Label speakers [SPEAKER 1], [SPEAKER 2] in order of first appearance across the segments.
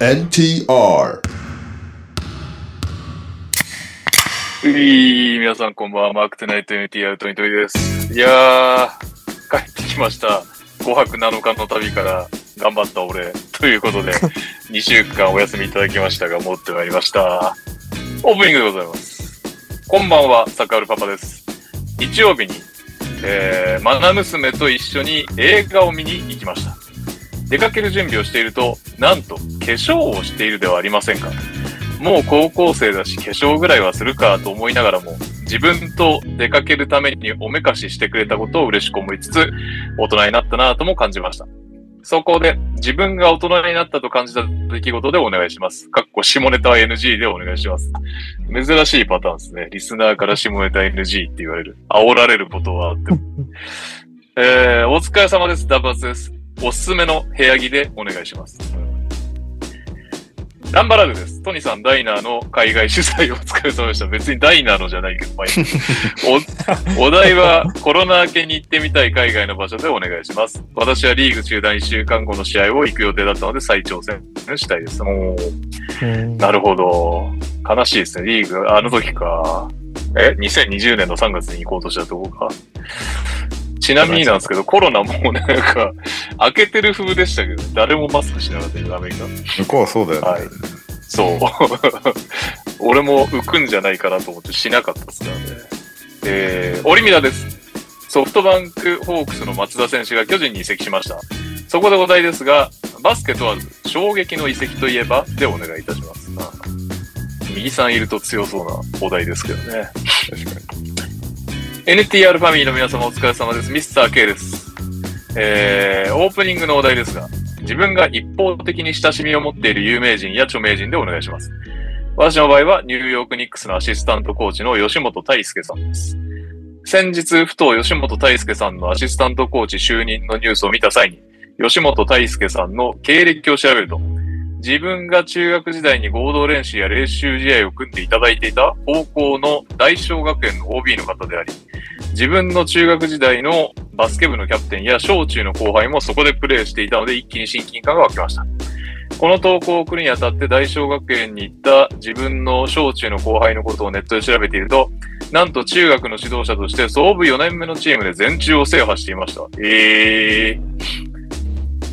[SPEAKER 1] NTR
[SPEAKER 2] うい皆さんこんばんは、マークトゥナイト NT アウトニトリです。いやー、帰ってきました。5泊7日の旅から頑張った俺。ということで、2週間お休みいただきましたが、戻ってまいりました。オープニングでございます。こんばんは、サカールパパです。日曜日に、えー、マナ娘と一緒に映画を見に行きました。出かける準備をしていると、なんと化粧をしているではありませんか。もう高校生だし化粧ぐらいはするかと思いながらも、自分と出かけるためにおめかししてくれたことを嬉しく思いつつ、大人になったなぁとも感じました。そこで、自分が大人になったと感じた出来事でお願いします。かっこ下ネタは NG でお願いします。珍しいパターンですね。リスナーから下ネタ NG って言われる。煽られることはあっても。 えー、お疲れ様です。ダバツです。おすすめの部屋着でお願いします。ランバラルです。トニさん、ダイナーの海外取材お疲れ様でした。別にダイナーのじゃないけど、まあいいお、お題はコロナ明けに行ってみたい海外の場所でお願いします。私はリーグ中断1週間後の試合を行く予定だったので再挑戦したいです。もう、なるほど。悲しいですね。リーグ、あの時か。え、2020年の3月に行こうとしたとこか。ちなみになんですけど、コロナもうなんか、開けてる風でしたけど、誰もマスクしなかったよ、アメリカ。
[SPEAKER 1] 向こうはそうだよね、
[SPEAKER 2] はい。そう。 俺も浮くんじゃないかなと思ってしなかったですからね。えー、オリミラです。ソフトバンクホークスの松田選手が巨人に移籍しました。そこでお題ですが、バスケ問わず衝撃の移籍といえばでお願いいたします。あ右さんいると強そうなお題ですけどね。
[SPEAKER 1] 確かに
[SPEAKER 2] NTR ファミリーの皆様お疲れ様です。ミスター K です。えー、オープニングのお題ですが、自分が一方的に親しみを持っている有名人や著名人でお願いします。私の場合はニューヨークニックスのアシスタントコーチの吉本大輔さんです。先日、ふと吉本大輔さんのアシスタントコーチ就任のニュースを見た際に、吉本大輔さんの経歴を調べると、自分が中学時代に合同練習や練習試合を組んでいただいていた高校の大小学園の OB の方であり、自分の中学時代のバスケ部のキャプテンや小中の後輩もそこでプレーしていたので一気に親近感が湧きました。この投稿を送るにあたって大小学園に行った自分の小中の後輩のことをネットで調べていると、なんと中学の指導者として総部4年目のチームで全中を制覇していました。えー。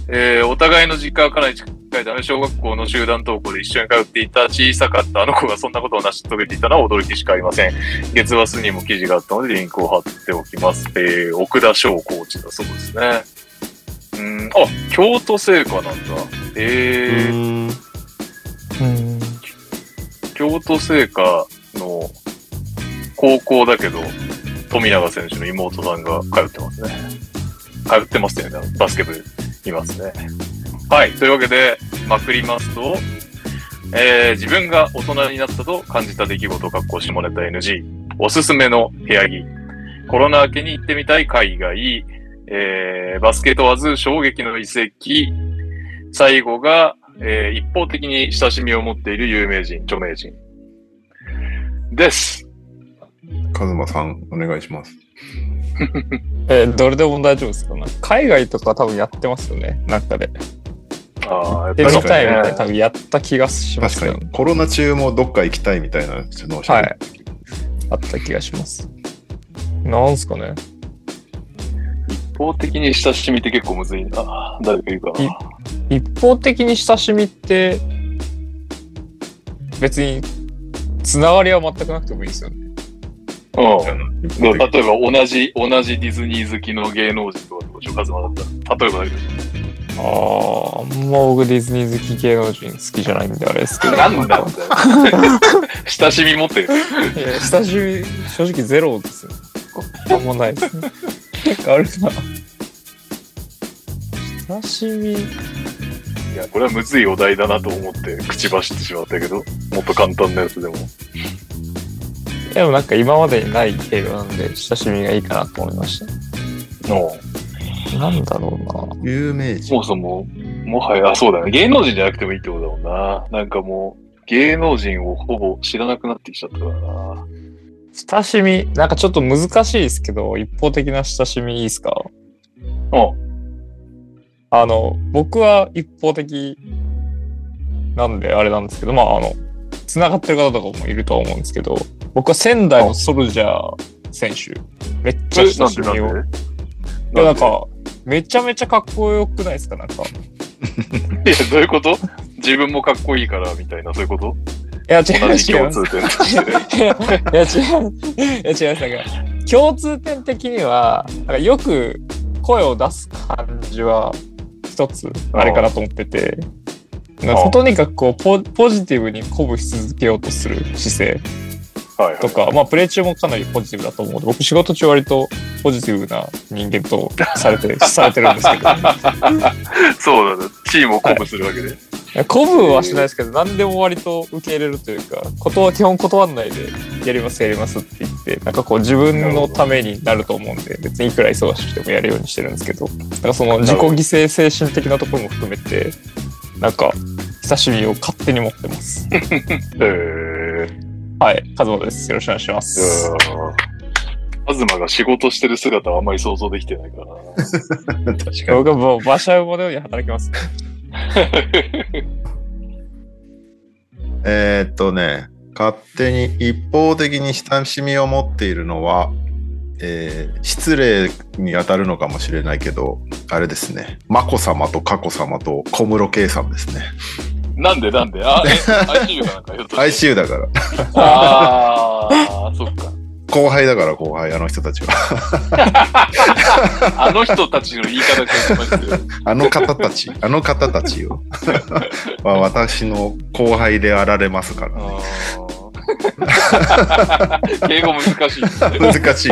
[SPEAKER 2] えーお互いの実家はかなり近いため、小学校の集団登校で一緒に通っていた小さかったあの子がそんなことを成し遂げていたのは驚きしかありません。月末にも記事があったのでリンクを貼っておきます。えー、奥田翔コーチだそうですね。うん、あ、京都聖火なんだ。えー、
[SPEAKER 3] うん。
[SPEAKER 2] 京都聖火の高校だけど、富永選手の妹さんが通ってますね。通ってますよね。バスケ部いますね。はい。というわけで、まくりますと、えー自分が大人になったと感じた出来事を格好してもらった NG、おすすめの部屋着、コロナ明けに行ってみたい海外、えーバスケ問わず衝撃の遺跡、最後が、えー一方的に親しみを持っている有名人、著名人。です。
[SPEAKER 1] カズマさんお願いします
[SPEAKER 3] えーどれでも大丈夫ですかなんか海外とか多分やってますよね。なんかで。
[SPEAKER 2] ああ、やっぱ
[SPEAKER 3] で、
[SPEAKER 2] りそ
[SPEAKER 3] 見た
[SPEAKER 2] う
[SPEAKER 3] いみ
[SPEAKER 1] 確か
[SPEAKER 3] た
[SPEAKER 1] に
[SPEAKER 3] い
[SPEAKER 1] ね
[SPEAKER 3] な、多分やった気がします
[SPEAKER 1] 確
[SPEAKER 3] け
[SPEAKER 1] か
[SPEAKER 3] ど。
[SPEAKER 1] にコロナ中もどっか行きたいみたいなのをしゃべ
[SPEAKER 3] はい。あった気がします。なんすかね
[SPEAKER 2] 一方的に親しみって結構むずいな。誰かいるか
[SPEAKER 3] い
[SPEAKER 2] な。
[SPEAKER 3] 一方的に親しみって、別に、つながりは全くなくてもいいですよね。
[SPEAKER 2] うん。
[SPEAKER 1] 一
[SPEAKER 2] 例
[SPEAKER 1] 方
[SPEAKER 2] えば
[SPEAKER 1] 的
[SPEAKER 2] 同じ、同じディズニー好きの芸能人とかどうしよう、カズマだったら。例えばだけ
[SPEAKER 3] ああ、あんま僕ディズニー好き芸能人好きじゃないんであれですけ
[SPEAKER 2] ど。
[SPEAKER 3] ど。
[SPEAKER 2] なんだ
[SPEAKER 3] い
[SPEAKER 2] みたいな。親しみ持ってる。
[SPEAKER 3] や、親しみ、正直ゼロですね。あんまないですね。なんかあるな。親しみ。
[SPEAKER 2] いや、これはむずいお題だなと思って口走ってしまったけど、もっと簡単なやつでも。
[SPEAKER 3] でもなんか今までにない映画なんで親しみがいいかなと思いまし
[SPEAKER 2] の
[SPEAKER 3] た。なんだろう
[SPEAKER 1] 有名
[SPEAKER 2] そ
[SPEAKER 1] 人
[SPEAKER 2] もそも、もはや、あそうだね。芸能人じゃなくてもいいってことだもんな。なんかもう、芸能人をほぼ知らなくなってきちゃったからな。
[SPEAKER 3] な。親しみ、なんかちょっと難しいですけど、一方的な親しみいいですか
[SPEAKER 2] うん。
[SPEAKER 3] あの、僕は一方的なんであれなんですけど、まあ、あの、繋がってる方とかもいるとは思うんですけど、僕は仙台のソルジャー選手、めっちゃ
[SPEAKER 2] な
[SPEAKER 3] 親
[SPEAKER 2] ん
[SPEAKER 3] し
[SPEAKER 2] でな
[SPEAKER 3] みを。い
[SPEAKER 2] んで
[SPEAKER 3] や、なんか、めちゃめちゃかっこよくないですか、なんか。
[SPEAKER 2] い
[SPEAKER 3] い
[SPEAKER 2] や、どういうこと自分もかっこいいから、みたいな、そういうこと
[SPEAKER 3] や、違う
[SPEAKER 2] 同じ
[SPEAKER 3] 違う
[SPEAKER 2] 共。通点として。
[SPEAKER 3] いやいや違ういや違いますなんか共通点的にはなんかよく声を出す感じは一つあれかなと思っててなん
[SPEAKER 2] ああ
[SPEAKER 3] かとにかくこうポポジティブに鼓舞し続けようとする姿勢
[SPEAKER 2] はいはい
[SPEAKER 3] とか、まあ、プレー中もかなりポジティブだと思うので僕仕事中割とポジティブな人間とされてされてるんですけど
[SPEAKER 2] そうだね。チームを鼓舞するわけで。
[SPEAKER 3] いや鼓舞はしないですけど何でも割と受け入れるというかことは基本断らないでやりますやりますって言ってなんかこう自分のためになると思うんで別にいくら忙しくてもやるようにしてるんですけどなんかその自己犠牲精神的なところも含めてなんか親しみを勝手に持ってます
[SPEAKER 2] へえ。
[SPEAKER 3] はいカズマですよろしくお願いしま
[SPEAKER 2] いや
[SPEAKER 3] す
[SPEAKER 2] ー東が仕事してる姿はあんまり想像できてないからな。確
[SPEAKER 3] 僕はもう馬車馬のように働きます
[SPEAKER 1] えー、っとね、勝手に一方的に親しみを持っているのは、えー失礼に当たるのかもしれないけど、あれですね、眞子さまと佳子さまと小室圭さんです ね。
[SPEAKER 2] なんでなんであ、え、ICU かなんかひょっとして
[SPEAKER 1] ICU だから、
[SPEAKER 2] ああ、そっか。
[SPEAKER 1] 後輩だから後輩、あの人たちは。
[SPEAKER 2] あの人たちの言い方が一番ですよ
[SPEAKER 1] あの方た ち、あの方たち よ。は私の後輩であられますから、ね。
[SPEAKER 2] あー 敬語難しいですね。
[SPEAKER 1] 難しい。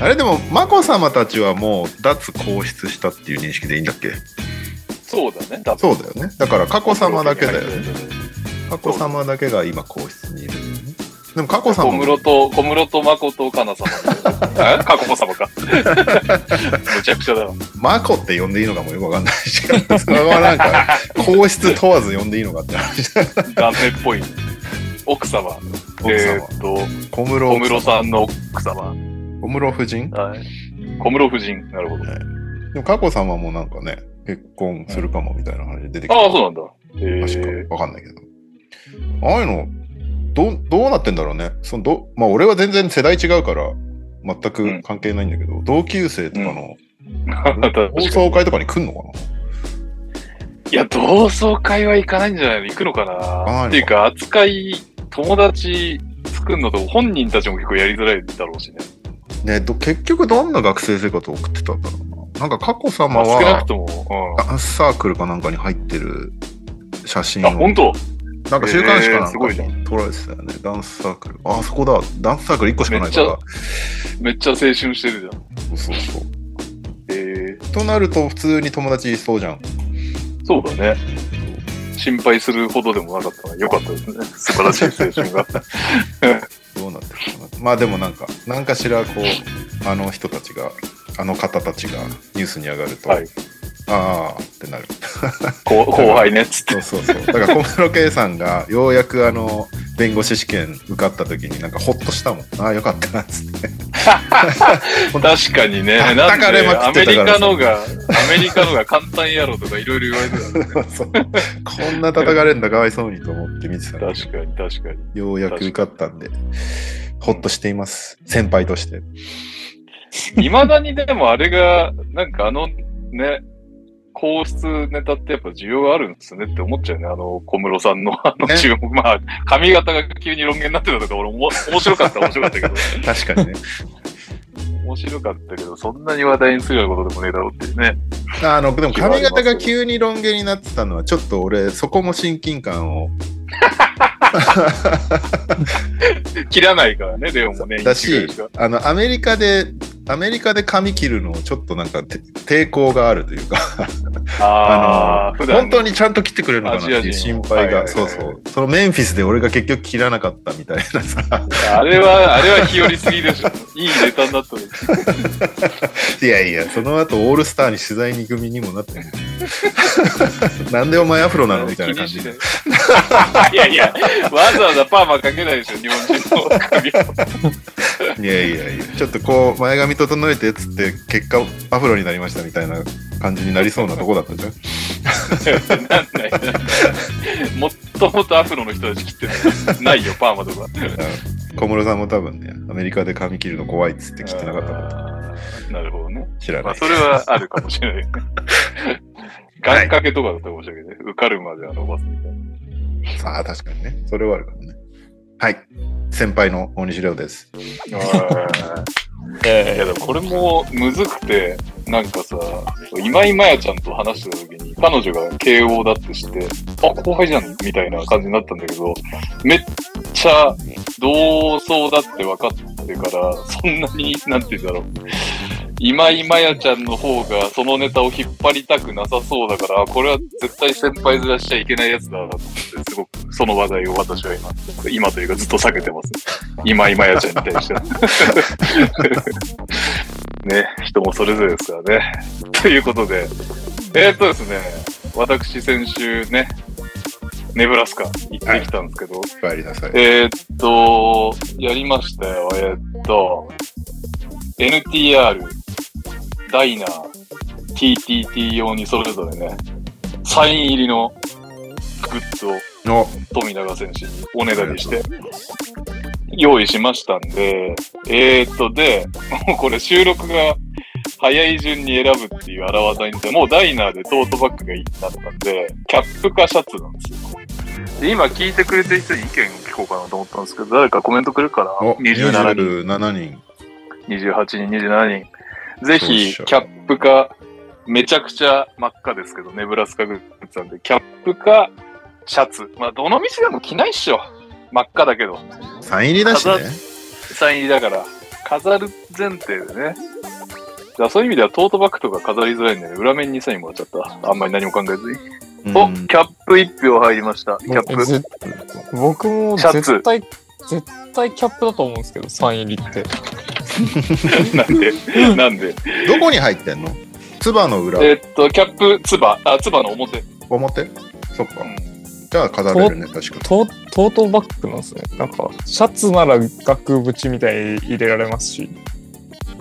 [SPEAKER 1] あれでも、眞子さまたちはもう脱皇室したっていう認識でいいんだっけ
[SPEAKER 2] そうだね。だ
[SPEAKER 1] そうだよね。だから、佳子さまだけだよね。
[SPEAKER 2] ね。
[SPEAKER 1] 佳子さまだけが今皇室にいるんだよね。でも佳子さ
[SPEAKER 2] 小
[SPEAKER 1] まも
[SPEAKER 2] 室と、小室と誠かな様。あかこ様か。むちゃくちゃだわ。
[SPEAKER 1] 眞子って呼んでいいのかもよくわかん ないし、それはなんか皇室問わず呼んでいいのかって話だ。
[SPEAKER 2] 断面っぽい。奥様。
[SPEAKER 1] 奥
[SPEAKER 2] え
[SPEAKER 1] 様
[SPEAKER 2] ーっと、
[SPEAKER 1] 小室
[SPEAKER 2] 小室さんの奥様。
[SPEAKER 1] 小室夫人
[SPEAKER 2] はい。小室夫人。なるほど。あ
[SPEAKER 1] でも佳子さまもなんかね、結婚するかもみたいな話で出てき
[SPEAKER 2] あ、
[SPEAKER 1] た。
[SPEAKER 2] そうなんだ。え
[SPEAKER 1] 確
[SPEAKER 2] ー、
[SPEAKER 1] かわかんないけど。ああいうの、どうどうなってんだろうね。そのどまあ、俺は全然世代違うから、全く関係ないんだけど、同級生とかの
[SPEAKER 2] 確か
[SPEAKER 1] 放
[SPEAKER 2] に
[SPEAKER 1] 送会とかに来んのかない
[SPEAKER 2] や、同窓会は行かないんじゃないの行くのか
[SPEAKER 1] かないの
[SPEAKER 2] な
[SPEAKER 1] か
[SPEAKER 2] っていうか、扱い、友達作るのと本人たちも結構やりづらいだろうしね。
[SPEAKER 1] ねど結局どんな学生生活を送ってたんだろうな。なんか佳子さ
[SPEAKER 2] ま
[SPEAKER 1] ま
[SPEAKER 2] あ、少な
[SPEAKER 1] は
[SPEAKER 2] くとも、
[SPEAKER 1] ダンスサークルかなんかに入ってる写
[SPEAKER 2] う
[SPEAKER 1] 真
[SPEAKER 2] ん。
[SPEAKER 1] を
[SPEAKER 2] あ、本当
[SPEAKER 1] なんか週刊誌かな
[SPEAKER 2] えー
[SPEAKER 1] ん
[SPEAKER 2] すごいじ
[SPEAKER 1] かに撮られてたよね、ダンスサークル。あ、そこだ。ダンスサークル1個しかないから。
[SPEAKER 2] めっちゃ青春してるじゃん。
[SPEAKER 1] そうそうそう。
[SPEAKER 2] え
[SPEAKER 1] となると普通に友達いそうじゃん。
[SPEAKER 2] ー、そうだね。心配するほどでもなかったな。よかったですね。素晴らしい青 春が。
[SPEAKER 1] どうなってるかな。まあでもなんか、なんかしらこう、あの人たちが、あの方たちがニュースに上がると、
[SPEAKER 2] はい
[SPEAKER 1] ああってなる。
[SPEAKER 2] こう後輩ね、つって。
[SPEAKER 1] そうそうそう。だから小室圭さんがようやくあの、弁護士試験受かった時になんかほっとしたもん。ああ、よかったなっつって。
[SPEAKER 2] 確かにね。
[SPEAKER 1] 叩
[SPEAKER 2] なん
[SPEAKER 1] かれ
[SPEAKER 2] で、
[SPEAKER 1] まく
[SPEAKER 2] ア
[SPEAKER 1] っ
[SPEAKER 2] メ
[SPEAKER 1] てた
[SPEAKER 2] リ
[SPEAKER 1] から
[SPEAKER 2] カのが、アメリカのが簡単やろとかいろいろ言われてたね。
[SPEAKER 1] そうこんな叩かれんだかわいそうにと思って見てたら、
[SPEAKER 2] 確かに、確かに。
[SPEAKER 1] ようやく受かったんで、ほっとしています。先輩として。
[SPEAKER 2] いまだにでもあれが、なんかあのね、皇室ネタってやっぱ需要があるんですねって思っちゃうね。あの、小室さんのあの
[SPEAKER 1] ね
[SPEAKER 2] 注目、まあ、髪型が急にロン毛になってたとか、俺も面白かった、面白かった けど、
[SPEAKER 1] 確かにね。
[SPEAKER 2] 面白かったけど、そんなに話題にするようなことでもねえだろうっていうね。
[SPEAKER 1] あの、でも髪型が急にロン毛になってたのは、ちょっと俺、そこも親近感を
[SPEAKER 2] 切らないからね、レオンもね。
[SPEAKER 1] だ
[SPEAKER 2] 一
[SPEAKER 1] し
[SPEAKER 2] 日ぐらいか、
[SPEAKER 1] あの、アメリカで、アメリカで髪切るのをちょっとなんかて抵抗があるというか、
[SPEAKER 2] ああ、普段
[SPEAKER 1] 本当にちゃんと切ってくれるのかなって
[SPEAKER 2] アジ
[SPEAKER 1] いう
[SPEAKER 2] ア人
[SPEAKER 1] 心配
[SPEAKER 2] はいはいは
[SPEAKER 1] が、
[SPEAKER 2] い
[SPEAKER 1] そうそう。そのメンフィスで俺が結局切らなかったみたいな さ、
[SPEAKER 2] あれは、あれは日和すぎでしょ。いいネタになったのに
[SPEAKER 1] いやいや、その後オールスターに取材に組にもなってる なんでお前アフロなのみたいな感じ
[SPEAKER 2] 気
[SPEAKER 1] で。
[SPEAKER 2] にしないいやいや、わざわざパーマかけないでしょ、日本人の髪を。
[SPEAKER 1] いやいやいや、ちょっとこう、前髪整えてっつって、結果、アフロになりましたみたいな感じになりそうなとこだったじゃん。
[SPEAKER 2] なんないなんないもっともっとアフロの人たち切ってないないよ、パーマとか。
[SPEAKER 1] 小室さんも多分ね、アメリカで髪切るの怖いっつって切ってなかったもん
[SPEAKER 2] あーなるほどね。
[SPEAKER 1] 知ら
[SPEAKER 2] ま
[SPEAKER 1] な
[SPEAKER 2] あ、
[SPEAKER 1] い。
[SPEAKER 2] それはあるかもし れない。願掛けとかだったら申し訳ない。受かるまでは伸ばすみたいな。
[SPEAKER 1] さあ、確かにね。それはあるかもね。はい。先輩の大西亮です。
[SPEAKER 2] いや、でもこれもむずくて、なんかさ、今井まやちゃんと話してた時に、彼女が慶応だって知って、あ、後輩じゃんみたいな感じになったんだけど、めっちゃ同窓だって分かってから、そんなに、なんて言うんだろう。今井まやちゃんの方がそのネタを引っ張りたくなさそうだから、あこれは絶対先輩ずらしちゃいけないやつだなと思って、すごくその話題を私は今、今というかずっと避けてます。今井まやちゃんに対しては。ね、人もそれぞれですからね。 ということで、えーっとですね、私先週ね、ネブラスカ行ってきたんですけど、
[SPEAKER 1] お帰りなさい。
[SPEAKER 2] えーっと、やりましたよ、えーっと、NTR、ダイナー、TTT 用にそれぞれね、サイン入りのグッズを
[SPEAKER 1] の、
[SPEAKER 2] 富永選手におねだりして、用意しましたんで、えー、っと、で、 もうこれ収録が早い順に選ぶっていう荒技にて、もうダイナーでトートバッグがいいってなったんで、キャップかシャツなんですよ。で今聞いてくれてる人に意見を聞こうかなと思ったんですけど、誰かコメントくれるかな
[SPEAKER 1] お、
[SPEAKER 2] ?27 人、
[SPEAKER 1] 27人。
[SPEAKER 2] 28人、27人。ぜひ、キ
[SPEAKER 1] そうっしょ
[SPEAKER 2] ャップか、めちゃくちゃ真っ赤ですけど、ネブラスカグッズなんで、キャップか、シャツ。まあ、どの店でも着ないっしょ。真っ赤だけど。
[SPEAKER 1] サイン入りだしね。
[SPEAKER 2] サイン入りだから、飾る前提でね。だからそういう意味ではトートバッグとか飾りづらいんで、裏面にサインもらっちゃった。あんまり何も考えずに。お、
[SPEAKER 1] うん
[SPEAKER 2] キャップ1票入りました。キャップ。
[SPEAKER 3] ぜ僕も
[SPEAKER 2] シャツ
[SPEAKER 3] 絶対、絶対キャップだと思うんですけど、サイン入りって。
[SPEAKER 2] な んで、なんで。
[SPEAKER 1] どこに入ってんのつばの裏、
[SPEAKER 2] えっと、キャップ、つば、あ、つばの表。
[SPEAKER 1] 表そっか
[SPEAKER 2] うん。
[SPEAKER 1] じゃあ飾れるね、確か
[SPEAKER 3] トトートバッグなんですね。なんか、シャツなら額縁みたいに入れられますし、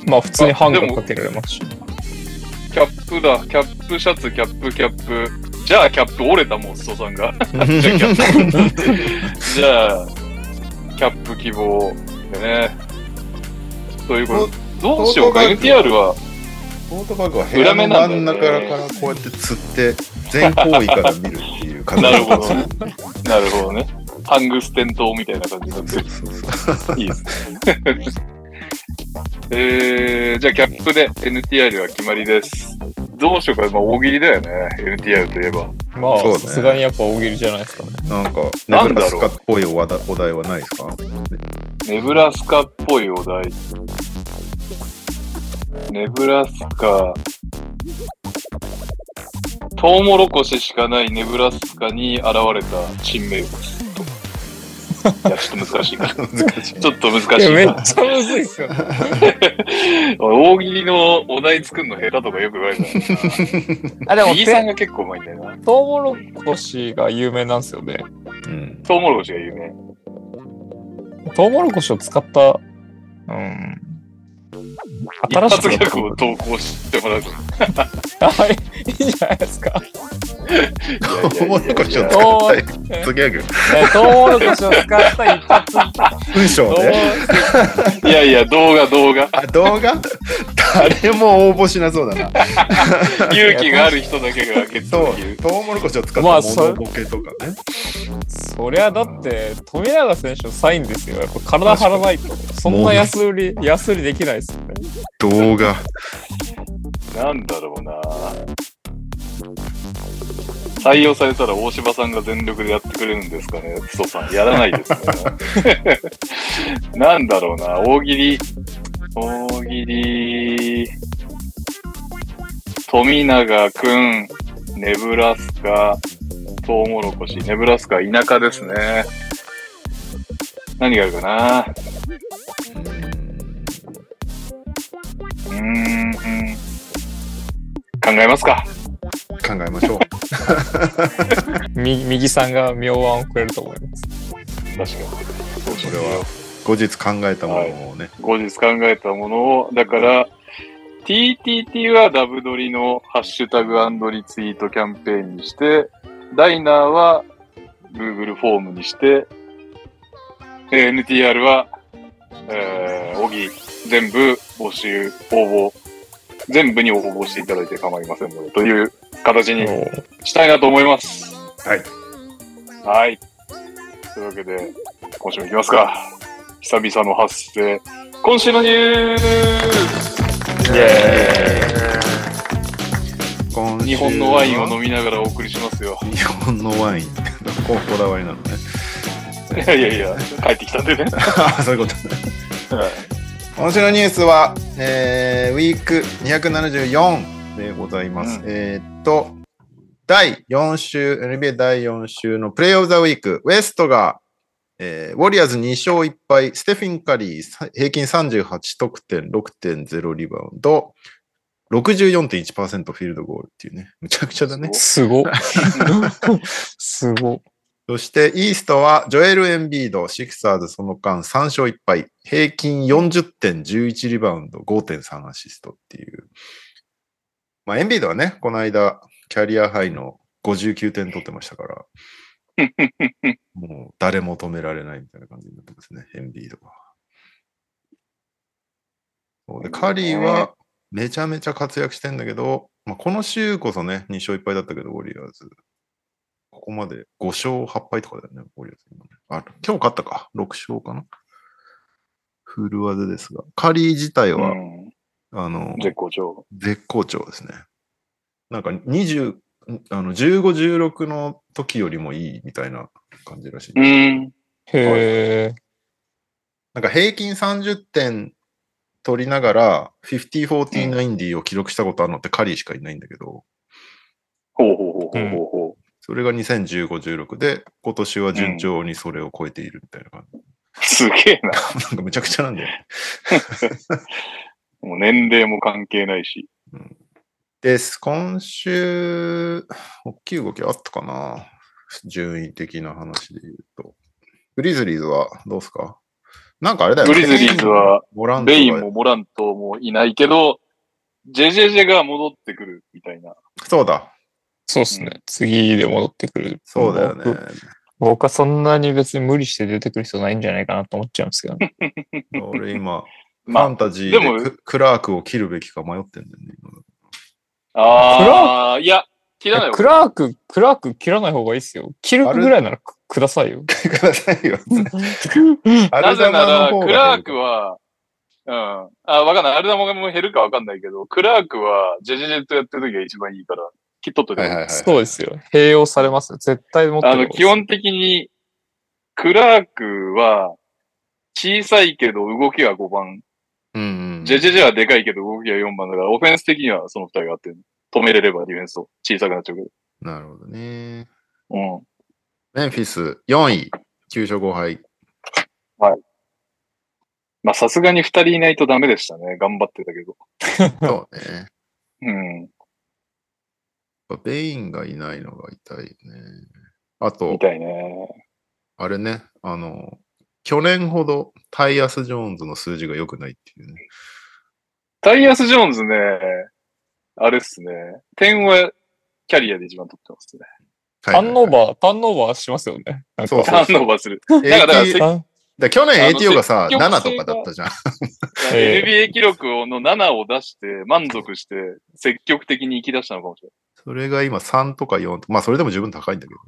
[SPEAKER 3] まあ普通にハンガーかけられますし。
[SPEAKER 2] キャップだ、キャップシャツ、キャップ、キャップ。じゃあ、キャップ折れたもん、ストさんが。
[SPEAKER 1] に。
[SPEAKER 2] じゃあ、キャップ。じゃあ、キャップ希望。でね。ということで、どうしようか、
[SPEAKER 1] トートバッグ
[SPEAKER 2] NTR は。
[SPEAKER 1] トートバッグは部屋の真ん中からこうやって釣って、全方位から見るっていう飾
[SPEAKER 2] な
[SPEAKER 1] り
[SPEAKER 2] るほどね。なるほどね。ハングステン島みたいな感じにな ってる。
[SPEAKER 1] そうそうそう
[SPEAKER 2] いいですね。えー、じゃあ、キャップで NTR は決まりです。どうしようか、まあ、大喜利だよね。NTR といえば。
[SPEAKER 3] ま
[SPEAKER 1] そう
[SPEAKER 3] あ、
[SPEAKER 1] ね
[SPEAKER 3] さすがにやっぱ大喜利じゃないですかね。
[SPEAKER 1] なんか、
[SPEAKER 2] な
[SPEAKER 1] ネ
[SPEAKER 2] ん
[SPEAKER 1] ブ
[SPEAKER 2] だ
[SPEAKER 1] ラ
[SPEAKER 2] ろ
[SPEAKER 1] ス
[SPEAKER 2] う
[SPEAKER 1] カっぽいお題お題はないですか
[SPEAKER 2] ネブラスカっぽいお題。ネブラスカ。トウモロコシしかないネブラスカに現れた新名物とか。いや、ちょっと難しいか な。
[SPEAKER 1] 難しい。
[SPEAKER 2] ちょっと難しい
[SPEAKER 3] いや、めっ
[SPEAKER 2] な。
[SPEAKER 3] ちゃむずいっすよね。
[SPEAKER 2] 大喜利のお題作るの下手とかよく言われたよ
[SPEAKER 3] あ、で
[SPEAKER 2] な。
[SPEAKER 3] も、
[SPEAKER 2] 右さん
[SPEAKER 3] て
[SPEAKER 2] が結構うまいんだよな。
[SPEAKER 3] トウモロコシが有名なんですよね。
[SPEAKER 1] うん
[SPEAKER 2] トウモロコシが有名。
[SPEAKER 3] トウモロコシを使った、うん。
[SPEAKER 2] 一
[SPEAKER 3] 新し
[SPEAKER 2] 発ギ
[SPEAKER 3] く
[SPEAKER 2] ャ グを投稿してもらうと。
[SPEAKER 3] はい、いいじゃないですか。
[SPEAKER 1] トウモロコシを使
[SPEAKER 3] お
[SPEAKER 1] っ
[SPEAKER 3] ー
[SPEAKER 1] た一発ギャグ。
[SPEAKER 3] えトウモロコシを使った一発。
[SPEAKER 1] 文章ね。
[SPEAKER 2] いやいや、動画動画。
[SPEAKER 1] あ、動画誰も応募しなそうだな。
[SPEAKER 2] 勇気がある人だけがゲッ
[SPEAKER 1] そ
[SPEAKER 2] ト
[SPEAKER 1] う
[SPEAKER 2] できる。、
[SPEAKER 1] トウモロコシを使った
[SPEAKER 3] ま
[SPEAKER 1] モ
[SPEAKER 3] あそ
[SPEAKER 1] ノ
[SPEAKER 3] う
[SPEAKER 1] ボケとかね。
[SPEAKER 3] そりゃだって、富永選手のサインですよ。やっぱ体張らないと。そんな安売り、安売りできないですよね。
[SPEAKER 1] 動画。
[SPEAKER 2] なんだろうな採用されたら大柴さんが全力でやってくれるんですかね、ストさん。やらないですね。なんだろうな大喜利。大喜利。富永くん、ネブラスカ、トウモロコシ。ネブラスカは田舎ですね。何があるかなうーん。考えますか。
[SPEAKER 1] 考えましょう。
[SPEAKER 3] み右さんが妙案をくれると思います。
[SPEAKER 2] 確かに。
[SPEAKER 1] これは後日考えたものをね、
[SPEAKER 2] 後日考えたものを、だから、TTT はダブドリのハッシュタグリツイートキャンペーンにして、ダイナーは Google フォームにして、えー NTR は、えー、おぎ、全部募集、応募、全部に応募していただいて構いませんので、という形に
[SPEAKER 3] も
[SPEAKER 2] したいなと思います。
[SPEAKER 1] はい。
[SPEAKER 2] はい。というわけで、今週もいきますか。久々の発生。今週のニュース
[SPEAKER 3] うイエ
[SPEAKER 1] 今週は
[SPEAKER 2] 日本のワインを飲みながらお送りしますよ。
[SPEAKER 1] 日本のワインここだわりなのね
[SPEAKER 2] いやいやいや、帰ってきたん でね。
[SPEAKER 1] あー そういうことね今週のニュースは、えーウィーク274でございます。
[SPEAKER 2] うん
[SPEAKER 1] えーっと、第4週、NBA 第4週のプレイオブザウィーク、ウエストが、えーウォリアーズ2勝1敗、ステフィン・カリー、さ平均38得点、6.0リバウンド、64.1%フィールドゴールっていうね、むちゃくちゃだね
[SPEAKER 3] ー。す ご。すご。
[SPEAKER 1] そして、イーストは、ジョエル・エンビード、シクサーズその間3勝1敗、平均40.11リバウンド、5.3アシストっていう。まあ、エンビードはね、この間、キャリアハイの59点取ってました から、もう誰も止められないみたいな感じになってますね、エンビードは。そうでカリーは、めちゃめちゃ活躍してんだけど、まあ、この週こそね、2勝1敗だったけど、ウォリアーズ。ここまで5勝8敗とかだよね、ウォリアーズ今ね。あ、今日勝ったか。6勝かな。フル技ですが。カリー自体
[SPEAKER 2] う
[SPEAKER 1] は、
[SPEAKER 2] ん、
[SPEAKER 1] あの、
[SPEAKER 2] 絶好調。
[SPEAKER 1] 絶好調ですね。なんか20、あの15、16の時よりもいいみたいな感じらしい。
[SPEAKER 2] うん。
[SPEAKER 3] へえ。
[SPEAKER 1] なんか平均30点取りながら、50、40、90を記録したことあるのってカリーしかいないんだけど、
[SPEAKER 2] ほうほうほうほうほうほ
[SPEAKER 1] それが2015、16で、今年は順調にそれを超えているみたいな感じ。
[SPEAKER 2] う。すげえな。
[SPEAKER 1] なんかめちゃくちゃなんだよね。
[SPEAKER 2] もう年齢も関係ないし。
[SPEAKER 1] です。今週、大きい動きあったかな順位的な話で言うと。グリズリーズはどうすかなんかあれだよ
[SPEAKER 2] グリズリーズは、
[SPEAKER 1] ボラント
[SPEAKER 2] ベイン
[SPEAKER 1] が
[SPEAKER 2] もモラントもいないけど、JJJ が戻ってくるみたいな。
[SPEAKER 1] そうだ。
[SPEAKER 3] そうっすね。次で戻ってくる。
[SPEAKER 1] そうだよね。
[SPEAKER 3] 僕。僕はそんなに別に無理して出てくる必要ないんじゃないかなと思っちゃうんですけどね。
[SPEAKER 1] 俺 今、フ
[SPEAKER 2] まあ
[SPEAKER 1] ァンタジーで
[SPEAKER 2] でも
[SPEAKER 1] ククラークを切るべきか迷ってんだよね。
[SPEAKER 2] ああ、いや、切らない
[SPEAKER 3] ク
[SPEAKER 2] わ。
[SPEAKER 3] ラーク、クラーク切らない方がいいっすよ。切るぐらいならくく ださいよ。
[SPEAKER 1] 今くださいよ。 ア
[SPEAKER 2] な
[SPEAKER 1] ル
[SPEAKER 2] ぜ
[SPEAKER 1] ザ
[SPEAKER 2] な
[SPEAKER 1] ナ
[SPEAKER 2] ら、
[SPEAKER 1] の方が
[SPEAKER 2] クラークは、うん。あ、わかんない。アルダモがもう減るかわかんないけど、クラークは、ジェジェジェとやってる時が一番いいから、きっとっといて
[SPEAKER 1] は
[SPEAKER 2] も
[SPEAKER 1] いはいはい。
[SPEAKER 3] そうですよ。併用されますよ。絶対持ってる
[SPEAKER 2] あの、基本的に、クラークは、小さいけど動きは5番、
[SPEAKER 1] うんうん。
[SPEAKER 2] ジェジェジェはでかいけど動きは4番だから、オフェンス的にはその2人が合ってる。止めれればディフェンスを小さくなっちゃうけど。
[SPEAKER 1] なるほどね。
[SPEAKER 2] うん。
[SPEAKER 1] メンフィス4位、9勝5敗。
[SPEAKER 2] まあ、さすがに2人いないとダメでしたね。頑張ってたけど。
[SPEAKER 1] そうね。
[SPEAKER 2] うん。
[SPEAKER 1] ベインがいないのが痛いね。あと
[SPEAKER 2] み、たいね。
[SPEAKER 1] あれね、あの、去年ほどタイアス・ジョーンズの数字が良くないっていうね。
[SPEAKER 2] タイアス・ジョーンズね、あれっすね。点はキャリアで一番取ってますね。
[SPEAKER 1] タ
[SPEAKER 3] ターンオーバー、ターンオーバーしますよね。なんか
[SPEAKER 1] そうそう
[SPEAKER 2] ターンオーバーする。
[SPEAKER 1] ー
[SPEAKER 2] だから
[SPEAKER 3] ターン
[SPEAKER 1] 去年
[SPEAKER 2] あの
[SPEAKER 1] ATO がさ、
[SPEAKER 2] 積極性が
[SPEAKER 1] 7とかだったじゃん。
[SPEAKER 3] ええ
[SPEAKER 2] NBA 記録の7を出して満足して積極的に行き出したのかもしれ
[SPEAKER 1] それが今3とか4とまあそれでも十分高いんだけど。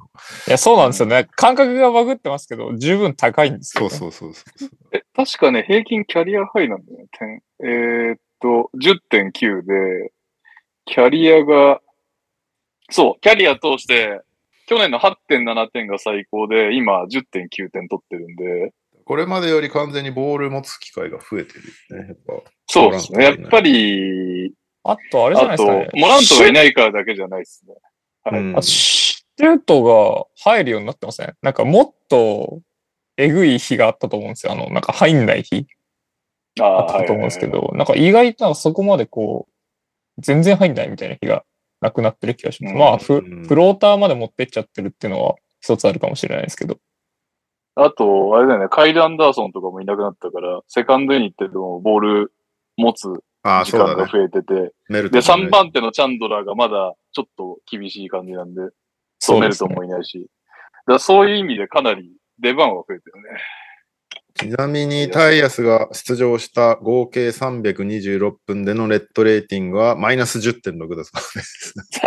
[SPEAKER 3] いや、そうなんですよね。感覚がバグってますけど、十分高いんですよ、
[SPEAKER 1] そ
[SPEAKER 3] ね。
[SPEAKER 1] うそうそうそう。
[SPEAKER 2] ない。え、確かね、平均キャリアハイなんだよね。点えーっと、10.9で、キャリアが、そう、キャリア通して、去年の8.7点が最高で、今10.9点取ってるんで、
[SPEAKER 1] これまでより完全にボール持つ機会が増えてるよね。やっぱ
[SPEAKER 2] そうですね。
[SPEAKER 1] モ
[SPEAKER 2] や
[SPEAKER 1] ラ
[SPEAKER 2] っ
[SPEAKER 1] ントがいない
[SPEAKER 2] ぱり、
[SPEAKER 3] あと、あれじゃない
[SPEAKER 2] あと
[SPEAKER 3] ですか、ね。、
[SPEAKER 2] モラントがい
[SPEAKER 3] い。
[SPEAKER 2] ないからだけじゃないですね。はい。
[SPEAKER 1] うん
[SPEAKER 3] あシュートが入るようになってませんなんか、もっと、えぐい日があったと思うんですよ。あの、なんか入んない日
[SPEAKER 2] あ
[SPEAKER 3] あっ
[SPEAKER 2] あ
[SPEAKER 3] たと思うんですけど、なんか意外となんかそこまでこう、全然入んないみたいな日がなくなってる気がします。
[SPEAKER 2] うん
[SPEAKER 3] まあフ
[SPEAKER 1] うん、
[SPEAKER 3] フローターまで持ってっちゃってるっていうのは一つあるかもしれないですけど。
[SPEAKER 2] あと、あれだよね、カイル・アンダーソンとかもいなくなったから、セカンドユニットでもボール持つ
[SPEAKER 1] ああ、
[SPEAKER 2] 時
[SPEAKER 1] そう
[SPEAKER 2] 間
[SPEAKER 1] だ
[SPEAKER 2] が
[SPEAKER 1] ね。
[SPEAKER 2] 増えてて、
[SPEAKER 1] メルト
[SPEAKER 2] で、
[SPEAKER 1] ンもね
[SPEAKER 2] 3番手のチャンドラーがまだちょっと厳しい感じなんで、
[SPEAKER 3] そ
[SPEAKER 2] 止
[SPEAKER 3] う
[SPEAKER 2] め
[SPEAKER 3] で
[SPEAKER 2] る
[SPEAKER 3] す
[SPEAKER 2] と
[SPEAKER 3] ね。
[SPEAKER 2] もいないし。だからそういう意味でかなり出番は増えてる ね。
[SPEAKER 1] ちなみにタイヤスが出場した合計326分でのレッドレーティングはマイナス10.6だそうです。
[SPEAKER 2] し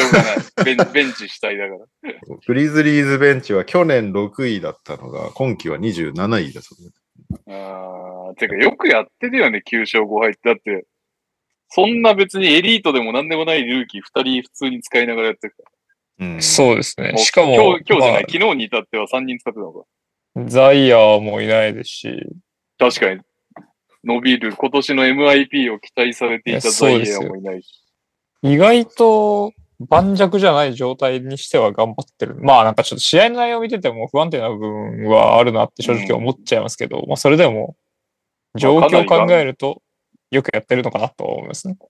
[SPEAKER 2] ょうがない。ベンベンチ主体だから。
[SPEAKER 1] グリズリーズベンチは去年6位だったのが今季は27位だそうです。
[SPEAKER 2] あーてかよくやってるよね、9勝5敗って。だって、そんな別にエリートでもなんでもないルーキー2人普通に使いながらやってるか
[SPEAKER 1] うん
[SPEAKER 3] そうですね。
[SPEAKER 2] ら。
[SPEAKER 3] しかも、
[SPEAKER 2] 今日、今日じゃない、
[SPEAKER 3] ま
[SPEAKER 2] 昨日に至っては3人使ってたのか。
[SPEAKER 3] あザイヤーもいないですし、
[SPEAKER 2] 確かに。伸びる、今年の MIP を期待されていたザイエアもいないし。
[SPEAKER 3] 意外と盤石じゃない状態にしては頑張ってる。まあなんかちょっと試合の内容を見てても不安定な部分はあるなって正直思っちゃいますけど、まあそれでも状況を考えるとよくやってるのかなと思いますね。
[SPEAKER 1] こ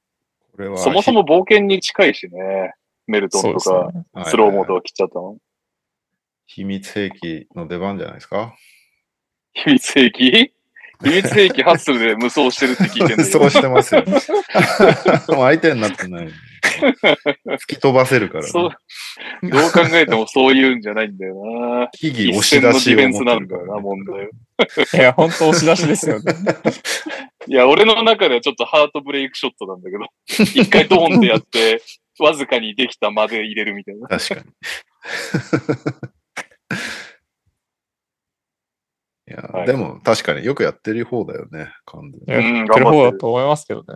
[SPEAKER 1] れは
[SPEAKER 2] そもそも冒険に近いしね。メルトン
[SPEAKER 3] そう
[SPEAKER 2] と
[SPEAKER 3] です
[SPEAKER 2] か、
[SPEAKER 3] ね。
[SPEAKER 2] スローモー
[SPEAKER 1] ド
[SPEAKER 2] ドは切っちゃったの。
[SPEAKER 1] 秘密兵器の出番じゃないですか。
[SPEAKER 2] 秘密兵 器秘密兵器ハッスルで無双してるって聞い てんだけど
[SPEAKER 1] そうしてますよ。 もう相手になってない。吹き飛ばせるから、ね。
[SPEAKER 2] そう。どう考えてもそういうんじゃないんだよな。
[SPEAKER 1] 木々
[SPEAKER 2] 一
[SPEAKER 1] 押し
[SPEAKER 2] 戦の
[SPEAKER 1] 出
[SPEAKER 2] デ
[SPEAKER 1] し
[SPEAKER 2] ィ
[SPEAKER 1] を
[SPEAKER 2] フェ
[SPEAKER 1] 持
[SPEAKER 2] ン
[SPEAKER 1] っ
[SPEAKER 2] ス
[SPEAKER 1] て
[SPEAKER 2] なん
[SPEAKER 1] る
[SPEAKER 2] だ
[SPEAKER 1] か
[SPEAKER 2] よ
[SPEAKER 1] ら
[SPEAKER 2] な、問題は。
[SPEAKER 3] いや、本当押し出しですよね。
[SPEAKER 2] いや、俺の中ではちょっとハートブレイクショットなんだ けど、一回ドーンってやって、わずかにできたまで入れるみたいな。
[SPEAKER 1] 確かに。いや、
[SPEAKER 2] はい
[SPEAKER 1] でも確かによくやってる方だよね、完全に。
[SPEAKER 3] や
[SPEAKER 2] うん、
[SPEAKER 3] やって
[SPEAKER 2] 頑
[SPEAKER 3] る
[SPEAKER 2] 張っ
[SPEAKER 3] 方
[SPEAKER 2] て
[SPEAKER 3] だ
[SPEAKER 2] る。
[SPEAKER 3] と思いますけどね。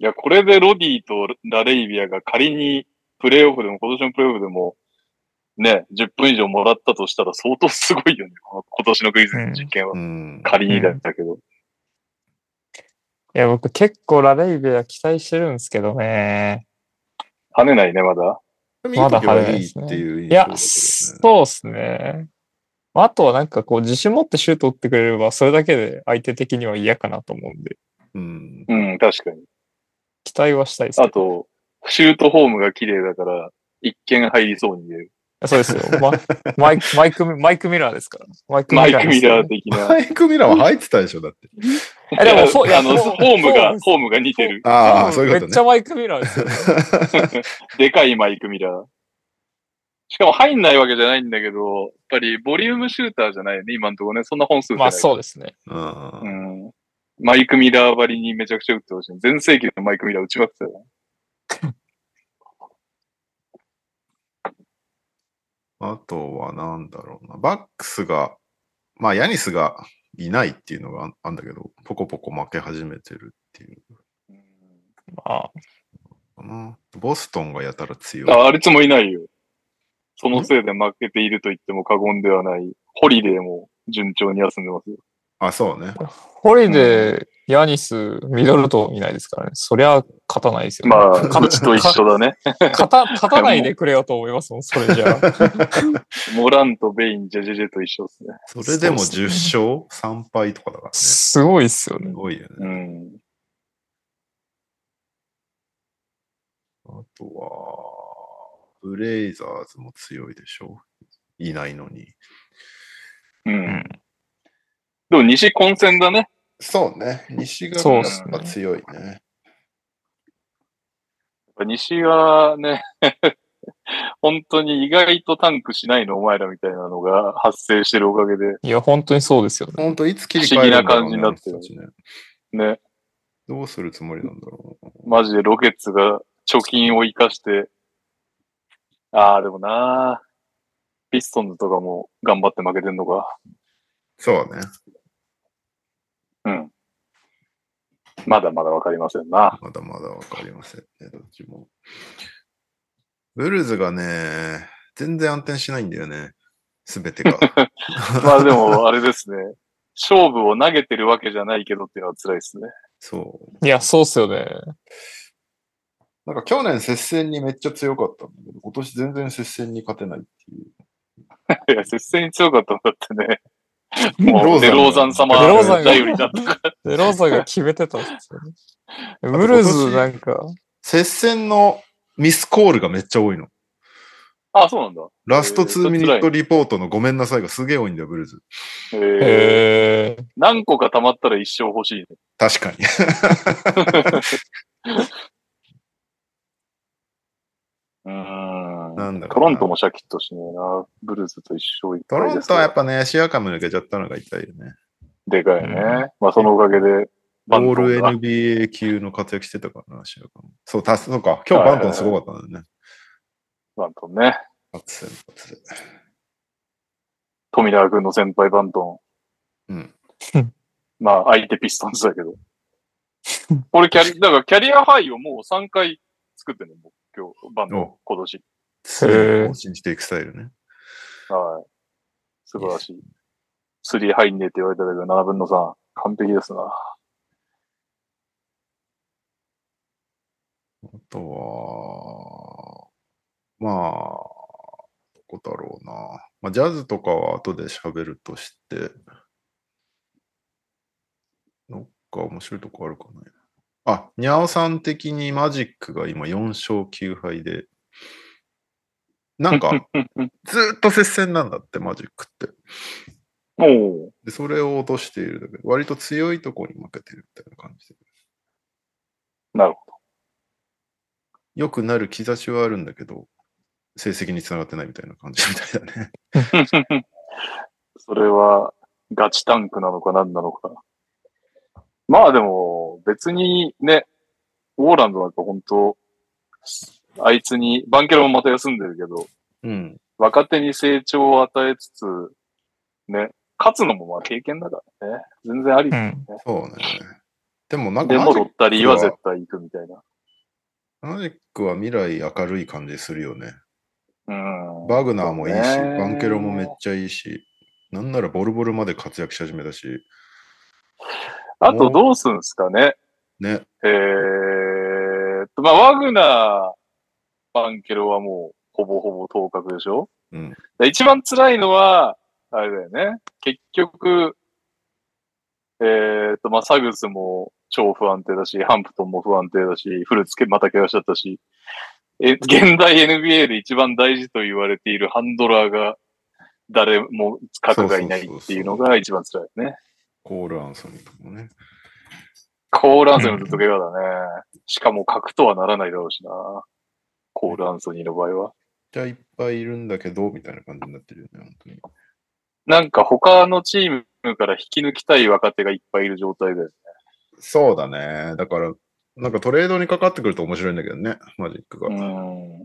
[SPEAKER 2] いや、これでロディとラレイビアが仮にプレイオフでも、今年のプレイオフでも、ね、10分以上もらったとしたら相当すごいよね。この今年のクイズの実験は。
[SPEAKER 1] うん。
[SPEAKER 2] 仮にだったけど。
[SPEAKER 3] いや、僕結構ラレイベア期待してるんですけどね。
[SPEAKER 2] 跳ねないね、まだ。
[SPEAKER 3] まだ早い
[SPEAKER 1] い
[SPEAKER 3] で
[SPEAKER 1] いっ
[SPEAKER 3] すね
[SPEAKER 1] ていう印
[SPEAKER 3] い
[SPEAKER 1] 象
[SPEAKER 3] や、
[SPEAKER 1] だけどね。
[SPEAKER 3] そうですね。あとはなんかこう自信持ってシュート打ってくれればそれだけで相手的には嫌かなと思うんで、
[SPEAKER 1] うん。
[SPEAKER 2] うん、確かに。
[SPEAKER 3] 期待はしたいです
[SPEAKER 2] あと、シュートフォームが綺麗だから、一見入りそうに見える。
[SPEAKER 3] そうですよ。 ま、マイク、マイク、マイクミラーですから。マイクミ
[SPEAKER 2] マイ
[SPEAKER 3] ラー
[SPEAKER 2] ク・
[SPEAKER 3] です
[SPEAKER 2] ミ
[SPEAKER 3] よ
[SPEAKER 2] ラー
[SPEAKER 3] ね
[SPEAKER 2] 的な。
[SPEAKER 1] マイク・ミラーは入ってたでしょ、だって。
[SPEAKER 3] えでもそう
[SPEAKER 2] い
[SPEAKER 3] い
[SPEAKER 2] や
[SPEAKER 3] や
[SPEAKER 2] あの、
[SPEAKER 3] そう
[SPEAKER 2] フォーム
[SPEAKER 3] そう
[SPEAKER 2] が、
[SPEAKER 3] です
[SPEAKER 2] フォームが似てる。
[SPEAKER 1] ああ、そういうこ
[SPEAKER 3] めっちゃ
[SPEAKER 1] と
[SPEAKER 3] マイクミラーですよ。
[SPEAKER 1] ね。
[SPEAKER 2] でかいマイク・ミラー。しかも入んないわけじゃないんだけど、やっぱりボリュームシューターじゃないよね、今のところね。そんな本数じゃない。
[SPEAKER 3] ま あそうですね。
[SPEAKER 1] うん
[SPEAKER 2] うん。マイク・ミラーばりにめちゃくちゃ打ってほしい。全盛期のマイク・ミラー打ちまくってたよ。
[SPEAKER 1] あとはなんだろうな。バックスが、まあ、ヤニスがいないっていうのがああんだけど、ポコポコ負け始めてるっていう
[SPEAKER 3] まあ、
[SPEAKER 1] のかな。ボストンがやたら強い。
[SPEAKER 2] あ、あいつもいないよ。そのせいで負けていると言っても過言ではない。ホリデーも順調に休んでますよ。
[SPEAKER 1] あ、そうね。
[SPEAKER 3] ホリデー、ヤニス、ミドルトンいないですからね。そりゃ勝たないですよ、ね。
[SPEAKER 2] まあ、カッチと一緒だ ね。
[SPEAKER 3] 勝た、勝たないでくれよと思いますもん、それじゃあ。
[SPEAKER 2] モランとベイン、ジェジェジェと一緒ですね。
[SPEAKER 1] それでも
[SPEAKER 3] そう
[SPEAKER 1] 10
[SPEAKER 3] っす
[SPEAKER 1] 勝、3敗とかだからね。す
[SPEAKER 3] すごいっすよね。
[SPEAKER 1] ごいよね。
[SPEAKER 2] うん。
[SPEAKER 1] あとは、ブレイザーズも強いでしょ。いないのに。
[SPEAKER 2] うん。でも西混戦だね。
[SPEAKER 1] そうね。西が
[SPEAKER 3] そう
[SPEAKER 2] っすね
[SPEAKER 1] やっぱ強いね。
[SPEAKER 2] 西はね、 本当に意外とタンクしないのお前らみたいなのが発生してるおかげで、
[SPEAKER 3] いや、本当にそうですよね。
[SPEAKER 1] ほんと、いつ切り替えるんだろうね
[SPEAKER 2] 不思議な感じになってる
[SPEAKER 1] あの人たちね
[SPEAKER 2] ね、
[SPEAKER 1] どうするつもりなんだろう。
[SPEAKER 2] マジでロケッツが貯金を生かして、ああ、でもなピストンズとかも頑張って負けてんのか。
[SPEAKER 1] そうね。
[SPEAKER 2] うん。まだまだわかりませんな。
[SPEAKER 1] まだまだわかりませんね、どっちも。ブルーズがね、全然暗転しないんだよね。すべてが。
[SPEAKER 2] まあでも、あれですね。勝負を投げてるわけじゃないけどっていうのは辛いですね。
[SPEAKER 1] そう。
[SPEAKER 3] いや、そうっすよね。
[SPEAKER 1] なんか去年接戦にめっちゃ強かったんだけど、今年全然接戦に勝てないっていう。
[SPEAKER 2] いや、接戦に強かったんだってね。もう、デ
[SPEAKER 1] デ
[SPEAKER 2] ロ
[SPEAKER 1] ロ
[SPEAKER 2] ー
[SPEAKER 1] ー
[SPEAKER 2] ザ
[SPEAKER 1] ザ
[SPEAKER 2] ン
[SPEAKER 1] ン
[SPEAKER 2] 様
[SPEAKER 3] デローザンが
[SPEAKER 2] 頼りだったから。
[SPEAKER 3] で、ローザが決めてたんです よね。ブルーズなんか、
[SPEAKER 1] 接戦のミスコールがめっちゃ多いの。
[SPEAKER 2] あ、そうなんだ。
[SPEAKER 1] ラスト2ミニットリポートのごめんなさいがすげえ多いんだよ、ブルーズ。
[SPEAKER 2] えー、
[SPEAKER 3] へえ。
[SPEAKER 2] 何個か溜まったら一生欲しいね。
[SPEAKER 1] 確かに。
[SPEAKER 2] うーん。
[SPEAKER 1] なんだろうな
[SPEAKER 2] トロントもシャキッとしねえな。ブルーズと一緒いっぱ
[SPEAKER 1] ト
[SPEAKER 2] い
[SPEAKER 1] ロン
[SPEAKER 2] です
[SPEAKER 1] トはやっぱね、シアカム抜けちゃったのが痛いよね。
[SPEAKER 2] でかいね。
[SPEAKER 3] うん
[SPEAKER 2] まあそのおかげで、
[SPEAKER 1] オ
[SPEAKER 2] バン
[SPEAKER 1] ー
[SPEAKER 2] トン
[SPEAKER 1] ル
[SPEAKER 2] が
[SPEAKER 1] NBA 級の活躍してたからな、シアカム。そう、たそうか。今日バントンすごかったんだよね。
[SPEAKER 2] バントンね。
[SPEAKER 1] 初先発で。
[SPEAKER 2] 富永君の先輩バントン。
[SPEAKER 1] うん。
[SPEAKER 2] まあ相手ピストンズだけど。これキャリ、だからキャリアハイをもう3回作ってんの、もう今日、バントン、
[SPEAKER 1] お
[SPEAKER 2] 今年。
[SPEAKER 1] 常に更新していくスタイルね。
[SPEAKER 2] はい。素晴らしい。スリー入んねえって言われたけど、7分の3。完璧ですな。
[SPEAKER 1] あとは、まあ、どこだろうな。まあ、ジャズとかは後で喋るとして、どっか面白いとこあるかな。あ、ニャオさん的にマジックが今4勝9敗で、なんかずーっと接戦なんだって、マジックって。
[SPEAKER 2] おお。
[SPEAKER 1] で、それを落としているんだけど、割と強いところに負けてるみたいな感じで。
[SPEAKER 2] なるほ
[SPEAKER 1] 良くなる兆しはあるんだけど、成績につながってないみたいな感じみたいだね。
[SPEAKER 2] ど。それは、ガチタンクなのか何なのか。まあでも、別にね、オーランドなんか本当あいつに、バンケロもまた休んでるけど、
[SPEAKER 1] うん。
[SPEAKER 2] 若手に成長を与えつつ、ね、勝つのもまあ経験だからね。全然あり。
[SPEAKER 3] うん。
[SPEAKER 1] そうね。でもなんか
[SPEAKER 2] で
[SPEAKER 1] マ
[SPEAKER 2] も、
[SPEAKER 1] ジ
[SPEAKER 2] ロッタリーは絶対行くみたいな。
[SPEAKER 1] マジックは未来明るい感じするよね。
[SPEAKER 2] うん。
[SPEAKER 1] バグナーもいいし、
[SPEAKER 2] そうね
[SPEAKER 1] バンケロもめっちゃいいし、なんならボルボルまで活躍し始めたし、
[SPEAKER 2] あとどうすんすかね。
[SPEAKER 1] ね。
[SPEAKER 2] えーっと、まあ、ワグナー、バンケロはもう、ほぼほぼ当確でしょ
[SPEAKER 1] うん。
[SPEAKER 2] で一番辛いのは、あれだよね。結局、えーっと、まあ、サグスも超不安定だし、ハンプトンも不安定だし、フルツけまた怪我しちゃったし、え、現代 NBA で一番大事と言われているハンドラーが、誰も核がいないっていうのが一番辛いよね。
[SPEAKER 1] コール・アンソニーとかもね。
[SPEAKER 2] コールアンソニーの時はだね。しかも核とはならないだろうしな。コールアンソニーの場合は。
[SPEAKER 1] めっちゃいっぱいいるんだけど、みたいな感じになってるよね、本当に。
[SPEAKER 2] なんか他のチームから引き抜きたい若手がいっぱいいる状態で。
[SPEAKER 1] そうだね。だから、なんかトレードにかかってくると面白いんだけどね、マジックが。
[SPEAKER 2] うん。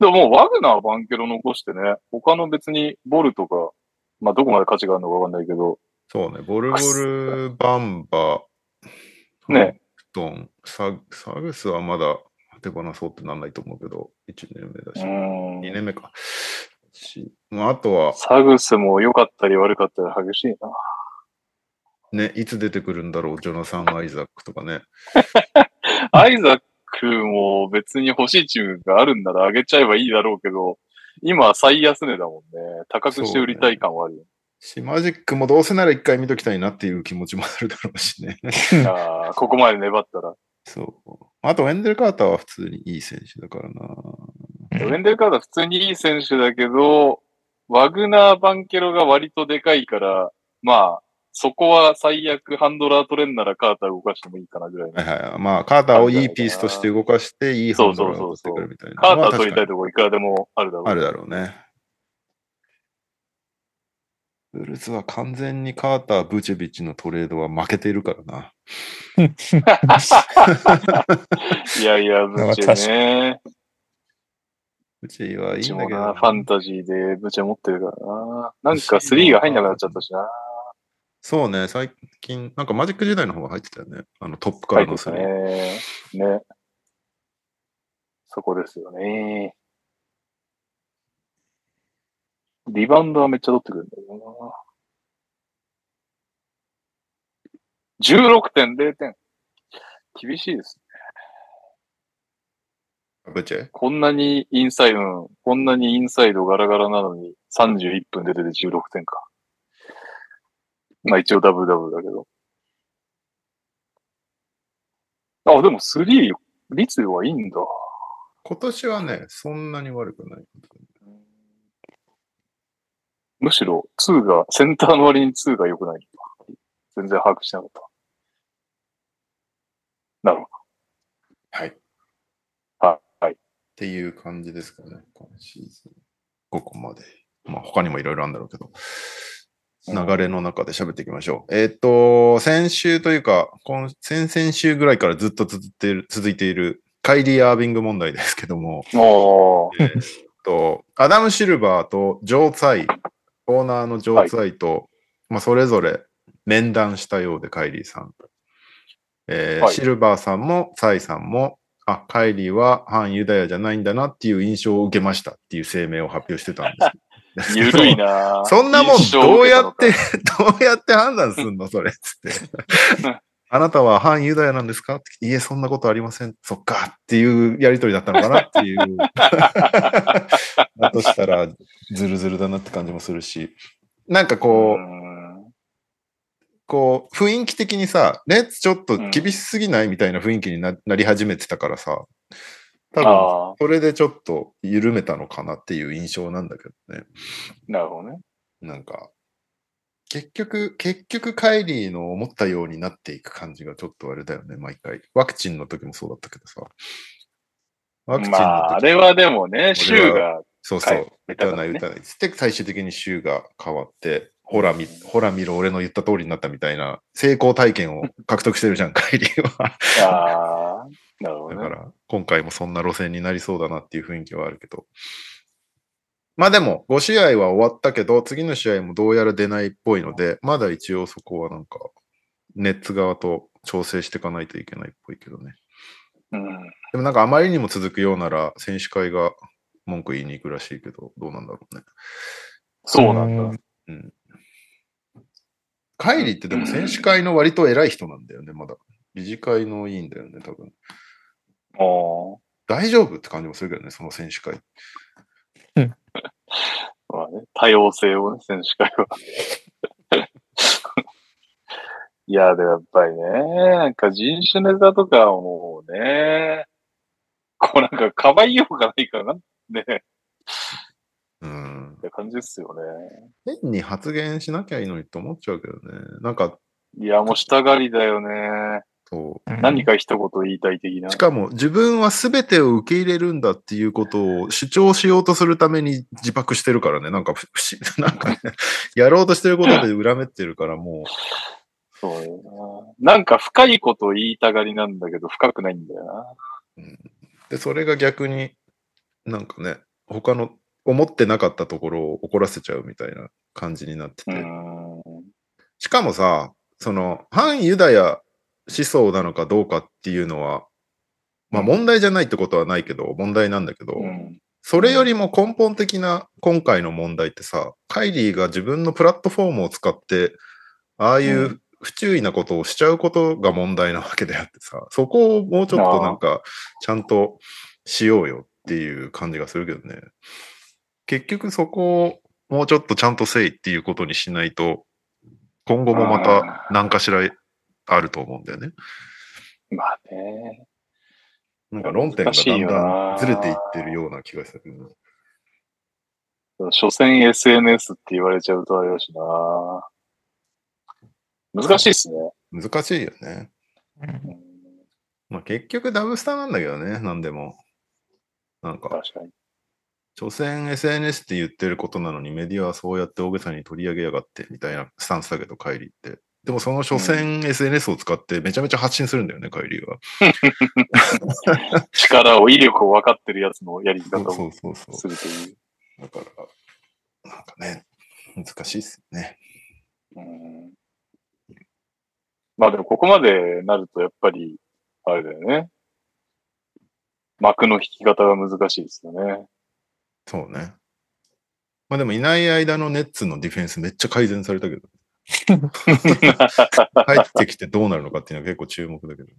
[SPEAKER 2] でももうワグナー、バンケロ残してね、他の別にボルとか、まあどこまで価値があるのかわかんないけど、
[SPEAKER 1] そうね、ボルボル、バンバ、
[SPEAKER 2] ね
[SPEAKER 1] ハンプトン、サグサグスはまだ手放そうってなんないと思うけど、1年目だ
[SPEAKER 2] う
[SPEAKER 1] し、
[SPEAKER 2] ん。
[SPEAKER 1] 2年目か。しまあ、あとは、
[SPEAKER 2] サグスも良かったり悪かったり激しいな。
[SPEAKER 1] ね、いつ出てくるんだろう、ジョナサン・アイザックとかね。
[SPEAKER 2] アイザックも別に欲しいチームがあるんなら上げちゃえばいいだろうけど、今は最安値だもんね。高くして売りたい感はあるよね
[SPEAKER 1] し、マジックもどうせなら一回見ときたいなっていう気持ちもあるだろうしね。
[SPEAKER 2] あーここまで粘ったら。
[SPEAKER 1] そう。あと、ウェンデル・カーターは普通にいい選手だからな。
[SPEAKER 3] うん
[SPEAKER 2] ウェンデルカードは普通にいい選手だけど、ワグナー・バンケロが割とでかいから、まあ、そこは最悪ハンドラー取れんならカーター動かしてもいいかなぐらい
[SPEAKER 1] は
[SPEAKER 2] の。
[SPEAKER 1] いはい。まあ、カーターをいいピースとして動かして、いいハンドルを取ってくるみたいな。
[SPEAKER 2] カーター取りたい
[SPEAKER 1] と
[SPEAKER 2] とこいくらでもあるだろう。
[SPEAKER 1] あるだろうね。ブルーズは完全にカーター、ブチェビッチのトレードは負けているからな。
[SPEAKER 2] いやいや、ブチェね。
[SPEAKER 1] ブチェはい
[SPEAKER 2] ブ
[SPEAKER 1] い
[SPEAKER 2] チェ
[SPEAKER 1] んだ
[SPEAKER 2] も
[SPEAKER 1] け
[SPEAKER 2] な、
[SPEAKER 1] ど
[SPEAKER 2] ファンタジーでブチェ持ってるからな。なんか3が入んなくなっちゃったしな。
[SPEAKER 1] そうね、最近、なんかマジック時代の方が入ってたよね。あのトップか
[SPEAKER 2] 入
[SPEAKER 1] ら
[SPEAKER 2] って
[SPEAKER 1] のスリ
[SPEAKER 2] た
[SPEAKER 1] ー。
[SPEAKER 2] ね。ね。そこですよね。リバウンドはめっちゃ取ってくるんだけどな。16.0点。厳しいです。
[SPEAKER 1] ブチェ
[SPEAKER 2] こんなにインサイド、うんこんなにインサイドガラガラなのに31分で出て16点か。まあ一応ダブルダブルだけど。あ、でも3、率はいいんだ。
[SPEAKER 1] 今年はね、そんなに悪くない。
[SPEAKER 2] うんむしろ2が、センターの割に2が良くない。全然把握してなかった。なるほ
[SPEAKER 1] はい。
[SPEAKER 2] ど。はい。はい。
[SPEAKER 1] っていう感じですかね、今シーズン。ここまで。まあ、他にもいろいろあるんだろうけど、流れの中で喋っていきましょう。えっ、と、先週というか、今先々週ぐらいからずっと続いている、続いているカイリー・アービング問題ですけども、
[SPEAKER 2] おー。
[SPEAKER 1] と、アダム・シルバーとジョー・ツァイ、オーナーのジョー・ツァイと、まあ、それぞれ面談したようで、カイリーさん。えー
[SPEAKER 2] はい
[SPEAKER 1] シルバーさんもツァイさんも、あ、カイリーは反ユダヤじゃないんだなっていう印象を受けましたっていう声明を発表してたんですけど。
[SPEAKER 2] ゆるいな
[SPEAKER 1] そんなもん
[SPEAKER 2] 印象を
[SPEAKER 1] どう
[SPEAKER 2] 受け
[SPEAKER 1] や
[SPEAKER 2] たの
[SPEAKER 1] っ
[SPEAKER 2] か
[SPEAKER 1] て、 どうやって判断すんのそ れっつ って。あなたは反ユダヤなんですかっていえ、そんなことありません。そっかっていうやりとりだったの かなっていう。 だとしたら、ズルズルだなって感じもするし。なんかこ
[SPEAKER 2] う
[SPEAKER 1] う、
[SPEAKER 2] ん
[SPEAKER 1] こう、雰囲気的にさ、レッツちょっと厳しすぎないみたいな雰囲気にななり始めてたからさ、多分、
[SPEAKER 2] ああ、
[SPEAKER 1] それでちょっと緩めたのかなっていう印象なんだけどね。
[SPEAKER 2] なるほどね。
[SPEAKER 1] なんか、結局、結局、カイリーの思ったようになっていく感じがちょっとあれだよね、毎回。ワクチンの時もそうだったけどさ。ワクチンの時、
[SPEAKER 2] まあ、あれはでもね、州が
[SPEAKER 1] そうそう、
[SPEAKER 2] はい
[SPEAKER 1] 打たない打たないっつって、最終的に州が変わって、ほら見、ほら見ろ、俺の言った通りになったみたいな成功体験を獲得してるじゃん、カイリーは。
[SPEAKER 2] ああ、 なるほ
[SPEAKER 1] だ
[SPEAKER 2] ど
[SPEAKER 1] か
[SPEAKER 2] ね。
[SPEAKER 1] ら、今回もそんな路線になりそうだなっていう雰囲気はあるけど。まあでも、5試合は終わったけど、次の試合もどうやら出ないっぽいので、まだ一応そこはなんか、ネッツ側と調整していかないといけないっぽいけどね。
[SPEAKER 2] うん。
[SPEAKER 1] でもなんかあまりにも続くようなら、選手会が文句言いに行くらしいけど、どうなんだろうね。
[SPEAKER 2] そうなんだ。
[SPEAKER 3] だ。
[SPEAKER 1] うんカイリーってでも選手会の割と偉い人なんだよね、まだ。理事会の委員だよね、多分。
[SPEAKER 2] お
[SPEAKER 1] 大丈夫って感じもするけどね、その選手会。
[SPEAKER 2] まあね、多様性をね、選手会は。 いや、でもやっぱりね、なんか人種ネタとかはもうね、こうなんかかばいようがないからな、ね、っ
[SPEAKER 1] うん。
[SPEAKER 2] て感じですよ
[SPEAKER 1] 変に発言しなきゃいいのにと思っちゃうけどね。なんか、
[SPEAKER 2] ね。いや、もう下がりだよね。
[SPEAKER 1] そ
[SPEAKER 2] 何か一言言いたい的な
[SPEAKER 1] う。し。かも自分は全てを受け入れるんだっていうことを主張しようとするために自爆してるからね、なんか 不思議、なん かね、やろうとしてることで恨めってるから、も
[SPEAKER 2] そうよな。なんか深いこと言いたがりなんだけど、深くないんだよな。
[SPEAKER 1] う。で、それが逆になんかね、他の思ってなかったところを怒らせちゃうみたいな感じになって
[SPEAKER 2] う
[SPEAKER 1] て。
[SPEAKER 2] ん。
[SPEAKER 1] しかもさ、その、反ユダヤ思想なのかどうかっていうのは、まあ
[SPEAKER 2] うん
[SPEAKER 1] 問題じゃないってことはないけど、問題なんだけど、
[SPEAKER 2] うん。
[SPEAKER 1] それよりも根本的な今回の問題ってさ、カイリーが自分のプラットフォームを使って、ああいうう不注意なことをしちゃうことが問題なわけであってさ、そこをもうちょっとなんか、ちゃんとしようよっていう感じがするけどね。結局そこをもうちょっとちゃんとせいっていうことにしないと、今後もまた何かしらあると思うんだよね。
[SPEAKER 2] まあね。
[SPEAKER 1] なんか論点がだんだんずれていってるような気がする。
[SPEAKER 2] 所詮 SNS って言われちゃうとあれだしな。難しいっすね。
[SPEAKER 1] 難しいよね。
[SPEAKER 3] うん
[SPEAKER 2] うん
[SPEAKER 1] まあ、結局ダブスターなんだけどね、なんでも。なんか、
[SPEAKER 2] 確かに。
[SPEAKER 1] 所詮 SNS って言ってることなのにメディアはそうやって大げさに取り上げやがってみたいなスタンスだけど、カイリーって。でもその所詮 SNS を使ってめちゃめちゃ発信するんだよね、カイリーは。
[SPEAKER 2] 力を、威力を分かってるやつのやり
[SPEAKER 1] そ
[SPEAKER 2] 方
[SPEAKER 1] うそ
[SPEAKER 2] を
[SPEAKER 1] うそうそ
[SPEAKER 2] するという
[SPEAKER 1] う。だから、なんかね、難しいっすよね。
[SPEAKER 2] うん。まあでもここまでなるとやっぱり、あれだよね。幕の引き方が難しいですよね。
[SPEAKER 1] そうね。まあでもいない間のネッツのディフェンスめっちゃ改善されたけど、入ってきてどうなるのかっていうのは結構注目だけどね。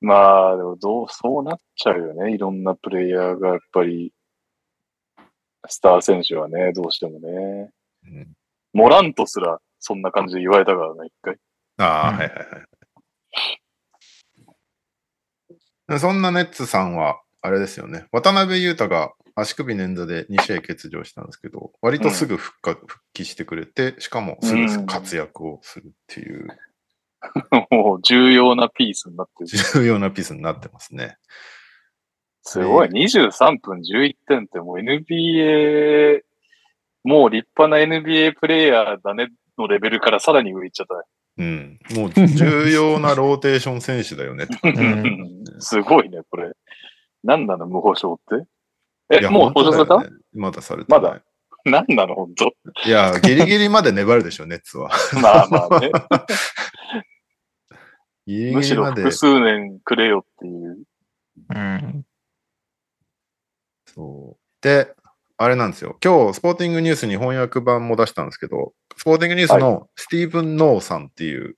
[SPEAKER 2] まあ、でもどう、そうなっちゃうよね。いろんなプレイヤーがやっぱり、スター選手はね、どうしてもね。
[SPEAKER 1] うん
[SPEAKER 2] モラントすら、そんな感じで言われたからね、一回。
[SPEAKER 1] ああ、
[SPEAKER 3] うん
[SPEAKER 1] はいはいはいで。そんなネッツさんは、あれですよね。渡辺裕太が足首捻挫で2試合欠場したんですけど、割とすぐ復活復帰してくれて、しかもすぐ活躍をするっていう
[SPEAKER 2] もう重要なピースになってる。
[SPEAKER 1] 重要なピースになってますね。
[SPEAKER 2] すごい。23分11点ってもう NBA、もう立派な NBA プレイヤーだねのレベルからさらに上行っちゃったね。
[SPEAKER 1] うん。もう重要なローテーション選手だよ ねって感じ。
[SPEAKER 3] う
[SPEAKER 2] すごいね、これ。なんなの、無報奨って。え、
[SPEAKER 1] や
[SPEAKER 2] もう報奨された、
[SPEAKER 1] 本当だよねまだされてない
[SPEAKER 2] まだなんなの、本当
[SPEAKER 1] いや、ギリギリまで粘るでしょ、ネッツは。
[SPEAKER 2] まあまあね。
[SPEAKER 1] ギリ
[SPEAKER 2] む
[SPEAKER 1] ギ
[SPEAKER 2] し
[SPEAKER 1] リ
[SPEAKER 2] ろ
[SPEAKER 1] まで
[SPEAKER 2] 複。数年くれよっていう。
[SPEAKER 3] うん。
[SPEAKER 1] そう。で、あれなんですよ。今日、スポーティングニュースに翻訳版も出したんですけど、スポーティングニュースのスティーブン・ノーさんっていう、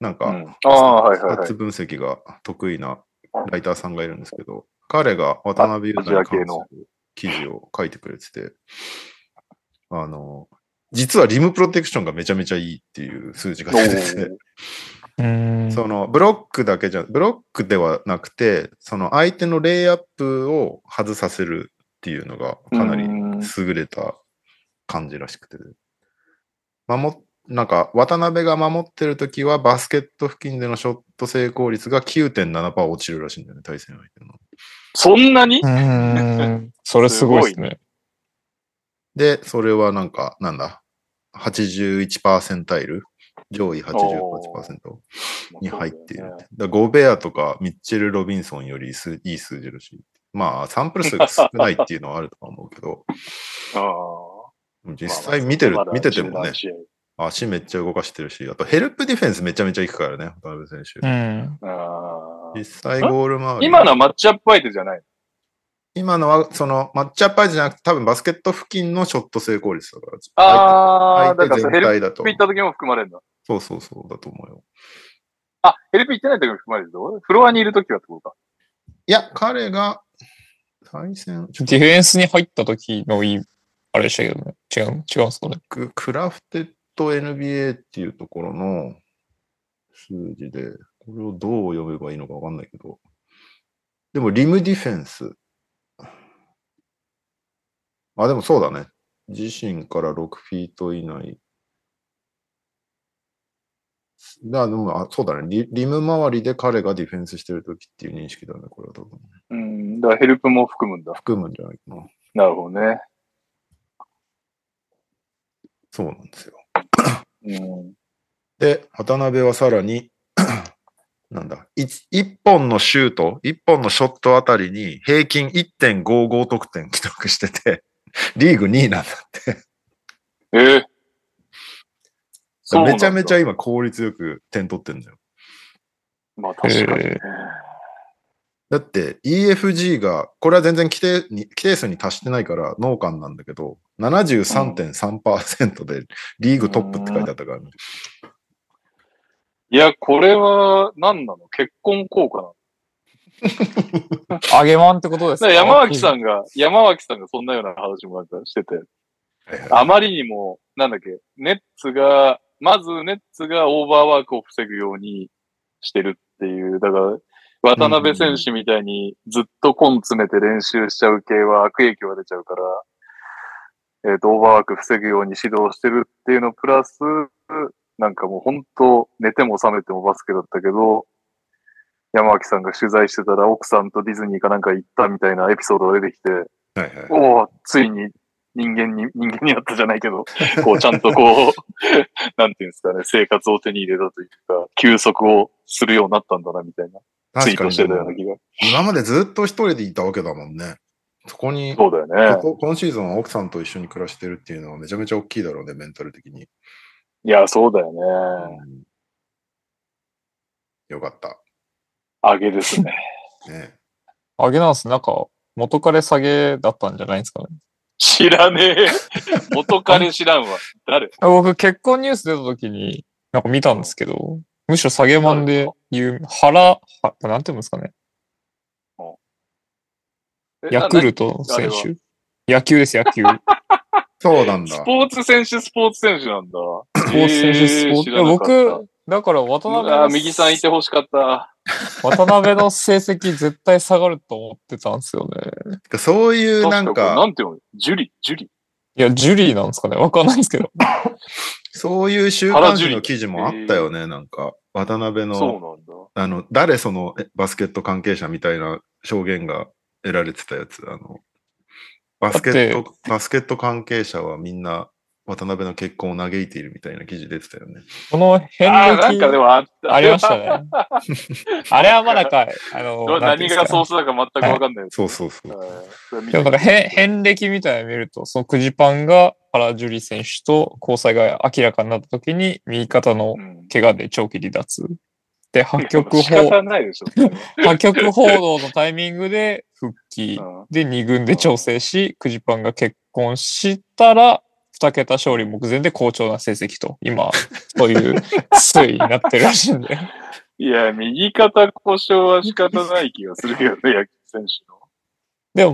[SPEAKER 1] なん
[SPEAKER 2] う
[SPEAKER 1] か、
[SPEAKER 2] ん、ああ、はいはい
[SPEAKER 1] スタッ
[SPEAKER 2] は
[SPEAKER 1] ツ
[SPEAKER 2] い。
[SPEAKER 1] 分析が得意なライターさんがいるんですけど、彼が渡辺裕太に関する記事を書いてくれてて、あの、実はリムプロテクションがめちゃめちゃいいっていう数字が出てて、
[SPEAKER 3] うん。
[SPEAKER 1] そのブロックだけじゃ、ブロックではなくて、その相手のレイアップを外させるっていうのがかなり
[SPEAKER 2] うん
[SPEAKER 1] 優れた感じらしくて。守っなんか、渡辺が守ってるときは、バスケット付近でのショット成功率が9.7%落ちるらしいんだよね、対戦相手の。
[SPEAKER 2] そんなに
[SPEAKER 3] うん。それすごいですね。
[SPEAKER 1] で、それはなんか、なんだ、81%イル、上位88%に入っている。だからゴベアとかミッチェル・ロビンソンよりすいい数字らしい。まあ、サンプル数が少ないっていうのはあるとは思うけど、
[SPEAKER 2] ああ
[SPEAKER 1] 実際見てる、見ててもね、。
[SPEAKER 2] ま
[SPEAKER 1] 足めっちゃ動かしてるし、あとヘルプディフェンスめちゃめちゃ行くからね、渡辺選手。
[SPEAKER 3] うん。
[SPEAKER 2] あまだあ
[SPEAKER 1] 実
[SPEAKER 2] ー
[SPEAKER 1] 際ゴール周り。
[SPEAKER 2] 今のはマッチアップ相手じゃない。
[SPEAKER 1] 今のは、その、マッチアップアイズじゃなくて、多分バスケット付近のショット成功率だから。
[SPEAKER 2] ああ、だ
[SPEAKER 1] 相
[SPEAKER 2] か
[SPEAKER 1] 手全
[SPEAKER 2] らヘル
[SPEAKER 1] 体だと
[SPEAKER 2] プ。行った時も含まれるんだ。
[SPEAKER 1] そうそうそう、だと思うよ。
[SPEAKER 2] あ、ヘルプ行ってない時も含まれるぞ。フロアにいる時はってことか。
[SPEAKER 1] いや、彼が、対戦、ちょっ
[SPEAKER 3] ディフェンスに入った時のいい、あれでしたけどね。違う、違うんですかね。
[SPEAKER 1] と、クラフテッド NBA っていうところの数字で、これをどう読めばいいのかわかんないけど、でも、リムディフェンス。あ、でもそうだね。自身から6フィート以内。だでもあそうだねリ。リム周りで彼がディフェンスしてるときっていう認識だね、これは多分。
[SPEAKER 2] うん、だからヘルプも含むんだ。
[SPEAKER 1] 含むんじゃないかな。
[SPEAKER 2] なるほどね。
[SPEAKER 1] そうなんですよ。
[SPEAKER 2] うん、
[SPEAKER 1] で、渡辺はさらに、 なんだ、一一本のシュート、一本のショットあたりに平均1.55得点記録してて、 リーグ2位なんだって。
[SPEAKER 2] えー、そうなんだ
[SPEAKER 1] めちゃめちゃ今効率よく点取ってんだよ。
[SPEAKER 2] まあ確かに、ね
[SPEAKER 3] え
[SPEAKER 1] だって EFG が、これは全然規定に規定数に達してないから脳幹なんだけど、73.3%でリーグトップって書いてあったからね、
[SPEAKER 2] いや、これは何なの結婚効果なの
[SPEAKER 3] あげまんってことで
[SPEAKER 2] だ
[SPEAKER 3] す
[SPEAKER 2] か
[SPEAKER 3] から
[SPEAKER 2] 山脇さ
[SPEAKER 3] ん。
[SPEAKER 2] んが、山脇さんがそんなような話もなんかしてて、
[SPEAKER 1] はいはい
[SPEAKER 2] あまりにも、なんだっけ、ネッツが、まずネッツがオーバーワークを防ぐようにしてるっていう、だから、渡辺選手みたいにずっとコン詰めて練習しちゃう系は悪影響が出ちゃうから、えっ、と、オーバーワーク防ぐように指導してるっていうのプラス、なんかもう本当、寝ても覚めてもバスケだったけど、山脇さんが取材してたら奥さんとディズニーかなんか行ったみたいなエピソードが出てきて、
[SPEAKER 1] はいはい。
[SPEAKER 2] おお、ついに人間に、人間になったじゃないけど、こう、ちゃんとこう、 なんていうんですかね、生活を手に入れたというか、休息をするようになったんだな、みたいな、ツ
[SPEAKER 1] 確
[SPEAKER 2] イー
[SPEAKER 1] か
[SPEAKER 2] トしてたような
[SPEAKER 1] に、
[SPEAKER 2] 気が。
[SPEAKER 1] 今までずっと一人でいたわけだもんね。そこに
[SPEAKER 2] そうだよね。
[SPEAKER 1] ここ今シーズンは奥さんと一緒に暮らしてるっていうのはめちゃめちゃ大きいだろうね、メンタル的に。
[SPEAKER 2] いや、そうだよね。
[SPEAKER 1] うんよかった。
[SPEAKER 2] あげですね。
[SPEAKER 1] ね、
[SPEAKER 3] あげなんですね。なんか、元彼下げだったんじゃないですかね。
[SPEAKER 2] 知らねえ。元彼知らんわ。誰
[SPEAKER 3] 僕、結婚ニュース出た時に、なんか見たんですけど、むしろ下げまんで言う、原、はなんていうんですかね。 ヤクルト
[SPEAKER 2] あれ
[SPEAKER 3] 選手。野球です、野 球。
[SPEAKER 1] そうなん
[SPEAKER 2] ス
[SPEAKER 1] だ。
[SPEAKER 2] ポーツ選手、スポーツ選手なんだ。ス
[SPEAKER 3] スポーツ選手、スポーツ。いや僕、だから渡辺
[SPEAKER 2] あ
[SPEAKER 3] の
[SPEAKER 2] ー右さ んいてほしかった。
[SPEAKER 3] 渡辺の成績絶対下がると思ってたんですよね。
[SPEAKER 1] そういうなん
[SPEAKER 2] 確これな
[SPEAKER 1] か、
[SPEAKER 2] んていうのジュリ、ジュリ。
[SPEAKER 3] いや、ジュリーなんですかねわかんないですけど。
[SPEAKER 1] そういう週刊誌の記事もあったよね、なんか。渡辺の、
[SPEAKER 2] そうな
[SPEAKER 1] あ
[SPEAKER 2] んだ。
[SPEAKER 1] の、誰そのえバスケット関係者みたいな証言が得られてたやつ。あの、バスケット、バスケット関係者はみんな渡辺の結婚を嘆いているみたいな記事出てたよね。
[SPEAKER 3] この変
[SPEAKER 2] ああー、なんかで
[SPEAKER 3] 歴
[SPEAKER 2] もあった。
[SPEAKER 3] ありましたね。 あれはまだか、あの、
[SPEAKER 2] ど
[SPEAKER 3] なんてい
[SPEAKER 2] 何
[SPEAKER 3] うんですか
[SPEAKER 2] がソースだか全くわかんないです。
[SPEAKER 1] そうそうそう。
[SPEAKER 2] はい
[SPEAKER 3] でもなんか変、変歴みたいなの見ると、そのくじパンが原樹里選手と交際が明らかになった時に、右肩の
[SPEAKER 2] うん
[SPEAKER 3] 怪我で長期離脱。で、破局
[SPEAKER 2] 仕
[SPEAKER 3] 報、
[SPEAKER 2] 方 ないでしょ。それは
[SPEAKER 3] 破局報道のタイミングで復帰。で、2軍で調整し、くじパンが結婚したら、2桁勝利目前で好調な成績と、今、そういう推移になってるらしいんで。
[SPEAKER 2] うんいや、右肩故障は仕方ない気がするけど ね、野球選手の。
[SPEAKER 3] でも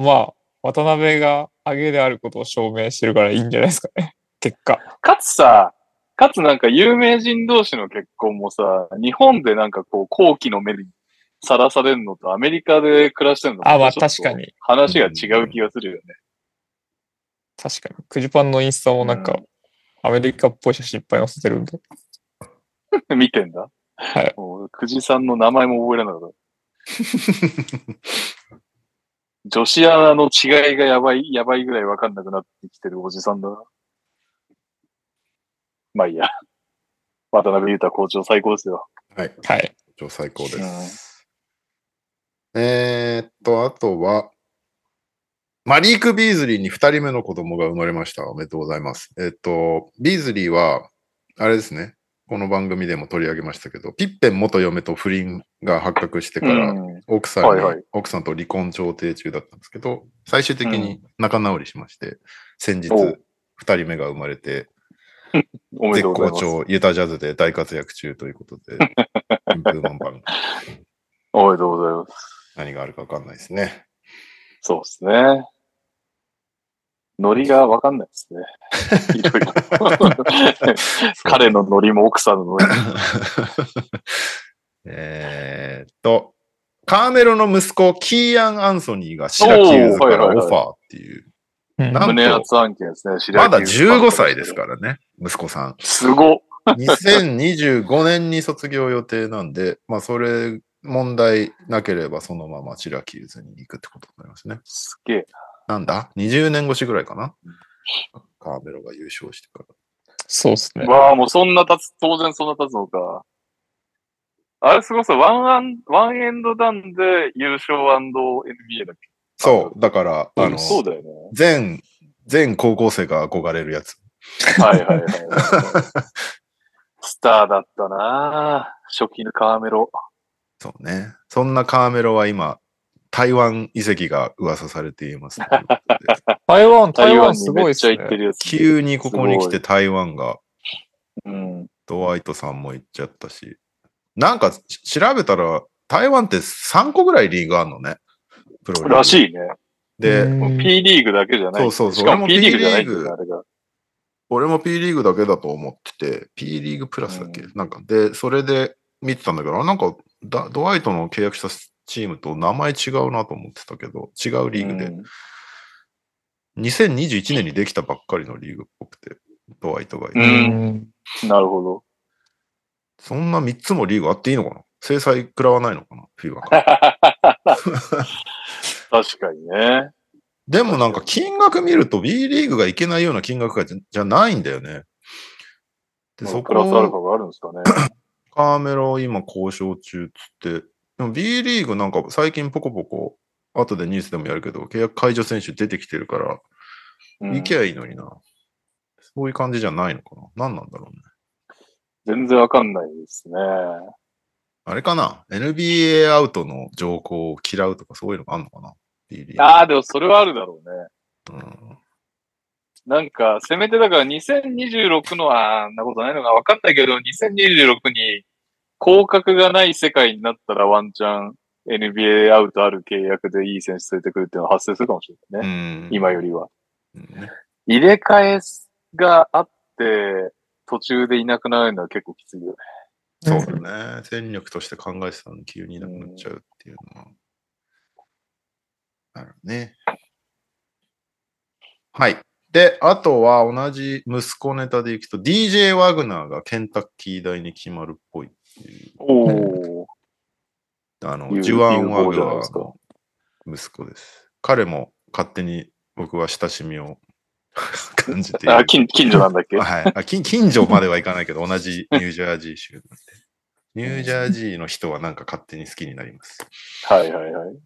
[SPEAKER 3] まあ、渡辺が上げであることを証明してるからいいんじゃないですかね。結果。
[SPEAKER 2] かつさ、かつなんか有名人同士の結婚もさ、日本でなんかこう、後期の目にさらされるのとアメリカで暮らしてるのと
[SPEAKER 3] あ、まあ
[SPEAKER 2] ちょっと
[SPEAKER 3] 確かに。
[SPEAKER 2] 話が違う気がするよね。
[SPEAKER 3] 確かに。くじパンのインスタもなんか、アメリカっぽい写真いっぱい載せてるんで。
[SPEAKER 2] 見てんだ。
[SPEAKER 3] はい
[SPEAKER 2] もう、久慈さんの名前も覚えられなかった。女子アナの違いがやばい、やばいぐらいわかんなくなってきてるおじさんだな。まあいいや。渡辺裕太校長最高ですよ。
[SPEAKER 1] はい。
[SPEAKER 3] はい。
[SPEAKER 1] 超最高です。
[SPEAKER 2] う
[SPEAKER 1] えーっと、あとは、マリーク・ビーズリーに2人目の子供が生まれました。おめでとうございます。えーっと、ビーズリーは、あれですね、この番組でも取り上げましたけど、ピッペン元嫁と不倫が発覚してか
[SPEAKER 2] ん
[SPEAKER 1] ら、
[SPEAKER 2] うん
[SPEAKER 1] 奥さんに、
[SPEAKER 2] はいはい
[SPEAKER 1] 奥さんと離婚調停中だったんですけど、最終的に仲直りしまして、先日
[SPEAKER 2] お
[SPEAKER 1] 2
[SPEAKER 2] う
[SPEAKER 1] 人目が生まれて、
[SPEAKER 2] おめで
[SPEAKER 1] 絶
[SPEAKER 2] とうご
[SPEAKER 1] 好
[SPEAKER 2] ざいます。
[SPEAKER 1] 調、ユタジャズで大活躍中ということ で、順風満帆
[SPEAKER 2] おめでとうございます。
[SPEAKER 1] 何があるかわかんないですね。
[SPEAKER 2] そうですね。ノリがわかんないですね。いろい ろ。彼のノリも奥さんのノリも。
[SPEAKER 1] えーっと、カーメロの息子、キーアン・アンソニーがシラキューズから
[SPEAKER 2] おーはいはいはい
[SPEAKER 1] オファーっていう、
[SPEAKER 3] うん
[SPEAKER 1] なんと
[SPEAKER 2] 胸圧案件ですね。白
[SPEAKER 1] まだ
[SPEAKER 2] 井球児
[SPEAKER 1] 15歳ですからね、息子さん。
[SPEAKER 2] すごっ。
[SPEAKER 1] 2025年に卒業予定なんで、 まあ、それ、問題なければそのままシラキューズに行くってことになりますね。
[SPEAKER 2] すげえ。
[SPEAKER 1] なんだ ?20 年越しぐらいかなカーメロが優勝してから。
[SPEAKER 3] そうですね。
[SPEAKER 2] わあ、もうそんな立つ、当然そんな立つのか。あれすごそう。ワンアン、ワンエンドダンで優勝 &NBA だっけ
[SPEAKER 1] そう、だから、あの、
[SPEAKER 2] そうだよね。
[SPEAKER 1] 全、全高校生が憧れるやつ。
[SPEAKER 2] はい はいはい。スターだったなあ初期のカーメロ。
[SPEAKER 1] そうね。そんなカーメロは今、台湾遺跡が噂されてい ますということで。
[SPEAKER 3] 台湾、台
[SPEAKER 2] 台
[SPEAKER 3] 湾
[SPEAKER 2] 湾
[SPEAKER 3] す
[SPEAKER 2] に
[SPEAKER 3] ごい
[SPEAKER 2] め
[SPEAKER 3] で
[SPEAKER 2] っ
[SPEAKER 3] す
[SPEAKER 2] ちゃ
[SPEAKER 3] ね
[SPEAKER 2] 行。ってるやつ。
[SPEAKER 1] 急にここに来て台湾が、
[SPEAKER 2] うん。
[SPEAKER 1] ドワイトさんも行っちゃったし。なんかし調べたら、台湾って3個ぐらいリーグあるのね。プロリーグ
[SPEAKER 2] らしいね。
[SPEAKER 1] で、
[SPEAKER 2] もう
[SPEAKER 3] で、
[SPEAKER 2] P リーグだけじゃない。
[SPEAKER 1] そうそうそう
[SPEAKER 2] しかも P
[SPEAKER 1] 俺も P
[SPEAKER 2] リーグじゃないんだ
[SPEAKER 1] リーグ
[SPEAKER 2] よあれが。
[SPEAKER 1] 俺も P リーグだけだと思ってて、P リーグプラスだっけ、
[SPEAKER 2] うん
[SPEAKER 1] なんか、で、それで見てたんだけど、あなんかだドワイトの契約したチームと名前違うなと思ってたけど、違うリーグで
[SPEAKER 2] う。ん
[SPEAKER 1] 2021年にできたばっかりのリーグっぽくて、ドワイトがいて、
[SPEAKER 2] う
[SPEAKER 3] うん。
[SPEAKER 2] なるほど。
[SPEAKER 1] そんな3つもリーグあっていいのかな制裁食らわないのかなフィーバーから。
[SPEAKER 2] 確かにね。
[SPEAKER 1] でもなんか金額見ると B リーグがいけないような金額がじゃじゃないんだよね。で、そ
[SPEAKER 2] プラスアルフ
[SPEAKER 1] こ、
[SPEAKER 2] ァがあるんですかね。
[SPEAKER 1] カーメロ今交渉中っつって、でも B リーグなんか最近ポコポコ、後でニュースでもやるけど、契約解除選手出てきてるから、
[SPEAKER 2] うん
[SPEAKER 1] 行けばいいのにな。そういう感じじゃないのかな何なんだろうね。
[SPEAKER 2] 全然わかんないですね。
[SPEAKER 1] あれかな ?NBA アウトの条項を嫌うとかそういうのがあるのかな B リーグ
[SPEAKER 2] ああ、でもそれはあるだろうね。
[SPEAKER 1] うん
[SPEAKER 2] なんか、せめてだから2026の、あーあんなことないのがわかんないけど、2026に広角がない世界になったらワンチャン NBA アウトある契約でいい選手連れてくるっていうのは発生するかもしれないね。
[SPEAKER 1] うん
[SPEAKER 2] 今よりは。
[SPEAKER 1] ね
[SPEAKER 2] 入れ替えがあって、途中でいなくなるのは結構きついよね。
[SPEAKER 1] そうだね。戦力として考えてたのに急になくなっちゃうっていうのは。なるね。はい。で、あとは同じ息子ネタでいくと、DJ ワグナーがケンタッキー大に決まるっぽいっていう。
[SPEAKER 2] おお。
[SPEAKER 1] あの、
[SPEAKER 2] U-
[SPEAKER 1] ジュアン・ワ
[SPEAKER 2] UFO
[SPEAKER 1] グ
[SPEAKER 2] じゃ
[SPEAKER 1] ナ
[SPEAKER 2] ないです
[SPEAKER 1] ー
[SPEAKER 2] か
[SPEAKER 1] の息子です。彼も勝手に僕は親しみを 感じている
[SPEAKER 2] あ、近近所なんだっけ
[SPEAKER 1] はいあ近。近所まではいかないけど、同じニュージャージー州なんで。ニュージャージーの人はなんか勝手に好きになります。
[SPEAKER 2] はいはいはい。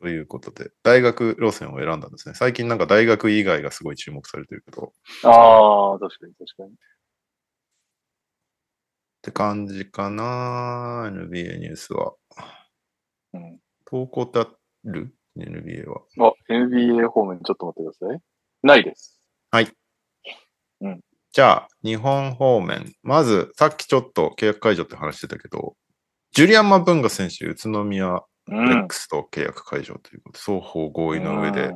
[SPEAKER 1] ということで、大学路線を選んだんですね。最近なんか大学以外がすごい注目されてるけど、っ
[SPEAKER 2] ああ、確かに確かに。
[SPEAKER 1] て感じかな NBA ニュースは。
[SPEAKER 2] うん
[SPEAKER 1] 投稿ってある ?NBA は。
[SPEAKER 2] あ、NBA 方面ちょっと待ってください。ないです。
[SPEAKER 1] じゃあ、日本方面。まず、さっきちょっと契約解除って話してたけど、ジュリアン・マブンガ選手、宇都宮
[SPEAKER 2] う
[SPEAKER 1] レッ。クスと契約解除ということ、双方合意の上で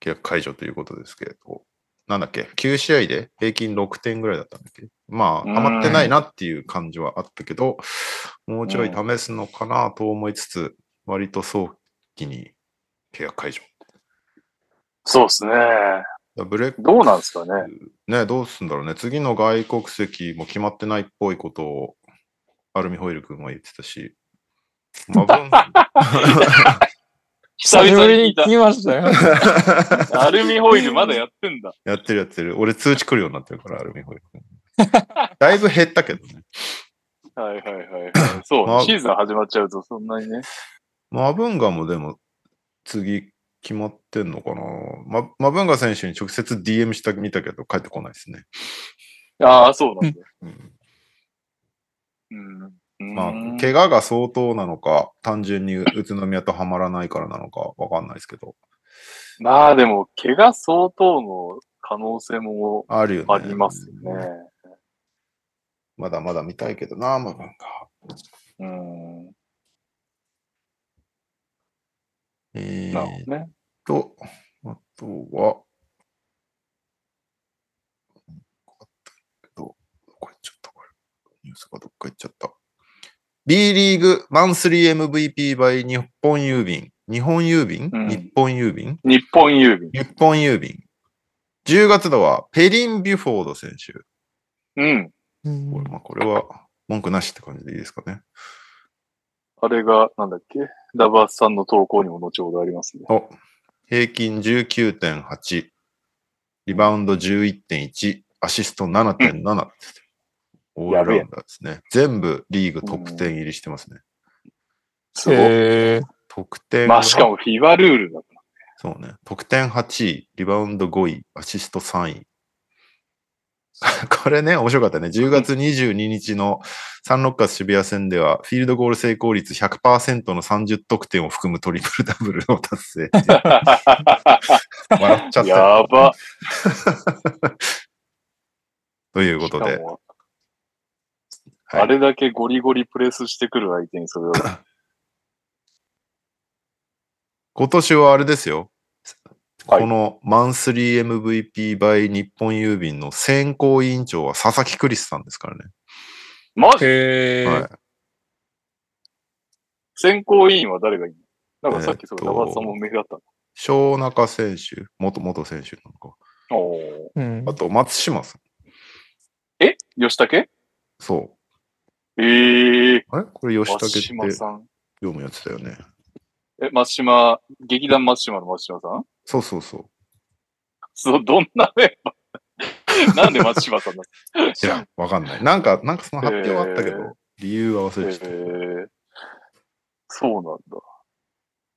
[SPEAKER 1] 契約解除ということですけれど、なんだっけ、9試合で平均6点ぐらいだったんだっけまあ、
[SPEAKER 2] うん
[SPEAKER 1] ハマってないなっていう感じはあったけど、もうちょい試すのかなと思いつつ、割と早期に契約解除。
[SPEAKER 2] そうですね。
[SPEAKER 1] だからブレック
[SPEAKER 2] どうなんですかね。
[SPEAKER 1] ね、どうすんだろうね。次の外国籍も決まってないっぽいことを、アルミホイル君は言ってたし、マブン
[SPEAKER 2] 久
[SPEAKER 3] 久し
[SPEAKER 2] 々
[SPEAKER 3] ぶ
[SPEAKER 2] に聞
[SPEAKER 3] りに
[SPEAKER 2] いた
[SPEAKER 3] 聞。きましたよ。
[SPEAKER 2] アルミホイルまだやってんだ。
[SPEAKER 1] やってるやってる。俺通知来るようになってるから、アルミホイル君。だいぶ減ったけどね。
[SPEAKER 2] はいはいは いはい。そう、
[SPEAKER 1] まあ
[SPEAKER 2] シーズン始まっちゃうとそんなにね。
[SPEAKER 1] マブンガもでも次決まってんのかな、ま、マブンガ選手に直接 DM した見たけど帰ってこないですね。
[SPEAKER 2] ああ、そうなんだ。
[SPEAKER 1] うん
[SPEAKER 2] うん。
[SPEAKER 1] まあ
[SPEAKER 2] うん、
[SPEAKER 1] 怪我が相当なのか、単純に宇都宮とはまらないからなのかわかんないですけど、
[SPEAKER 2] まあでも、怪我相当の可能性も
[SPEAKER 1] あるよね。
[SPEAKER 2] ありますよね。
[SPEAKER 1] まだまだ見たいけどな、マブンガ。
[SPEAKER 2] うん。
[SPEAKER 1] え
[SPEAKER 2] なるほ
[SPEAKER 1] ー、
[SPEAKER 2] どね。
[SPEAKER 1] と、あとは、どこ行っちゃったこれ。ニュースがどっか行っちゃった。B リーグマンスリー MVP by 日本郵便。日本郵便、
[SPEAKER 2] うん
[SPEAKER 1] 日本郵便
[SPEAKER 2] 日本郵便。
[SPEAKER 1] 日本郵便。10月度はペリン・ビュフォード選手。
[SPEAKER 2] うん。
[SPEAKER 1] これまあ、これは文句なしって感じでいいですかね。
[SPEAKER 2] あれが、なんだっけダバースさんの投稿にも後ほどありますね。
[SPEAKER 1] お平均19.8、リバウンド11.1、アシスト7.7って言ってて、オールラウンダーですね。全部リーグトップ10入りしてますね。
[SPEAKER 2] すごい。
[SPEAKER 3] えー
[SPEAKER 1] 得点が、
[SPEAKER 2] まあしかもフィバルー ルだから。
[SPEAKER 1] そうね。得点8位、リバウンド5位、アシスト3位。 これね、面白かったね。10月22日のサンロッカーズ渋谷戦では、フィールドゴール成功率100%の30得点を含むトリプルダブルを達成っていう。笑っちゃったよ。
[SPEAKER 2] やば。
[SPEAKER 1] ということ
[SPEAKER 2] し
[SPEAKER 1] で
[SPEAKER 2] か。も
[SPEAKER 1] はい
[SPEAKER 2] あれだけゴリゴリプレスしてくる相手にそれ を。
[SPEAKER 1] 今年はあれですよ。
[SPEAKER 2] はい
[SPEAKER 1] このマンスリー MVP by 日本郵便の選考委員長は佐々木クリスさんですからね。
[SPEAKER 2] まず、
[SPEAKER 3] えー
[SPEAKER 1] はい、
[SPEAKER 2] 選考委員は誰がいいのなんかさっきそう、
[SPEAKER 1] えー
[SPEAKER 2] ダ
[SPEAKER 1] と
[SPEAKER 2] バースさんもメールだったの。
[SPEAKER 1] 小中選手、元元選手なのか。
[SPEAKER 2] おー
[SPEAKER 3] うん
[SPEAKER 1] あと松島さん。
[SPEAKER 2] え吉武
[SPEAKER 1] そ
[SPEAKER 2] ええ
[SPEAKER 1] う。あれこれ吉武
[SPEAKER 2] 松
[SPEAKER 1] って
[SPEAKER 2] 島
[SPEAKER 1] 読
[SPEAKER 2] さん。
[SPEAKER 1] むやつだよね。
[SPEAKER 2] え、松島、劇団松島の松島さん
[SPEAKER 1] そうそうそう。
[SPEAKER 2] そう、どんなメンバー なんで松島さんなん
[SPEAKER 1] いや、わかんない。なんか、なんかその発表はあったけど、
[SPEAKER 2] えー
[SPEAKER 1] 理由は忘
[SPEAKER 2] へ
[SPEAKER 1] れ
[SPEAKER 2] え
[SPEAKER 1] てた。
[SPEAKER 2] そうなんだ。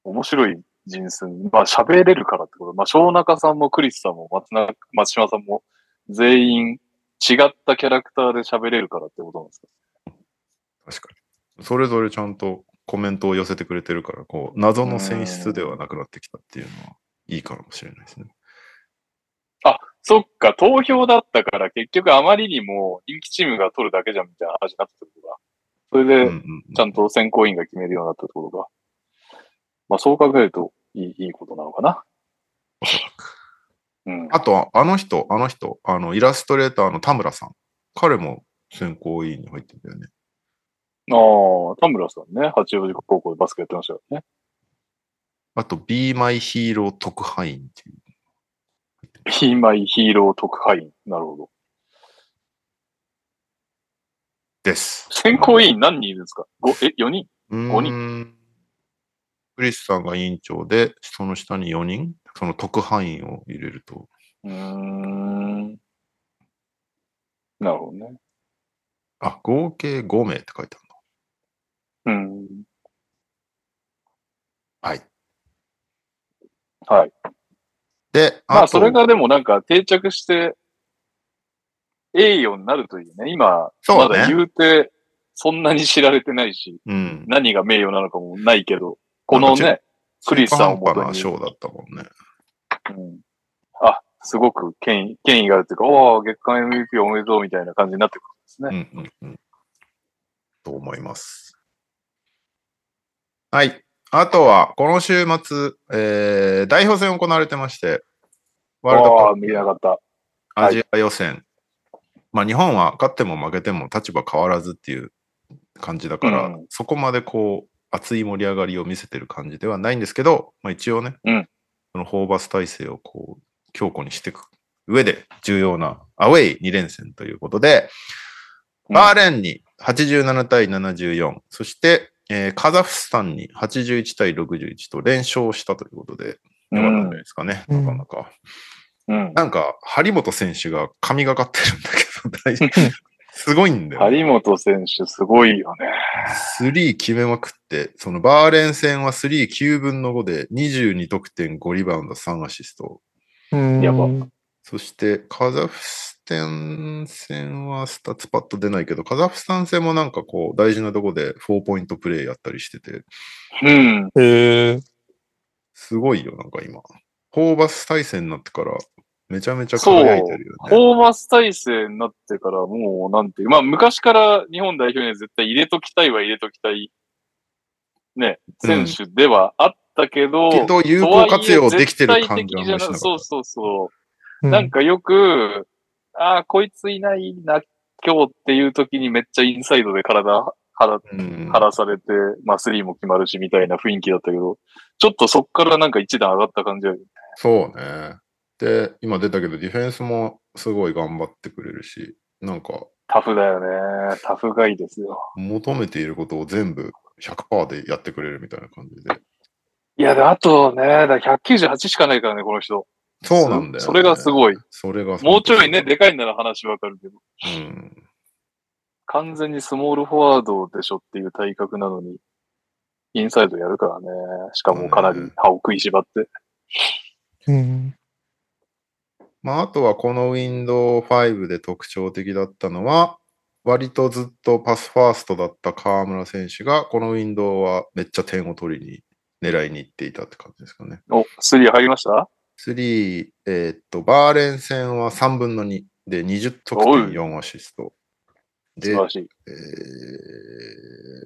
[SPEAKER 2] 面白い人生。まあ喋れるからってこと。まあ小中さんもクリスさんも松中松島さんも全員違ったキャラクターで喋れるからってことなんですか
[SPEAKER 1] 確かに。それぞれちゃんとコメントを寄せてくれてるから、こう、謎の選出ではなくなってきたっていうのは、いいかもしれないですね。
[SPEAKER 2] そっか、投票だったから結局あまりにも人気チームが取るだけじゃんみたいな話になってたってことか。それ
[SPEAKER 1] うんう
[SPEAKER 2] で
[SPEAKER 1] ん
[SPEAKER 2] ちゃんと選考委員が決めるようになったってことか。まあそう考えるといいいいことなのかな。
[SPEAKER 1] おそらく。
[SPEAKER 2] うん。
[SPEAKER 1] あと、あの人、あの人、あの、イラストレーターの田村さん。彼も選考委員に入ってんだよね。
[SPEAKER 2] ああ、田村さんね、八王子高校でバスケやってましたからね。
[SPEAKER 1] あと、Be My Hero 特派員っていう。
[SPEAKER 2] Be My Hero 特派員。なるほど。
[SPEAKER 1] です。
[SPEAKER 2] 選考委員何人いるんですかごえ、4人
[SPEAKER 1] う
[SPEAKER 2] 五
[SPEAKER 1] ーん。クリスさんが委員長で、その下に4人、その特派員を入れると。
[SPEAKER 2] うーん。なるほどね。
[SPEAKER 1] あ、合計5名って書いてあるの。
[SPEAKER 2] うん。
[SPEAKER 1] はい。
[SPEAKER 2] はい。
[SPEAKER 1] で、
[SPEAKER 2] まあ、
[SPEAKER 1] と
[SPEAKER 2] それがでもなんか定着して、栄誉になるというね。今、
[SPEAKER 1] そ
[SPEAKER 2] ま
[SPEAKER 1] うね
[SPEAKER 2] だ言うて、そんなに知られてないし、
[SPEAKER 1] うん。
[SPEAKER 2] 何が名誉なのかもないけど、この
[SPEAKER 1] なん
[SPEAKER 2] ね、クリスさんを
[SPEAKER 1] 中途
[SPEAKER 2] 元
[SPEAKER 1] 半端な
[SPEAKER 2] に
[SPEAKER 1] 賞だったもんね。
[SPEAKER 2] うんあ、すごく権威、権威があるというか、おお、月間 MVP おめでとうみたいな感じになってくるんです
[SPEAKER 1] うん
[SPEAKER 2] ね。
[SPEAKER 1] うんうん。と思います。はい。あとは、この週末、えー、代表戦行われてまして、ワールド
[SPEAKER 2] ああ、
[SPEAKER 1] カ
[SPEAKER 2] 見れな
[SPEAKER 1] ップ
[SPEAKER 2] かった。
[SPEAKER 1] アジア予選。まあ、日本は勝っても負けても立場変わらずっていう感じだから、
[SPEAKER 2] うん
[SPEAKER 1] そこまでこう、熱い盛り上がりを見せてる感じではないんですけど、まあ、一応ね、
[SPEAKER 2] うん
[SPEAKER 1] そのホーバス体制をこう、強固にしていく上で重要なアウェイ2連戦ということで、
[SPEAKER 2] うん
[SPEAKER 1] バーレンに87対74、そして、えーカザフスタンに81対61と連勝したということで、
[SPEAKER 2] う
[SPEAKER 1] よかったんじゃ
[SPEAKER 2] ん
[SPEAKER 1] ない。ですかね、
[SPEAKER 3] うん
[SPEAKER 1] なかなか。
[SPEAKER 2] うん。
[SPEAKER 1] なんか、張本選手が神がかってるんだけど、大 丈夫すごいんだよ、ね。
[SPEAKER 2] 張本選手、すごいよね。
[SPEAKER 1] スリー決めまくって、そのバーレン戦はスリー9分の5で22得点5リバウンド3アシスト。
[SPEAKER 3] うん
[SPEAKER 2] やば
[SPEAKER 1] そしてカザフスタン戦はスタッツパッと出ないけど、カザフスタン戦もなんかこう大事なとこで4ポイントプレイやったりしてて、
[SPEAKER 2] うん。
[SPEAKER 3] へえ。
[SPEAKER 1] すごいよ、なんか今。ホーバス対戦になってからめちゃめちゃ輝いてるよね。
[SPEAKER 2] ホーバス体制になってからもう、なんていう、まあ昔から日本代表には絶対入れときたいは入れときたい、ね、選手ではあったけど、
[SPEAKER 1] けど有効活用できてる感じはあんま
[SPEAKER 2] とはいえ絶対的じゃ
[SPEAKER 1] りしなか
[SPEAKER 2] な
[SPEAKER 1] っ
[SPEAKER 2] そう
[SPEAKER 1] た。
[SPEAKER 2] そうそう。
[SPEAKER 3] な
[SPEAKER 2] なんかよく、ああ、こいついないな、今日っていう時にめっちゃインサイドで体、腹、
[SPEAKER 1] うん
[SPEAKER 2] 腹されて、まあスリーも決まるしみたいな雰囲気だったけど、ちょっとそっからなんか一段上がった感じある。
[SPEAKER 1] そうね。で、今出たけど、ディフェンスもすごい頑張ってくれるし、なんか、
[SPEAKER 2] タフだよね。タフがいいですよ。
[SPEAKER 1] 求めていることを全部100%でやってくれるみたいな感じで。
[SPEAKER 2] いや、であとね、だから198しかないからね、この人。
[SPEAKER 1] そうなんだよ、ね。
[SPEAKER 2] そそれがすごい。
[SPEAKER 1] それが
[SPEAKER 2] もうちょいね、でかいなら話わかるけど、
[SPEAKER 1] うん。
[SPEAKER 2] 完全にスモールフォワードでしょっていう体格なのに、インサイドやるからね。しかもかなり歯を食いしばって。
[SPEAKER 3] うん。
[SPEAKER 1] まあ、あとはこの Windows5 で特徴的だったのは、割とずっとパスファーストだった河村選手が、この Windows はめっちゃ点を取りに、狙いに行っていたって感じですかね。
[SPEAKER 2] お、スリー入りました
[SPEAKER 1] 3、えーっと、バーレン戦は3分の2で20得
[SPEAKER 2] お
[SPEAKER 1] 点
[SPEAKER 2] い
[SPEAKER 1] 4アシスト。
[SPEAKER 2] 素
[SPEAKER 1] で
[SPEAKER 2] 晴、らしい。
[SPEAKER 1] え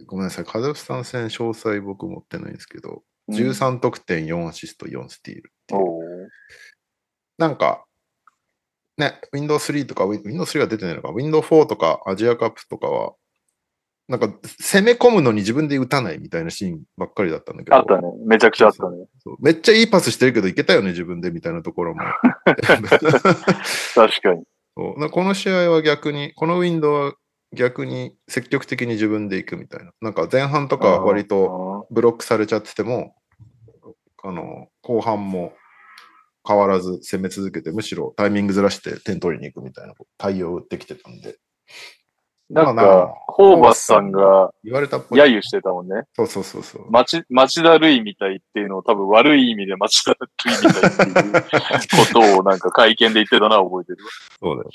[SPEAKER 1] ーごめんなさい、カザフスタン戦詳細僕持ってないんですけど、13得点4アシスト4スティールっていう。
[SPEAKER 2] おー
[SPEAKER 1] なんか、ね、Windows 3とか、Win- Windows 3は出てないのか、Windows 4とかアジアカップとかは、なんか攻め込むのに自分で打たないみたいなシーンばっかりだったんだけど、
[SPEAKER 2] あったね。めちゃくちゃあったね。
[SPEAKER 1] そうめっちゃいいパスしてるけど、いけたよね、自分でみたいなとこ ろも。
[SPEAKER 2] 確かに。
[SPEAKER 1] そうなこの試合は逆に、このウィンドウは逆に積極的に自分で行くみたいな。なんか前半とか割と
[SPEAKER 2] と。
[SPEAKER 1] ブロックされちゃってても、あの後半も変わらず攻め続けて、むしろタイミングずらして点取りに行くみたいな対応を打ってきてたんで、
[SPEAKER 2] なん
[SPEAKER 1] まあなん
[SPEAKER 2] か
[SPEAKER 1] か、
[SPEAKER 2] ホーバスさんが
[SPEAKER 1] 言われたっぽい。
[SPEAKER 2] 揶揄してたもんね。
[SPEAKER 1] そうそうそうそう。
[SPEAKER 2] 町、町田類みたいっていうのを多分悪い意味で町田類みたいっていうことをなんか会見で言ってたな、覚えてる
[SPEAKER 1] そうだよ。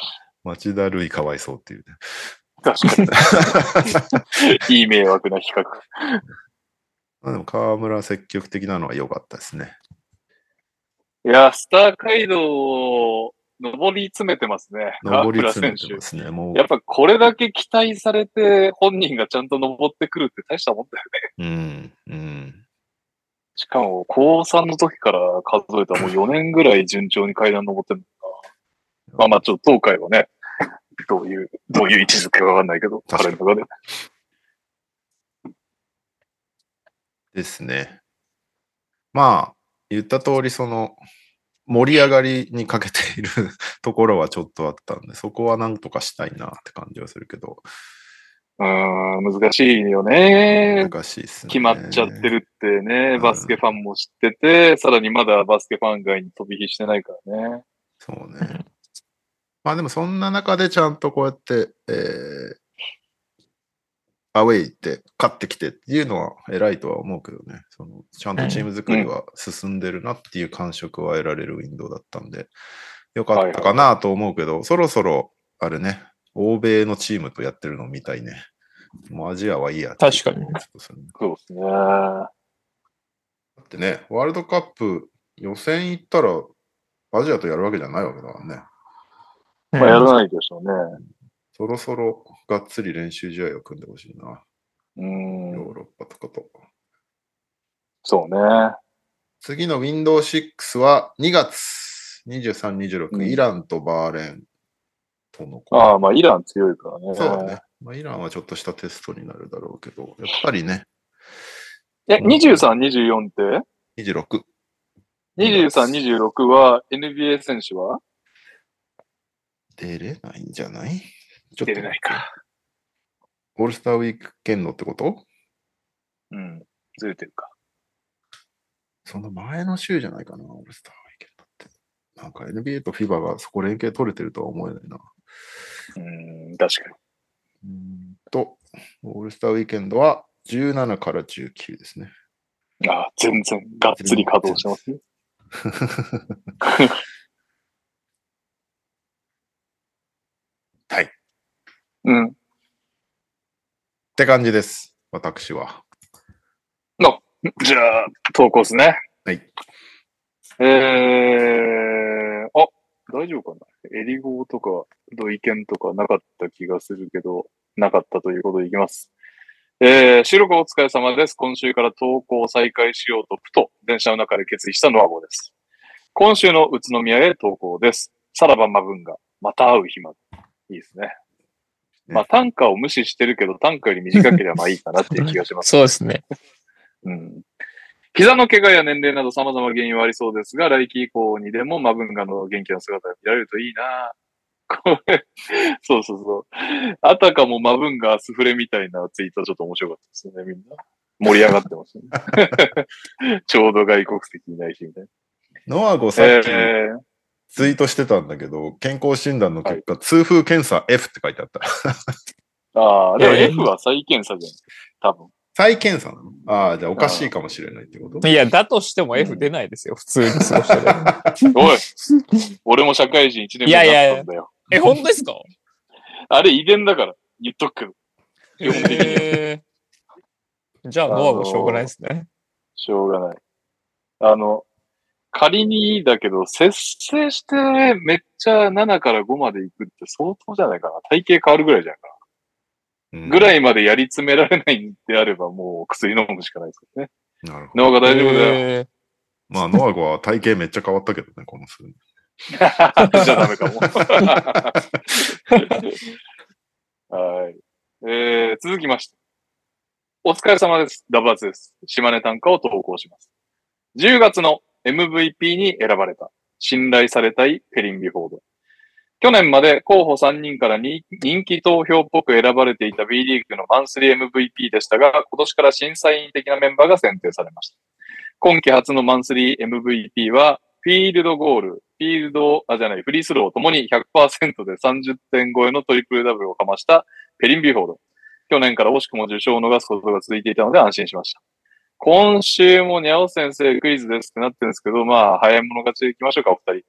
[SPEAKER 1] 町田るいかわいそうっていうね。
[SPEAKER 2] わ。確かに。いい迷惑な比較。
[SPEAKER 1] まあでも河村積極的なのは良かったですね。
[SPEAKER 2] いや、スター街道を上り詰めてますね。
[SPEAKER 1] 上り詰め
[SPEAKER 2] 川
[SPEAKER 1] て
[SPEAKER 2] 村選
[SPEAKER 1] ますね。もう
[SPEAKER 2] 手。やっぱこれだけ期待されて本人がちゃんと登ってくるって大したもんだよね。
[SPEAKER 1] うん、うん。
[SPEAKER 2] しかも、高3の時から数えたらもう4年ぐらい順調に階段登ってるんだな。まあまあ、ちょっと東海はね、どういう、どういう位置づけかわかんないけど、
[SPEAKER 1] 確か
[SPEAKER 2] 彼
[SPEAKER 1] に
[SPEAKER 2] の中で。
[SPEAKER 1] ですね。まあ、言った通り、その、盛り上がりに欠けている ところはちょっとあったんで、そこはなんとかしたいなって感じはするけど、
[SPEAKER 2] うーん、難しいよね。
[SPEAKER 1] 難しいですね。
[SPEAKER 2] 決まっちゃってるって
[SPEAKER 1] う
[SPEAKER 2] ね、
[SPEAKER 1] ん
[SPEAKER 2] バスケファンも知ってて、さらにまだバスケファン外に飛び火してないからね。
[SPEAKER 1] そうね。まあでもそんな中でちゃんとこうやって、えーアウェイ行って勝ってきてっていうのは偉いとは思うけどね、そのちゃんとチーム作りは進んでるなっていう感触は得られるウィンドウだったんで、よかったかなと思うけど、そろそろあれね、欧米のチームとやってるの見たいね。もうアジアはいいや。
[SPEAKER 3] 確かに
[SPEAKER 1] ちょっとそれね
[SPEAKER 2] そうですね。
[SPEAKER 1] だってね、ワールドカップ予選行ったらアジアとやるわけじゃないわけだからね。
[SPEAKER 2] まあ、やらないでしょうね。
[SPEAKER 1] そろそろがっつり練習試合を組んでほしいな。
[SPEAKER 2] う
[SPEAKER 1] ヨ
[SPEAKER 2] ん
[SPEAKER 1] ー、ロッパとかと。
[SPEAKER 2] そうね。
[SPEAKER 1] 次の Windows 6は2月23、26、
[SPEAKER 2] うん
[SPEAKER 1] イランとバーレンとのこと
[SPEAKER 2] ああ、まあ、イラン強いからね。
[SPEAKER 1] そうだね。まあ、イランはちょっとしたテストになるだろうけど、やっぱりね、
[SPEAKER 2] え、23、24って
[SPEAKER 1] 26。
[SPEAKER 2] ?23、26は NBA 選手は
[SPEAKER 1] 出れないんじゃないちょっと
[SPEAKER 2] 出れないか。
[SPEAKER 1] オールスターウィーク圏のってこと
[SPEAKER 2] うん。ずれてるか。
[SPEAKER 1] その前の週じゃないかな、オールスターウィークだって。なんか NBA と FIBA がそこ連携取れてるとは思えないな。
[SPEAKER 2] うん、確かに。
[SPEAKER 1] うーんと、オールスターウィーケンドは17から19ですね。
[SPEAKER 2] ああ、全然、がっつり稼働してますね。
[SPEAKER 1] はい。っ
[SPEAKER 2] うん。
[SPEAKER 1] て感じです。私は。
[SPEAKER 2] じゃあ、投稿ですね。
[SPEAKER 1] はい。
[SPEAKER 2] えー、あ、大丈夫かなエリゴーとか、ドイケンとかなかった気がするけど、なかったということでいきます。えー、収録お疲れ様です。今週から投稿を再開しようと、ふと電車の中で決意したノアゴーです。今週の宇都宮へ投稿です。さらばマブンが、また会う日まで。いいですね。まあ、短歌を無視してるけど、短歌より短ければまあいいかなっていう気がします。
[SPEAKER 3] そうですね。
[SPEAKER 2] うん膝の怪我や年齢など様々な原因はありそうですが、来季以降にでもマブンガの元気な姿が見られるといいなこれ、そうそうそう。あたかもマブンガスフレみたいなツイートちょっと面白かったですね、みんな。盛り上がってます ね。ちょうど外国籍いないし、みたいな。
[SPEAKER 1] ノアゴさっき
[SPEAKER 2] え
[SPEAKER 1] ツイートしてたんだけど、健康診断の結果、痛風検査 F って書いてあった。
[SPEAKER 2] ー、ああ、でも
[SPEAKER 3] いやいや
[SPEAKER 2] F は再検査じゃん。多分。
[SPEAKER 1] 再検査なのああ、じゃあおかしいかもしれないってこと
[SPEAKER 3] いや、だとしても F 出ないですよ、普通に過ごしてたら
[SPEAKER 2] おい、俺も社会人1年目だったんだよ。
[SPEAKER 3] いやいやいやえ、本当ですか
[SPEAKER 2] あれ遺伝だから、言っとくけど。基本的には
[SPEAKER 3] えーじゃあ、ノアもしょうがないですね。
[SPEAKER 2] しょうがない。あの、仮にだけど、節制してめっちゃ7から5まで行くって相当じゃないかな。体型変わるぐらいじゃんかな。ぐら
[SPEAKER 1] い。
[SPEAKER 2] いまでやり詰められないんであれば、もう薬飲むしかないですよね。
[SPEAKER 1] なるほど。
[SPEAKER 2] 脳が大丈夫だよ。
[SPEAKER 3] えー
[SPEAKER 1] まあ、ノアゴは体型めっちゃ変わったけどね、この数年。
[SPEAKER 2] じゃダメかも。はい。えー、続きまして。お疲れ様です。ダブアツです。島根短歌を投稿します。10月の MVP に選ばれた、信頼されたいペリン・ビフォード。去年まで候補3人からに人気投票っぽく選ばれていた B リーグのマンスリー MVP でしたが、今年から審査員的なメンバーが選定されました。今季初のマンスリー MVP は、フィールドゴール、フィールド、あ、じゃない、フリースローともに100%で30点超えのトリプルダブルをかましたペリン・ビューフォード。去年から惜しくも受賞を逃すことが続いていたので安心しました。今週もにゃお先生クイズですってなってるんですけど、まあ、早い者勝ちでいきましょうか、お二人。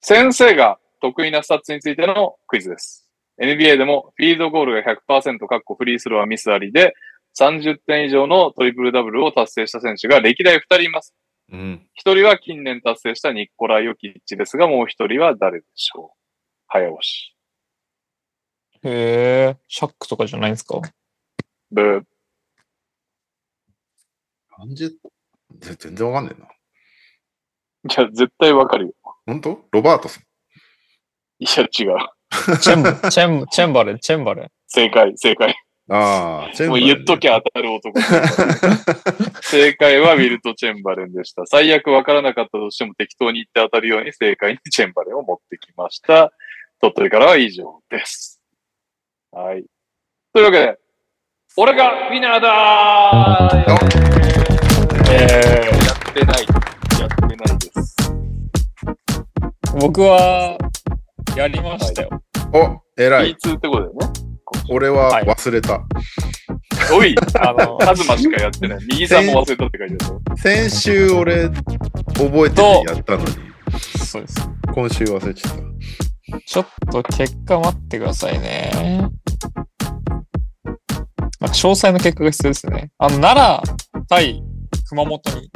[SPEAKER 2] 先生が得意なスタッツについてのクイズです。NBA でもフィールドゴールが100%、かっこフリースローはミスありで、30点以上のトリプルダブルを達成した選手が歴代2人います。
[SPEAKER 1] うん。
[SPEAKER 2] 一人は近年達成したニッコラ・ヨキッチですが、もう一人は誰でしょう早押し。
[SPEAKER 3] へーシャックとかじゃないんですか
[SPEAKER 2] ブー。
[SPEAKER 1] 30? ぜ全然わかんねえな。
[SPEAKER 2] いや、絶対わかるよ。
[SPEAKER 1] 本当ロバートソン。
[SPEAKER 2] いや、違う。
[SPEAKER 3] チェンバ、チェン、チェンバレン、チェンバレン。
[SPEAKER 2] 正解、正解。
[SPEAKER 1] ああ、チェン
[SPEAKER 2] も
[SPEAKER 1] バ
[SPEAKER 2] う
[SPEAKER 1] レン
[SPEAKER 2] 言っときゃ当たる男。 正解はウィルト・チェンバレンでした。最悪わからなかったとしても適当に言って当たるように正解にチェンバレンを持ってきました。鳥取からは以上です。はい。というわけで、俺がウィナーだー
[SPEAKER 3] え
[SPEAKER 2] やってない。やってないです。
[SPEAKER 3] ー、僕は、やりましたよ。
[SPEAKER 1] お、偉い。
[SPEAKER 2] P2 ってことだよね。
[SPEAKER 1] 俺は忘れた。
[SPEAKER 2] お い、
[SPEAKER 3] あ の、
[SPEAKER 2] カズマしかやってない。右さんも忘れたって書いてあるよ。
[SPEAKER 1] 先週俺、覚えててやったのに、
[SPEAKER 3] そうです。
[SPEAKER 1] 今週忘れちゃった。
[SPEAKER 3] ちょっと結果待ってくださいね。まあ、詳細の結果が必要ですね。あの、奈良対熊本に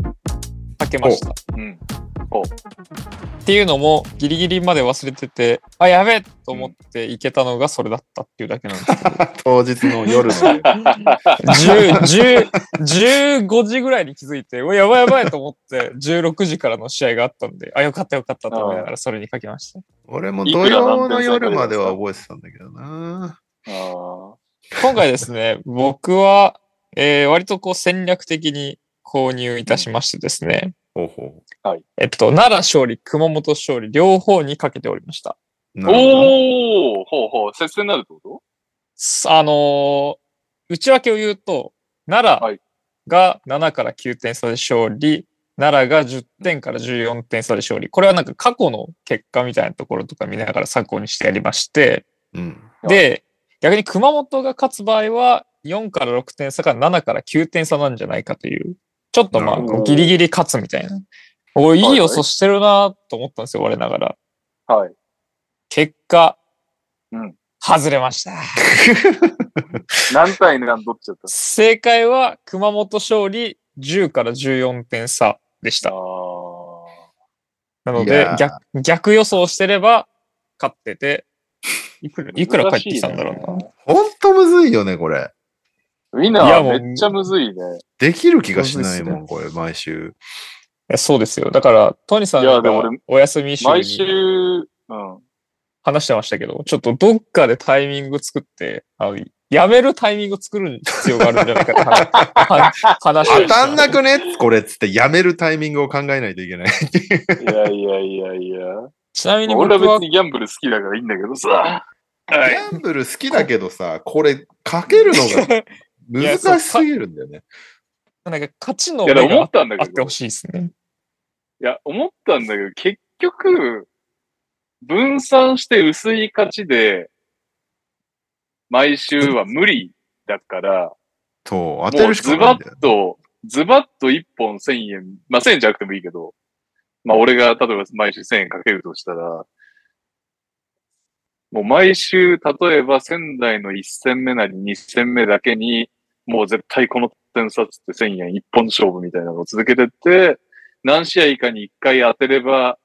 [SPEAKER 3] かけました。
[SPEAKER 2] うん。
[SPEAKER 3] っていうのも、ギリギリまで忘れてて、あ、やべえと思って行けたのがそれだったっていうだけなんですけ
[SPEAKER 1] 当
[SPEAKER 3] ど、
[SPEAKER 1] 日の夜の。
[SPEAKER 3] 10 10 15時ぐらいに気づいて、うわやばいやばいと思って、16時からの試合があったんで、あ、よかったよかったと思いながらそれにかけました。
[SPEAKER 1] 俺も土曜の夜までは覚えてたんだけどな。
[SPEAKER 2] あー
[SPEAKER 3] 今回ですね、僕は、えー割とこう戦略的に購入いたしましてですね、
[SPEAKER 1] ほうほ
[SPEAKER 3] えっと、奈良勝利、熊本勝利、両方にかけておりました。
[SPEAKER 1] う。なるほどね
[SPEAKER 2] おーほうほう。接戦になるってこと
[SPEAKER 3] すあのー内訳を言うと、奈
[SPEAKER 2] は
[SPEAKER 3] 良
[SPEAKER 2] い
[SPEAKER 3] が7から9点差で勝利、奈良が10点から14点差で勝利。これはなんか過去の結果みたいなところとか見ながら参考にしてやりまして、
[SPEAKER 1] うん。
[SPEAKER 3] で、逆に熊本が勝つ場合は、4から6点差か7から9点差なんじゃないかという、ちょっとま
[SPEAKER 1] な
[SPEAKER 3] あ
[SPEAKER 1] る
[SPEAKER 2] ほど、
[SPEAKER 3] ギリギリ勝つみたいな。お
[SPEAKER 2] は
[SPEAKER 3] い
[SPEAKER 2] いはい
[SPEAKER 3] い予想してるなと思ったんですよ、我ながら。
[SPEAKER 2] はい。
[SPEAKER 3] 結果、
[SPEAKER 2] うん
[SPEAKER 3] 外れました。
[SPEAKER 2] 何対何取っちゃった
[SPEAKER 3] 正解は、熊本勝利10から14点差でし
[SPEAKER 2] あ
[SPEAKER 3] た。
[SPEAKER 2] ー
[SPEAKER 3] なの
[SPEAKER 1] い
[SPEAKER 3] で
[SPEAKER 1] やー
[SPEAKER 3] 逆、逆予想してれば、勝ってて、いくら、いくら返ってきたんだろうな。
[SPEAKER 2] 難しいね
[SPEAKER 1] ほんとむずいよね、これ。
[SPEAKER 2] ウィナ
[SPEAKER 3] いやも
[SPEAKER 2] ー
[SPEAKER 3] う
[SPEAKER 2] めっちゃむずいね。
[SPEAKER 1] できる気がしないもん、これ、毎週。
[SPEAKER 3] えそうですよ。だから、トニーさん
[SPEAKER 2] いや
[SPEAKER 3] が
[SPEAKER 2] でも俺
[SPEAKER 3] お休み週に
[SPEAKER 2] 毎週、うん。
[SPEAKER 3] 話してましたけど、ちょっとどっかでタイミング作って、あのやめるタイミング作る必要があるんじゃないかって話 は話をして
[SPEAKER 1] 当
[SPEAKER 3] ました
[SPEAKER 1] たんなくねこれっつって、やめるタイミングを考えないといけない。
[SPEAKER 2] いやいやいやい や。
[SPEAKER 3] ちなみに僕
[SPEAKER 2] 俺は
[SPEAKER 3] は
[SPEAKER 2] 別にギャンブル好きだからいいんだけどさ。は
[SPEAKER 1] ギャ
[SPEAKER 2] い。
[SPEAKER 1] ンブル好きだけどさ、これ、かけるのが難しすぎるんだよね。
[SPEAKER 3] なんか勝ちの
[SPEAKER 2] いや、
[SPEAKER 3] 目
[SPEAKER 2] でも思
[SPEAKER 3] が
[SPEAKER 2] ったんだ
[SPEAKER 3] あ
[SPEAKER 2] け
[SPEAKER 3] って
[SPEAKER 2] ど
[SPEAKER 3] ほ。しいですね。
[SPEAKER 2] いや、思ったんだけど、結局、分散して薄い勝ちで、毎週は無理だから、
[SPEAKER 1] そう、当て
[SPEAKER 2] もう
[SPEAKER 1] るしかな
[SPEAKER 2] ズ
[SPEAKER 1] い
[SPEAKER 2] バ
[SPEAKER 1] んだよ
[SPEAKER 2] ッ。と、ズバッと1本1000円、まあ1000円じゃなくてもいいけど、まあ俺が例えば毎週1000円かけるとしたら、もう毎週、例えば仙台の1戦目なり2戦目だけに、もう絶対この点差っつって1000円1本勝負みたいなのを続けてって、何試合かに1回当てれば、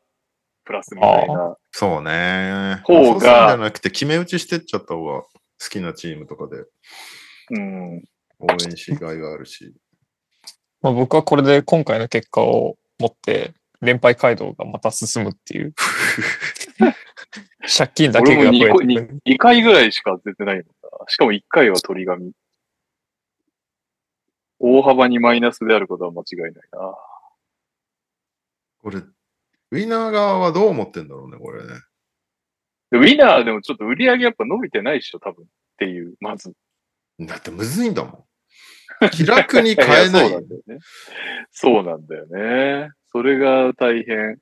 [SPEAKER 2] プラスみたいな。
[SPEAKER 1] そうね。
[SPEAKER 2] 方が
[SPEAKER 1] そうするんじゃなくて、決め打ちしてっちゃった方が、好きなチームとかで
[SPEAKER 2] うん。
[SPEAKER 1] 応援しがいがあるし。
[SPEAKER 3] まあ、僕はこれで今回の結果を持って、連敗街道がまた進むっ ていう。借金だけ
[SPEAKER 2] 俺も
[SPEAKER 3] が
[SPEAKER 2] 2
[SPEAKER 3] 増
[SPEAKER 2] 個
[SPEAKER 3] えて
[SPEAKER 2] 二二回ぐらいしか出てないのか。しかも1回は鳥紙。大幅にマイナスであることは間違いないな。
[SPEAKER 1] これ、ウィナー側はどう思ってんだろうね、これね。
[SPEAKER 2] でウィナーでもちょっと売り上げやっぱ伸びてないっしょ、多分。っていう、まず。
[SPEAKER 1] だってむずいんだもん。気楽に変えない。
[SPEAKER 2] やそうなんだよね。そうなんだよね。それが大変。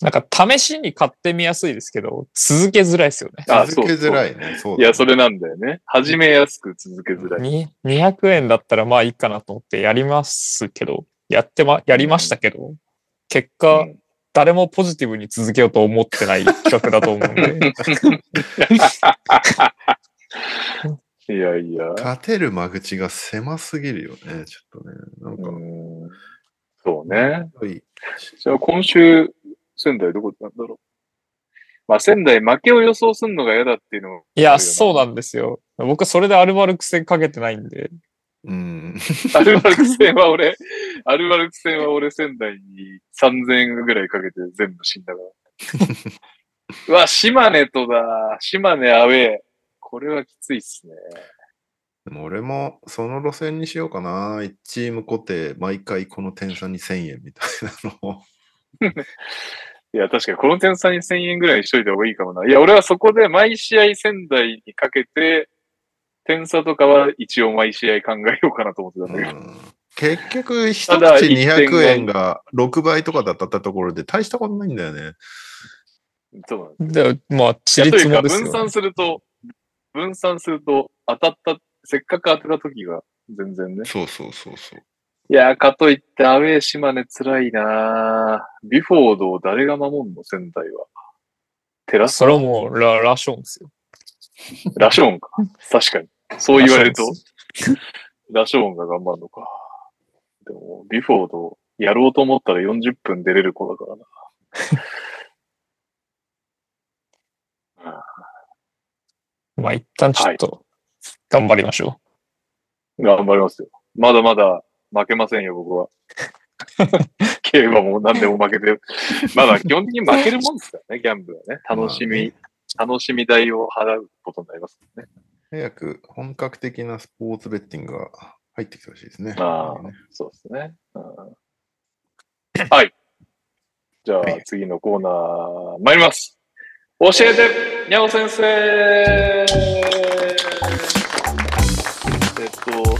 [SPEAKER 3] なんか試しに買ってみやすいですけど、続けづらいですよね。
[SPEAKER 2] あ
[SPEAKER 1] 続けづらいね。そう
[SPEAKER 2] いや、それなんだよね。始めやすく続けづらい。
[SPEAKER 3] に200円だったらまあいいかなと思ってやりますけど、やってま、やりましたけど、結果、
[SPEAKER 2] うん
[SPEAKER 3] 誰もポジティブに続けようと思っ てない企画だと思うんで、
[SPEAKER 2] いやいや。
[SPEAKER 1] 勝てる間口が狭すぎるよね、ちょっとね。なん
[SPEAKER 2] う
[SPEAKER 1] か、
[SPEAKER 2] んそうね。
[SPEAKER 1] はい
[SPEAKER 2] じゃあ今週、仙台どこなんだろう。まあ仙台負けを予想するのが嫌だっていうの も。
[SPEAKER 3] いや、そうなんですよ。僕それであるまる癖かけてないんで、
[SPEAKER 1] うん。
[SPEAKER 2] アルバルク戦は俺、アルバルク戦は俺仙台に3000円ぐらいかけて全部死んだから。 うわ、島根とだ。島根アウェー。これはきついっすね。
[SPEAKER 1] でも俺もその路線にしようかな。1チーム固定、毎回この点差に1000円みたいなのを。
[SPEAKER 2] いや、確かにこの点差に1000円ぐらいしといた方がいいかもな。いや、俺はそこで毎試合仙台にかけて、点差とかは一応毎試合考えようかなと思ってたんだ
[SPEAKER 1] う
[SPEAKER 2] けど。
[SPEAKER 1] ん結局、一口
[SPEAKER 2] ただ
[SPEAKER 1] 200円が6倍とかだったところで大したことないんだよね。
[SPEAKER 2] そうなんで
[SPEAKER 3] だからまあ、
[SPEAKER 2] す
[SPEAKER 3] ち
[SPEAKER 2] いや
[SPEAKER 3] り
[SPEAKER 2] とい
[SPEAKER 3] つ
[SPEAKER 2] うか、
[SPEAKER 3] もです
[SPEAKER 2] 分
[SPEAKER 3] よ、ね
[SPEAKER 2] 散。すると、分散すると当たった、せっかく当てた時が全然ね。
[SPEAKER 1] そうそうそうそう。
[SPEAKER 2] いやー、かといってアウェー島根辛いなービフォードを誰が守んの仙台は。テ ラス、
[SPEAKER 3] それはもうラ、ラションですよ。
[SPEAKER 2] ラショーンか。確かに。そう言われると
[SPEAKER 3] ラションで、
[SPEAKER 2] ラショーンが頑張るのか。でも、ビフォード、やろうと思ったら40分出れる子だからな。
[SPEAKER 3] まあ、一旦ちょっと、頑張りましょ
[SPEAKER 2] 頑張りますよ。まだまだ負けませんよ、僕は。競馬も何でも負けてる。まだ基本的に負けるもんですからね、ギャンブルはね。楽しみ、楽しみ代を払うことになりますね。
[SPEAKER 1] 早く本格的なスポーツベッティングが入ってきてほしいですね。
[SPEAKER 2] ああ、そうですね。うんはい。じゃあ
[SPEAKER 1] はい
[SPEAKER 2] 次のコーナー、参ります。教えて、にゃお先生えっと、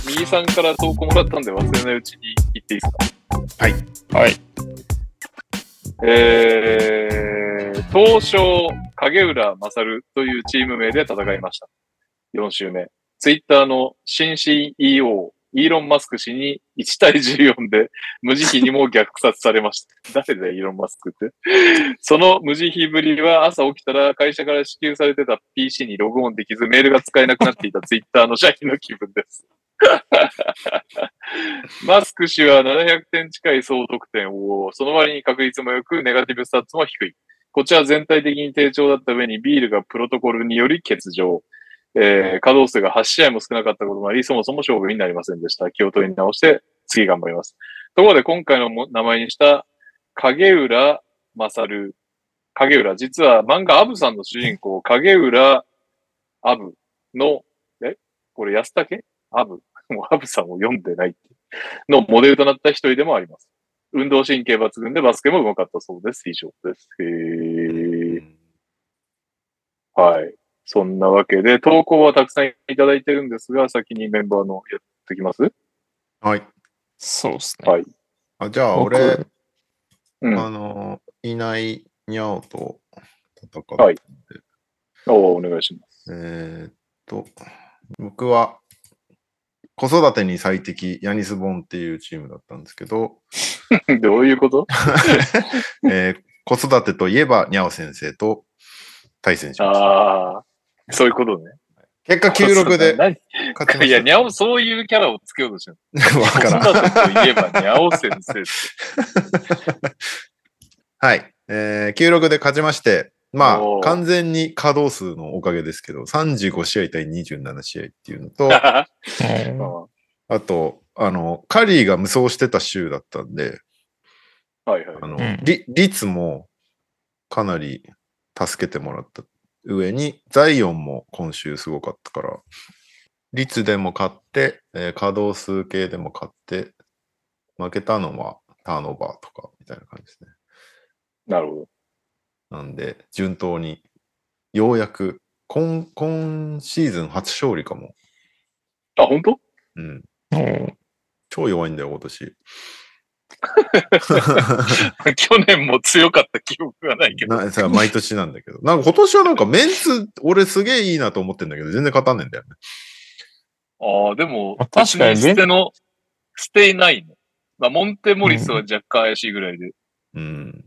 [SPEAKER 2] 右さんから投稿もらったんで忘れないうちに言っていいですか
[SPEAKER 3] う。はい。
[SPEAKER 2] えー、東証影浦勝というチーム名で戦いました。4週目。ツイッターの新 CEO、イーロン・マスク氏に1対14で無慈悲にも虐殺されました。 誰だよ、イーロン・マスクって。その無慈悲ぶりは朝起きたら会社から支給されてた PC にログオンできずメールが使えなくなっていたツイッターの社員の気分です。 マスク氏は700点近い総得点を、その割に確率も良く、ネガティブスタッツも低い。こっちは全体的に低調だった上に、ビールがプロトコルにより欠場。えー、稼働数が8試合も少なかったこともあり、そもそも勝負になりませんでした。気を取り直して、次頑張ります。ところで、今回のも名前にした、影浦勝。影浦、実は漫画アブさんの主人公、影浦アブの、えこれ安武アブ。 もうアブさんを読んでないって。のモデルとなった一人でもあります。運動神経抜群でバスケも上手かったそうです。以上です。へーはい。そんなわけで、投稿はたくさんいただいてるんですが、先にメンバーのやってきます
[SPEAKER 1] はい。
[SPEAKER 3] そうですね。
[SPEAKER 2] はい。
[SPEAKER 1] あじゃあ
[SPEAKER 3] 僕
[SPEAKER 1] 俺、
[SPEAKER 2] うん。
[SPEAKER 1] あの、いないにゃおと戦って、
[SPEAKER 2] はいおお願いします。
[SPEAKER 1] えーっと、僕は子育てに最適ヤニスボンっていうチームだったんですけど、
[SPEAKER 2] どういうこと
[SPEAKER 1] えー子育てといえばにゃお先生と対戦しました。
[SPEAKER 2] ああ、そういうことね。
[SPEAKER 1] 結果96で
[SPEAKER 2] 何
[SPEAKER 1] 勝ちま
[SPEAKER 2] い
[SPEAKER 1] し
[SPEAKER 2] や、
[SPEAKER 1] た。
[SPEAKER 2] にゃお、そういうキャラをつけようとしてる。
[SPEAKER 1] わ
[SPEAKER 2] 子
[SPEAKER 1] からん。
[SPEAKER 2] 育てといえば、にゃお先 生。
[SPEAKER 1] はい。えー、96で勝ちまして、まあ
[SPEAKER 2] おー、
[SPEAKER 1] 完全に稼働数のおかげですけど、35試合対27試合っていうの と、
[SPEAKER 3] うん
[SPEAKER 2] は
[SPEAKER 1] あと、あの、カリーが無双してた週だったんで、
[SPEAKER 2] いはい。
[SPEAKER 1] あの
[SPEAKER 3] うん、
[SPEAKER 1] リ率もかなり助けてもらった上に、ザイオンも今週すごかったから、率でも勝って、えー稼働数系でも勝って、負けたのはターンオーバーとかみたいな感じですね。
[SPEAKER 2] なるほ
[SPEAKER 1] なんで、順当に、ようやく、今、今シーズン初勝利かも。
[SPEAKER 2] ど。あ、本当
[SPEAKER 1] うん。
[SPEAKER 3] うん
[SPEAKER 1] 超弱いんだよ、今 年。
[SPEAKER 2] 去年も強かった記憶がないけど。
[SPEAKER 1] なさ毎年なんだけど。なんか今年はなんかメンツ、俺すげえいいなと思ってんだけど、全然勝たんねえんだよね。
[SPEAKER 2] ああ、でも
[SPEAKER 3] まあ、確かにね
[SPEAKER 2] 別捨ての、捨てないの。まあ、モンテモリスは若干怪しいぐらいで。
[SPEAKER 1] うん。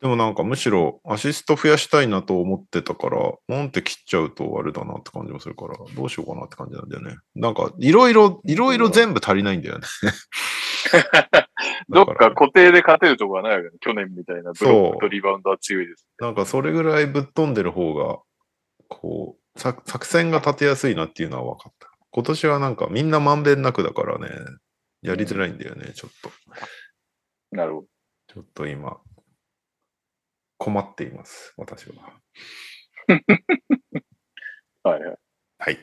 [SPEAKER 1] でもなんかむしろアシスト増やしたいなと思ってたから、モンテ切っちゃうとあれだなって感じもするから、どうしようかなって感じなんだよね。なんかいろいろ、いろいろ全部足りないんだよ ね。
[SPEAKER 2] どっか固定で勝てるとこはないわけね。去年みたいなブロッ
[SPEAKER 1] そう
[SPEAKER 2] クとリバウンドは強いです。
[SPEAKER 1] なんかそれぐらいぶっ飛んでる方が、こう、作作戦が立てやすいなっていうのは分かった。今年はなんかみんなまんべんなくだからね、やりづらいんだよね、ちょっと。
[SPEAKER 2] なるほ
[SPEAKER 1] ちょっと今、困っています、私は。
[SPEAKER 2] はいはい。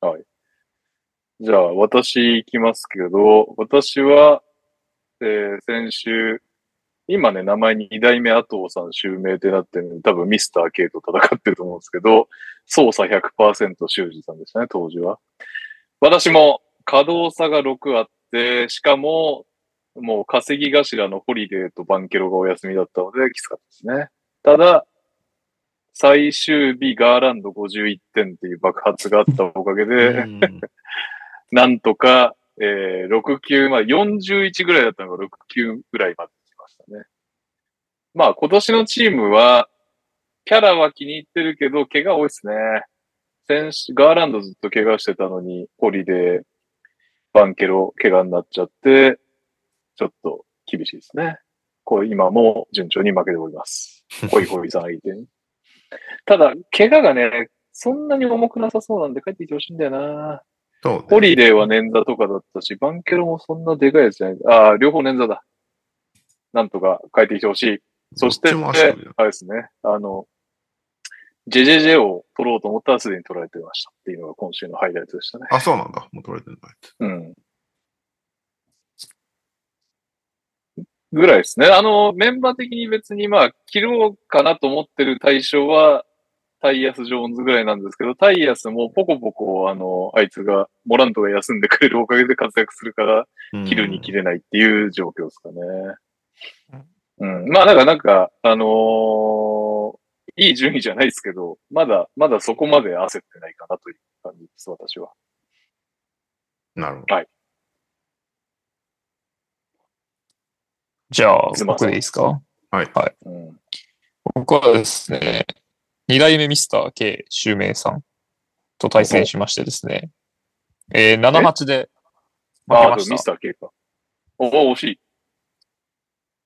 [SPEAKER 1] はい。
[SPEAKER 2] じゃあ、私行きますけど、私は、えー先週、今ね、名前に二代目阿藤さん襲名ってなってるので、多分ミスター K と戦ってると思うんですけど、操作100%修二さんでしたね、当時は。私も可動差が6あって、しかも、もう稼ぎ頭のホリデーとバンケロがお休みだったので、きつかったですね。ただ、最終日ガーランド51点っていう爆発があったおかげで、
[SPEAKER 1] うん
[SPEAKER 2] なんとか、えー、6級まで、41ぐらいだったのが6級ぐらいまで来ましたね。まあ、今年のチームは、キャラは気に入ってるけど、怪我多いですね。先週、ガーランドずっと怪我してたのに、ホリで、バンケロ、怪我になっちゃって、ちょっと厳しいですね。こう、今も順調に負けております。ホイホイさん相手に。ただ、怪我がね、そんなに重くなさそうなんで帰ってきてほしいんだよな。
[SPEAKER 1] そう
[SPEAKER 2] ホ
[SPEAKER 1] ね。
[SPEAKER 2] リデーは捻挫とかだったし、バンケロもそんなでかいやつじゃない。ああ、両方捻挫だ。なんとか帰ってきてほしい。そして、
[SPEAKER 1] どっちも足首だ
[SPEAKER 2] あれですね、あの、JJJ を取ろうと思ったらすでに取られてましたっていうのが今週のハイライトでしたね。
[SPEAKER 1] あ、そうなんだ。もう取れてない。
[SPEAKER 2] うん。ぐらいですね。あの、メンバー的に別にまあ、切ろうかなと思ってる対象は、タイヤス・ジョーンズぐらいなんですけど、タイヤスもポコポコ、あの、あいつが、モラントが休んでくれるおかげで活躍するから、
[SPEAKER 1] うん
[SPEAKER 2] 切るに切れないっていう状況ですかね。うん。まあ、だからなんか、あのーいい順位じゃないですけど、まだ、まだそこまで焦ってないかなという感じです、私は。
[SPEAKER 1] なるほど。
[SPEAKER 3] じゃあ、
[SPEAKER 2] すいません
[SPEAKER 3] 僕でいいですか
[SPEAKER 2] うん。
[SPEAKER 3] 僕はですね、二代目ミスター K 襲名さんと対戦しましてですね、えー、7-8で負け
[SPEAKER 2] ああ、
[SPEAKER 3] ま
[SPEAKER 2] ミ
[SPEAKER 3] し
[SPEAKER 2] スタ
[SPEAKER 3] た。
[SPEAKER 2] ー K か。おお、惜しい。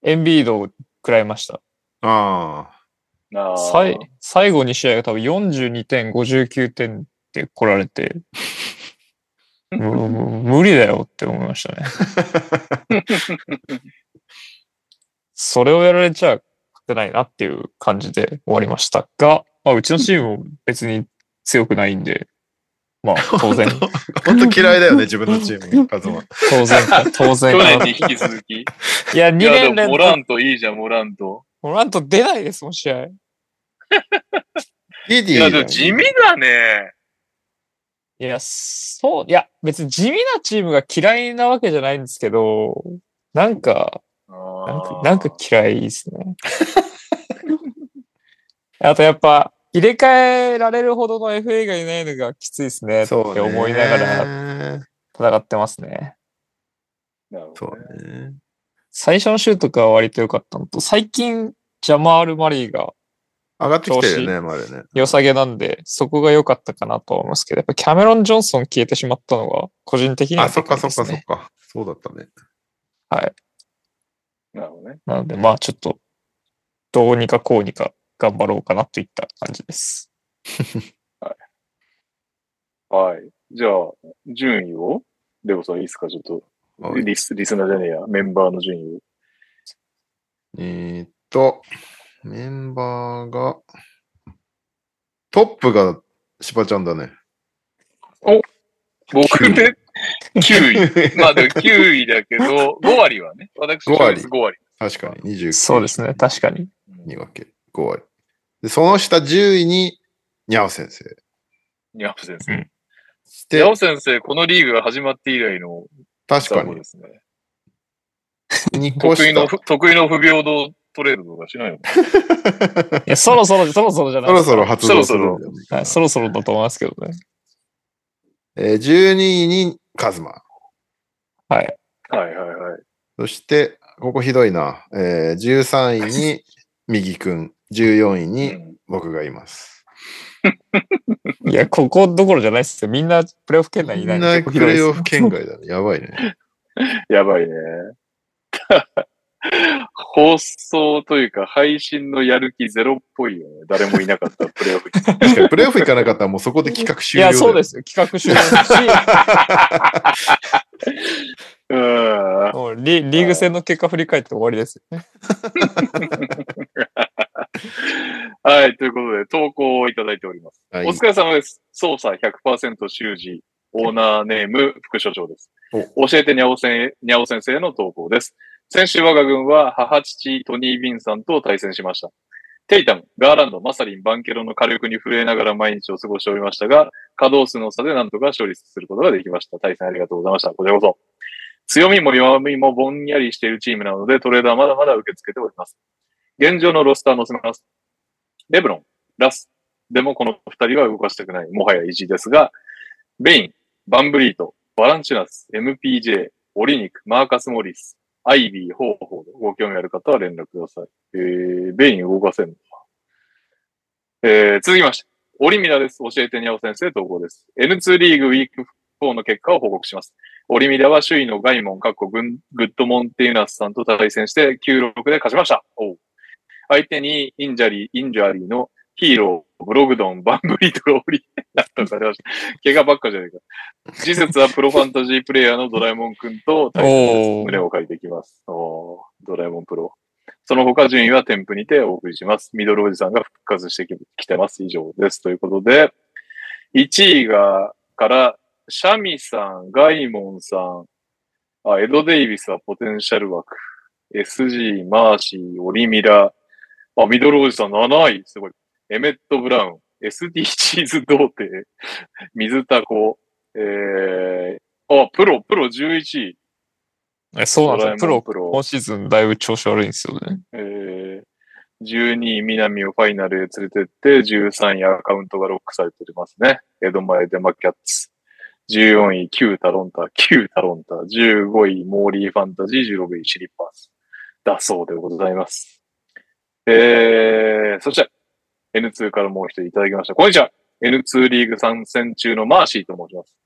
[SPEAKER 3] エンビードを食らいました。
[SPEAKER 1] ああ。
[SPEAKER 2] あー
[SPEAKER 3] 最最後2試合が多分42点、59点って来ら れて、もうもう無理だよって思いましたね。それをやられちゃ勝てないなっていう感じで終わりましたが、まあ、うちのチームも別に強くないんで、まあ 当然、
[SPEAKER 1] 本当嫌いだよね、自分のチーム、カズマ。
[SPEAKER 3] 当然、
[SPEAKER 2] 去
[SPEAKER 3] 当
[SPEAKER 2] 年
[SPEAKER 3] 然か
[SPEAKER 2] に
[SPEAKER 3] な。
[SPEAKER 2] 引
[SPEAKER 3] い
[SPEAKER 2] き続 き。い
[SPEAKER 3] や、2
[SPEAKER 2] や、で
[SPEAKER 3] 年
[SPEAKER 2] も、
[SPEAKER 3] 連
[SPEAKER 2] モラ
[SPEAKER 3] 続、
[SPEAKER 2] ントいいじゃん、モラント。
[SPEAKER 3] モラント出ないですもん、試合。
[SPEAKER 1] ディデ
[SPEAKER 2] い
[SPEAKER 1] ィ
[SPEAKER 2] や、でも、地味だね。
[SPEAKER 3] いや、そう、いや、別に地味なチームが嫌いなわけじゃないんですけど、なんか、なんかなんか嫌いですね。あとやっぱ、入れ替えられるほどの FA がいないのがきついですねって
[SPEAKER 1] そうね
[SPEAKER 3] 思いながら戦ってますね。
[SPEAKER 2] なるほ
[SPEAKER 1] そ
[SPEAKER 2] どね
[SPEAKER 1] うね。
[SPEAKER 3] 最初のシュートが割と良かったのと、最近ジャマール・マリーが
[SPEAKER 1] 上がってきてるよね、まだね。
[SPEAKER 3] 良さげなんで、そこが良かったかなとは思いますけど、やっぱキャメロン・ジョンソン消えてしまったのが個人的には
[SPEAKER 1] あ、そっかそっか
[SPEAKER 3] です
[SPEAKER 1] そっ
[SPEAKER 3] ね
[SPEAKER 1] か。そうだったね。
[SPEAKER 2] なるほどね。
[SPEAKER 3] なのでまあちょっと、どうにかこうにか頑張ろうかなといった感じです。
[SPEAKER 2] はい。じゃあ、順位をレオさんいいですかちょっと、
[SPEAKER 1] はい
[SPEAKER 2] リス、リスナーじゃねえや、メンバーの順位を。
[SPEAKER 1] えーっと、メンバーが、トップが芝ちゃんだね。
[SPEAKER 2] 僕で9位。 まあ、でも9位だけ ど、5割はね。私、
[SPEAKER 1] 5割
[SPEAKER 2] 5割。
[SPEAKER 1] 確かに、29。
[SPEAKER 3] そうですね、確かに。
[SPEAKER 1] に分け、5割。で、その下10位に、にゃお先生。
[SPEAKER 2] ニャオ先生。ニャ
[SPEAKER 1] で
[SPEAKER 2] オ、先生、このリーグが始まって以来の
[SPEAKER 1] 確か
[SPEAKER 2] 双子
[SPEAKER 1] に
[SPEAKER 2] で、すね。
[SPEAKER 1] 2個
[SPEAKER 2] 得
[SPEAKER 1] 下
[SPEAKER 2] 意。の、得意の不平等トレードとかしないの
[SPEAKER 3] いや、そろそろ、そろそろじゃ な
[SPEAKER 1] そ
[SPEAKER 3] いで
[SPEAKER 1] ろ
[SPEAKER 3] すか。
[SPEAKER 1] そろ発動するんだよね。
[SPEAKER 3] はい、そろそろだと思いますけどね。
[SPEAKER 1] えー12位にカズマ。
[SPEAKER 3] はい。
[SPEAKER 2] はいはいはい。
[SPEAKER 1] そして、ここひどいな。えー13位に右くん、14位
[SPEAKER 2] う
[SPEAKER 1] に
[SPEAKER 2] ん
[SPEAKER 1] 僕がいます。
[SPEAKER 3] いや、ここどころじゃないっすよ。みんなプレイオフ圏内
[SPEAKER 1] み
[SPEAKER 3] にいない
[SPEAKER 1] ん
[SPEAKER 3] んで。
[SPEAKER 1] な
[SPEAKER 3] ここ
[SPEAKER 1] プ
[SPEAKER 3] ひどいっ
[SPEAKER 1] レ
[SPEAKER 3] す
[SPEAKER 1] イ
[SPEAKER 3] よ
[SPEAKER 1] オフ圏外だね。やばいね。
[SPEAKER 2] やばいね。 放送というか配信のやる気ゼロっぽいよね。誰もいなかったプレイオフに。
[SPEAKER 1] 確かにプレイオフ行かなかったらもうそこで企画
[SPEAKER 3] い
[SPEAKER 1] 終了。
[SPEAKER 3] や、そうですすよ。企画終了だし
[SPEAKER 2] うーん。
[SPEAKER 3] もうリ、リーグ戦の結果振り返って終わりですよね。
[SPEAKER 2] はい、ということで、投稿をいただいております。
[SPEAKER 1] はい
[SPEAKER 2] お疲れ様です。捜査100%修士、オーナーネーム、副所長です。教えてにゃおせんにゃお先生の投稿です。先週我が軍は母父トニー・ビンさんと対戦しました。テイタム、ガーランド、マサリン、バンケロの火力に震えながら毎日を過ごしておりましたが、稼働数の差でなんとか勝利することができました。対戦ありがとうございました。こちらこそ。強みも弱みもぼんやりしているチームなので、トレードはまだまだ受け付けております。現状のロスター載せます。レブロン、ラスでもこの二人は動かしたくない。もはや意地ですが、ベイン、バンブリート、バランチュナス、MPJ、オリニク、マーカス・モリス、アイビー、ホーホー、ご興味ある方は連絡ください。えー、ベイン動かせんのか。えー、続きまして、オリミラです。教えてにゃお先生投稿です。N2 リーグウィーク4の結果を報告します。オリミラは首位のガイモン、かっこグングッドモンティナスさんと対戦して9-6で勝ちました。おう相手にインジャリー、インジャリーのヒーロー、ブログドン、バンブリートがおり、 なんとかされました。怪我ばっかじゃないか。次節はプロファンタジープレイヤーのドラえもんくんと対戦
[SPEAKER 3] お
[SPEAKER 2] です
[SPEAKER 3] ー
[SPEAKER 2] 胸を借りていきます。おードラえもんプロ。その他順位は添付にてお送りします。ミドルおじさんが復活してききてます。以上です。ということで、1位が、から、シャミさん、ガイモンさん、あエド・デイビスはポテンシャル枠、SG、マーシー、オリミラ、あ、ミドルおじさん7位、すごい。エメット・ブラウン、SDGs 童貞、水田子、えー、あ、プロ、プロ11位、
[SPEAKER 3] えそうなんですよ。プ
[SPEAKER 2] ドラえもん
[SPEAKER 3] ロ、
[SPEAKER 2] プロ
[SPEAKER 3] 今シーズンだいぶ調子悪いんですよね。
[SPEAKER 2] えー、12位、南をファイナルへ連れてって、13位、アカウントがロックされておりますね。江戸前デマキャッツ。14位、キュータロンタ、キュータロンタ。15位、モーリーファンタジー。16位、シリッパーズ。だそうでございます。えー、そして、N2 からもう一人いただきました。こんにちは。N2 リーグ参戦中のマーシーと申します。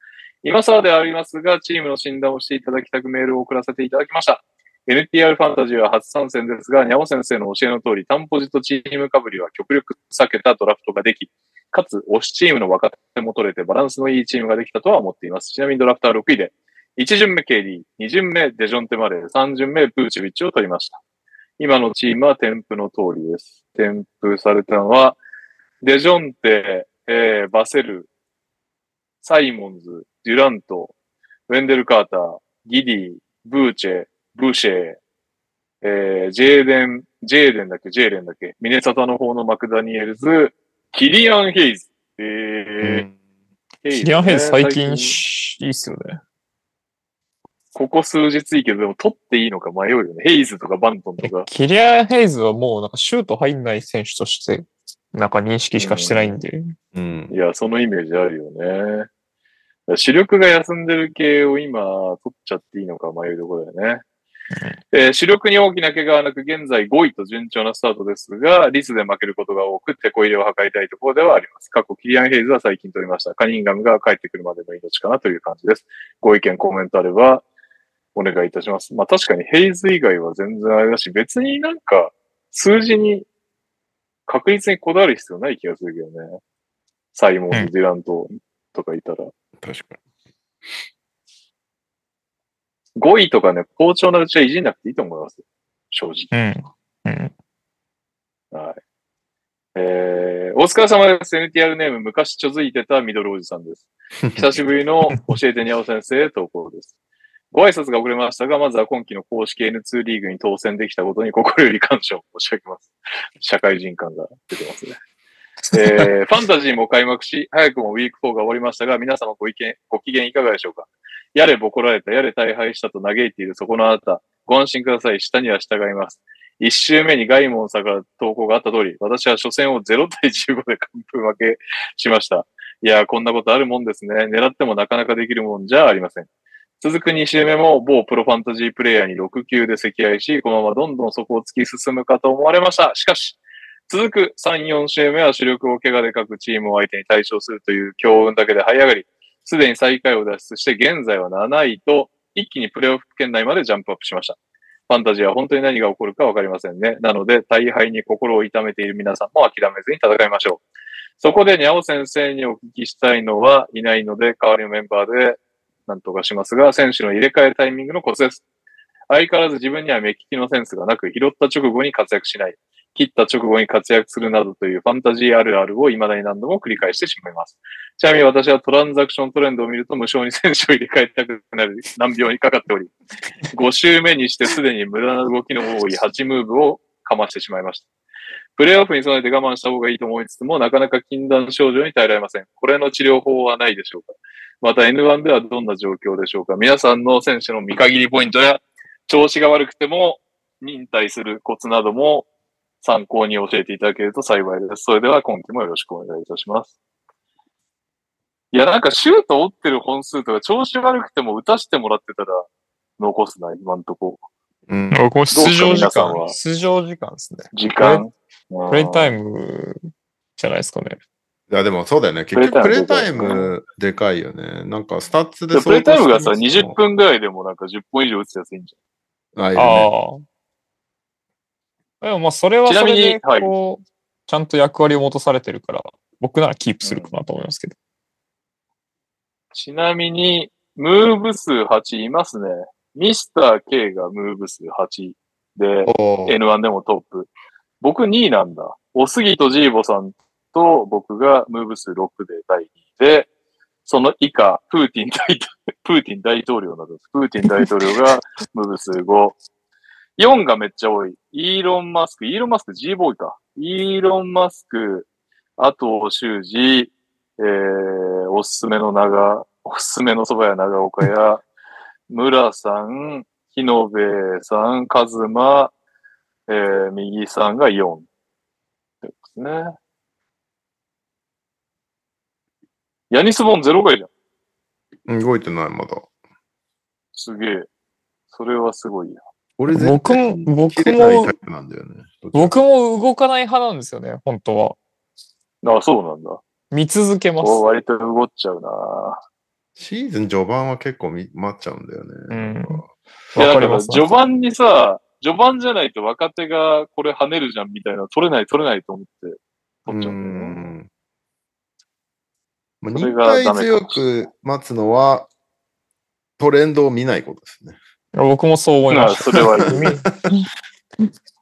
[SPEAKER 2] 今更ではありますが、チームの診断をしていただきたくメールを送らせていただきました。NTR ファンタジーは初参戦ですが、にゃお先生の教えの通り、担保ジとチームかぶりは極力避けたドラフトができ、かつ推しチームの若手も取れてバランスのいいチームができたとは思っています。ちなみにドラフトは6位で、1巡目 KD、2巡目デジョンテマレー、3巡目プーチビッチを取りました。今のチームは添付の通りです。添付されたのは、デジョンテ、えーバセル、サイモンズ、デュラント、ウェンデル・カーター、ギディ、ブーチェ、ブーシェー、えー、ジェーデン、ジェーデンだっけ、ジェーデンだっけ、ミネサタの方のマクダニエルズ、キリアン・ヘイズ。えーヘイズね
[SPEAKER 3] キリアンヘイズ最近し、いいっすよね。
[SPEAKER 2] ここ数日いいけど、でも取っていいのか迷うよね。ヘイズとかバントンとか。
[SPEAKER 3] キリアンヘイズはもうなんかシュート入んない選手として、なんか認識しかしてないんで。
[SPEAKER 1] うん
[SPEAKER 2] い。や、そのイメージあるよね。主力が休んでる系を今取っちゃっていいのか迷うところだよね。えー主力に大きな怪我はなく、現在5位と順調なスタートですが、リスで負けることが多く、手こ入れを図りたいところではあります。過去、キリアン・ヘイズは最近取りました。カニンガムが帰ってくるまでの命かなという感じです。ご意見、コメントあれば、お願いいたします。まあ確かにヘイズ以外は全然あれだし、別になんか、数字に、確率にこだわる必要ない気がするけどね。サイモン
[SPEAKER 3] うん
[SPEAKER 2] ズ、デュラントとかいたら。
[SPEAKER 1] 確か
[SPEAKER 2] 5位とかね、好調なうちはいじんなくていいと思いますよ。正直。
[SPEAKER 3] うん。うん。
[SPEAKER 2] はい。えー、お疲れ様です。NTR ネーム、昔ちょづいてたミドルおじさんです。久しぶりの教えてにゃお先生投稿です。ご挨拶が遅れましたが、まずは今期の公式 N2 リーグに当選できたことに心より感謝を申し上げます。社会人感が出てますね。えー、ファンタジーも開幕し、早くもウィーク4が終わりましたが、皆様ご意見、ご機嫌いかがでしょうかやれボコられた、やれ大敗したと嘆いているそこのあなた、ご安心ください。下には従います。一周目にガイモンさんから投稿があった通り、私は初戦を0対15で完封負けしました。いやー、こんなことあるもんですね。狙ってもなかなかできるもんじゃありません。続く2周目も某プロファンタジープレイヤーに6級で赤愛し、このままどんどんそこを突き進むかと思われました。しかし、続く3、4周目は主力を怪我で各チームを相手に対象するという強運だけで這い上がり、すでに最下位を脱出して現在は7位と、一気にプレーオフ圏内までジャンプアップしました。ファンタジーは本当に何が起こるかわかりませんね。なので、大敗に心を痛めている皆さんも諦めずに戦いましょう。そこで、にゃお先生にお聞きしたいのは、いないので、代わりのメンバーで何とかしますが、選手の入れ替えタイミングのコツです。相変わらず自分には目利きのセンスがなく、拾った直後に活躍しない。切った直後に活躍するなどというファンタジーあるあるを未だに何度も繰り返してしまいます。ちなみに私はトランザクショントレンドを見ると無償に選手を入れ替えたくなる難病にかかっており、5周目にしてすでに無駄な動きの多い8ムーブをかましてしまいました。プレイオフに備えて我慢した方がいいと思いつつも、なかなか禁断症状に耐えられません。これの治療法はないでしょうかまた N1 ではどんな状況でしょうか皆さんの選手の見限りポイントや、調子が悪くても忍耐するコツなども参考に教えていただけると幸いです。それでは今期もよろしくお願いいたします。いや、なんかシュート打ってる本数とか、調子悪くても打たせてもらってたら残すな、今んとこ。
[SPEAKER 1] うん。
[SPEAKER 3] 僕も出場時
[SPEAKER 2] どうですか皆さん
[SPEAKER 3] 間
[SPEAKER 2] は、
[SPEAKER 3] 出場時間ですね。
[SPEAKER 2] 時間。プ
[SPEAKER 3] プレイタ
[SPEAKER 2] イ
[SPEAKER 3] イムじゃないですかね。
[SPEAKER 1] いや、でもそうだよね。結局プ
[SPEAKER 2] プ
[SPEAKER 1] レ
[SPEAKER 2] レ
[SPEAKER 1] イ
[SPEAKER 2] イ
[SPEAKER 1] タ
[SPEAKER 2] タ
[SPEAKER 1] イ
[SPEAKER 2] イ
[SPEAKER 1] ム
[SPEAKER 2] ム
[SPEAKER 1] でかいよね。なんかスタッツで
[SPEAKER 2] プレイタイムがさ、
[SPEAKER 1] 相当してます
[SPEAKER 2] 20分ぐらいでもなんか10本以上打つやついいんじ
[SPEAKER 1] もん。あいいよね
[SPEAKER 3] ああ。でもまあ、それは
[SPEAKER 2] ち
[SPEAKER 3] そ
[SPEAKER 2] なみに
[SPEAKER 3] れで、こう、ちゃんと役割を持たされてるから、僕ならキープするかなと思いますけど。
[SPEAKER 2] ゃん。ちなみに、ムーブ数8いますね。ミスター K がムーブ数8で、
[SPEAKER 1] おー
[SPEAKER 2] N1 でもトップ。僕2位なんだ。おすぎとジーボさんと僕がムーブ数6で第2位で、その以下、プーティン大、 プーティン大統領などです。プーティン大統領がムーブ数5。4がめっちゃ多い。イーロン・マスク、イーロン・マスク G ボーイか。イーロン・マスク、あと、修二、えー、おすすめの長、おすすめの蕎麦屋長岡屋、村さん、日野部さん、カズマ、えー、右さんが4。ということですね。ヤニスボン0回じゃん。
[SPEAKER 1] 動いてない、まだ。
[SPEAKER 2] すげえ。それはすごいや。
[SPEAKER 1] 俺絶
[SPEAKER 3] 僕
[SPEAKER 1] 対
[SPEAKER 3] も、
[SPEAKER 1] 切
[SPEAKER 3] 僕
[SPEAKER 1] れない
[SPEAKER 3] も
[SPEAKER 1] タイ、プなんだよね。どっちか
[SPEAKER 3] 僕も動かない派なんですよね、本当は。
[SPEAKER 2] あ、そうなんだ。
[SPEAKER 3] 見続けます。
[SPEAKER 2] お割と動っちゃうな
[SPEAKER 1] シーズン序盤は結構み待っちゃうんだよね。
[SPEAKER 3] うん。
[SPEAKER 2] いや、だ
[SPEAKER 3] わか
[SPEAKER 2] か
[SPEAKER 3] りま
[SPEAKER 2] ら
[SPEAKER 3] す。
[SPEAKER 2] 序盤にさ、序盤じゃないと若手がこれ跳ねるじゃんみたいな、取れない取れないと思って取っちゃうんだよね。
[SPEAKER 1] ん。まあ、
[SPEAKER 2] それ
[SPEAKER 1] 忍
[SPEAKER 2] がダメか
[SPEAKER 1] 耐
[SPEAKER 2] もしれない
[SPEAKER 1] 強く待つのは、トレンドを見ないことですね。
[SPEAKER 3] 僕もそう思い
[SPEAKER 2] ま
[SPEAKER 3] ま
[SPEAKER 2] あ、
[SPEAKER 3] し
[SPEAKER 2] それはいい。
[SPEAKER 3] た。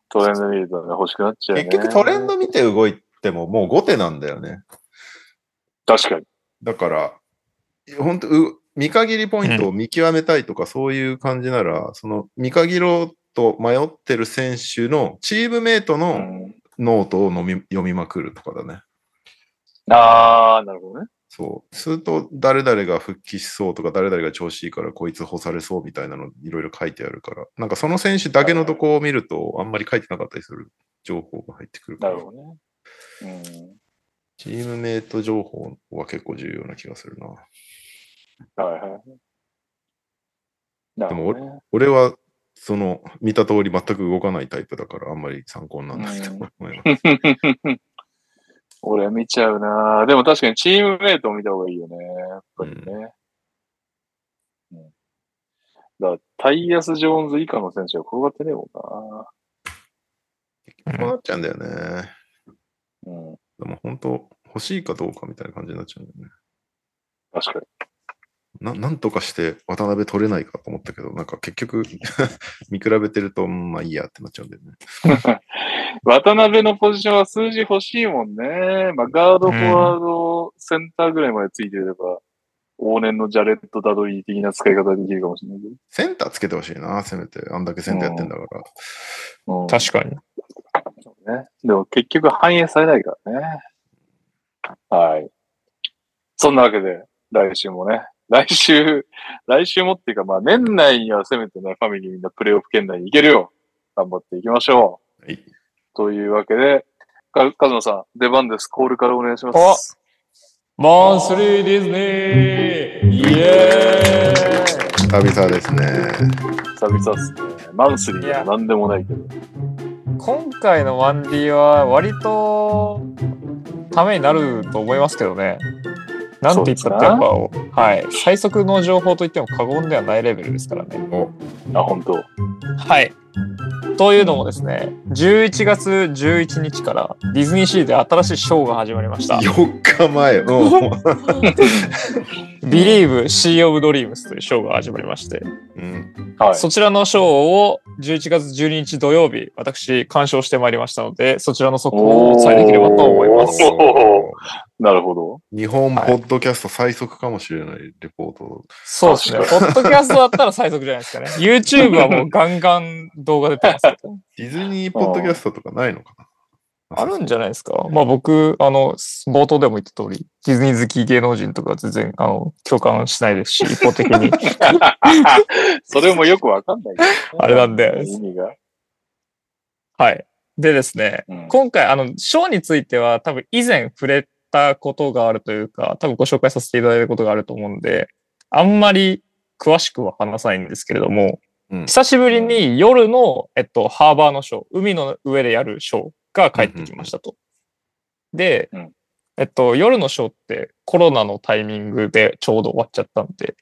[SPEAKER 2] トレンド見るとね、欲しくなっちゃうよね。
[SPEAKER 1] 結局トレンド見て動いてももう後手なんだよね。
[SPEAKER 2] 確かに。
[SPEAKER 1] だから、本当う見限りポイントを見極めたいとか、そういう感じなら、その見限ろうと迷ってる選手のチームメイト
[SPEAKER 2] う
[SPEAKER 1] の
[SPEAKER 2] ん、
[SPEAKER 1] ノートを飲み読みまくるとかだね。
[SPEAKER 2] あー、なるほどね。
[SPEAKER 1] そう。すると、誰々が復帰しそうとか、誰々が調子いいから、こいつ干されそうみたいなの、いろいろ書いてあるから、なんかその選手だけのとこを見ると、あんまり書いてなかったりする情報が入ってくるか
[SPEAKER 2] な
[SPEAKER 1] ら
[SPEAKER 2] る、ほどね。うん
[SPEAKER 1] チームメイト情報は結構重要な気がするな。
[SPEAKER 2] はいはい。なるほどね
[SPEAKER 1] 俺は、その、見た通り全く動かないタイプだから、あんまり参考にならないと思います。
[SPEAKER 2] 俺見ちゃうなでも確かにチームメイトを見た方がいいよね。やっぱりね。うんだからタイヤス・ジョーンズ以下の選手は転がってねえも
[SPEAKER 1] こうなっちゃうんだよね。
[SPEAKER 2] んな。うん。
[SPEAKER 1] でも本当、欲しいかどうかみたいな感じになっちゃうんだよね。
[SPEAKER 2] 確かに。
[SPEAKER 1] ななんとかして渡辺取れないかと思ったけど、なんか結局 見比べてると、うんまあいいやってなっちゃうんだよね。
[SPEAKER 2] 渡辺のポジションは数字欲しいもんね。まあ、ガード、フォワード、センターぐらいまでついてれば、往年のジャレット・ダドリー的な使い方できるかもしれないけ
[SPEAKER 1] センターつけてほしいな、せめて。あんだけセンターやってんだから。
[SPEAKER 2] ど。うん
[SPEAKER 3] 確かに。
[SPEAKER 2] ね。でも結局反映されないからね。はい。そんなわけで、来週もね、来週、来週もっていうか、まあ年内にはせめてね、ファミリーみんなプレイオフ圏内に行けるよう頑張っていきましょう。
[SPEAKER 1] はい。
[SPEAKER 2] というわけで、か、かずまさん、出番です。コールからお願いします。
[SPEAKER 3] マンスリーディズニーイエー
[SPEAKER 1] 久々ですね。
[SPEAKER 2] 久々っすね。マンスリーでも何でもないけど。
[SPEAKER 3] イ今回のワンディは割とためになると思いますけどね。なんて言ったってやっぱ、はい、最速の情報といっても過言ではないレベルですからね。
[SPEAKER 1] お、
[SPEAKER 2] あ、本当。
[SPEAKER 3] はい。というのもですね、11月11日からディズニーシーで新しいショーが始まりました。
[SPEAKER 1] 4日前。うん。
[SPEAKER 3] Believe Sea of Dreams というショーが始まりまして、
[SPEAKER 1] うん。
[SPEAKER 2] はい。
[SPEAKER 3] そちらのショーを11月12日土曜日、私、鑑賞してまいりましたので、そちらの速報をお伝えできればと思います。
[SPEAKER 2] おーなるほ ど。
[SPEAKER 1] 日本ポ
[SPEAKER 3] はい
[SPEAKER 1] ッドキャスト最速かもしれないレポート。
[SPEAKER 3] そうですね。ポッドキャストだったら最速じゃないです かね。YouTube はもうガンガン動画出てますけど。
[SPEAKER 1] ディズニーポッドキャストとかないのかな
[SPEAKER 3] あるんじゃないですか。まあ僕、あの、冒頭でも言った通り、ディズニー好き芸能人とか全然、あの、共感しないですし、一方的 に。
[SPEAKER 2] それもよくわかんないけどね。
[SPEAKER 3] あれなんで
[SPEAKER 2] 意味が。
[SPEAKER 3] はい。でですね、
[SPEAKER 2] うん
[SPEAKER 3] 今回、あの、ショーについては多分以前触れたことがあるというか、多分ご紹介させていただいたことがあると思うんで、あんまり詳しくは話さないんですけれども、
[SPEAKER 1] うん
[SPEAKER 3] 久しぶりに夜の、えっと、ハーバーのショー、海の上でやるショーが帰ってきましたと。で、
[SPEAKER 2] うん
[SPEAKER 3] えっと、夜のショーってコロナのタイミングでちょうど終わっちゃったんで、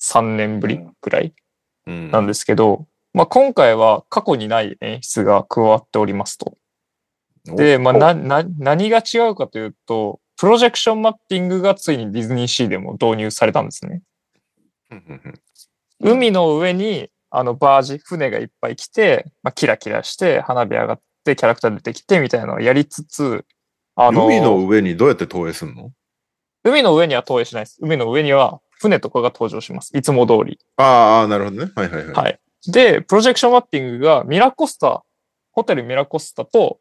[SPEAKER 3] 3年ぶりくらい
[SPEAKER 1] うん
[SPEAKER 3] なんですけど、まあ、今回は過去にない演出が加わっておりますと。
[SPEAKER 1] お
[SPEAKER 3] で、まあ、な、な、何が違うかというと、プロジェクションマッピングがついにディズニーシーでも導入されたんですね。
[SPEAKER 1] うんうんうん
[SPEAKER 3] 海の上に、あの、バージ、船がいっぱい来て、まあ、キラキラして、花火上がって、キャラクター出てきて、みたいなのをやりつつ、あの、
[SPEAKER 1] 海の上にどうやって投影すんの
[SPEAKER 3] 海の上には投影しないです。海の上には船とかが登場します。いつも通り。
[SPEAKER 1] あーあー、なるほどね。はいはいはい。
[SPEAKER 3] はいで、プロジェクションマッピングがミラコスタ、ホテルミラコスタと、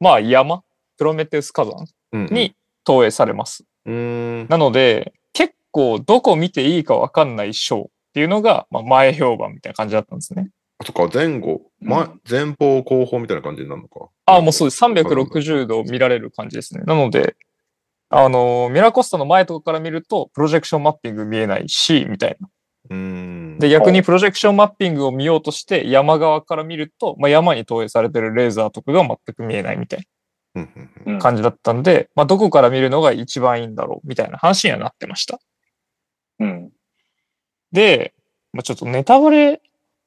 [SPEAKER 3] まあ山、プロメテウス火山
[SPEAKER 1] うんうん
[SPEAKER 3] に投影されます。
[SPEAKER 1] うーん。
[SPEAKER 3] なので、結構どこ見ていいかわかんないショーっていうのが、まあ、前評判みたいな感じだったんですね。
[SPEAKER 1] とか、前後、
[SPEAKER 2] うん
[SPEAKER 1] 前、前方、後方みたいな感じになるのか。
[SPEAKER 3] ああ、もうそうです。360度見られる感じですね。なので、あのーミラコスタの前とかから見ると、プロジェクションマッピング見えないし、みたいな。
[SPEAKER 1] うーん。
[SPEAKER 3] で、逆にプロジェクションマッピングを見ようとして、山側から見ると、まあ、山に投影されてるレーザーとかが全く見えないみたいな。
[SPEAKER 1] うんうんうん
[SPEAKER 3] 感じだったんで、まあ、どこから見るのが一番いいんだろうみたいな話にはなってました。
[SPEAKER 2] うん。
[SPEAKER 3] で、まあ、ちょっとネタバレ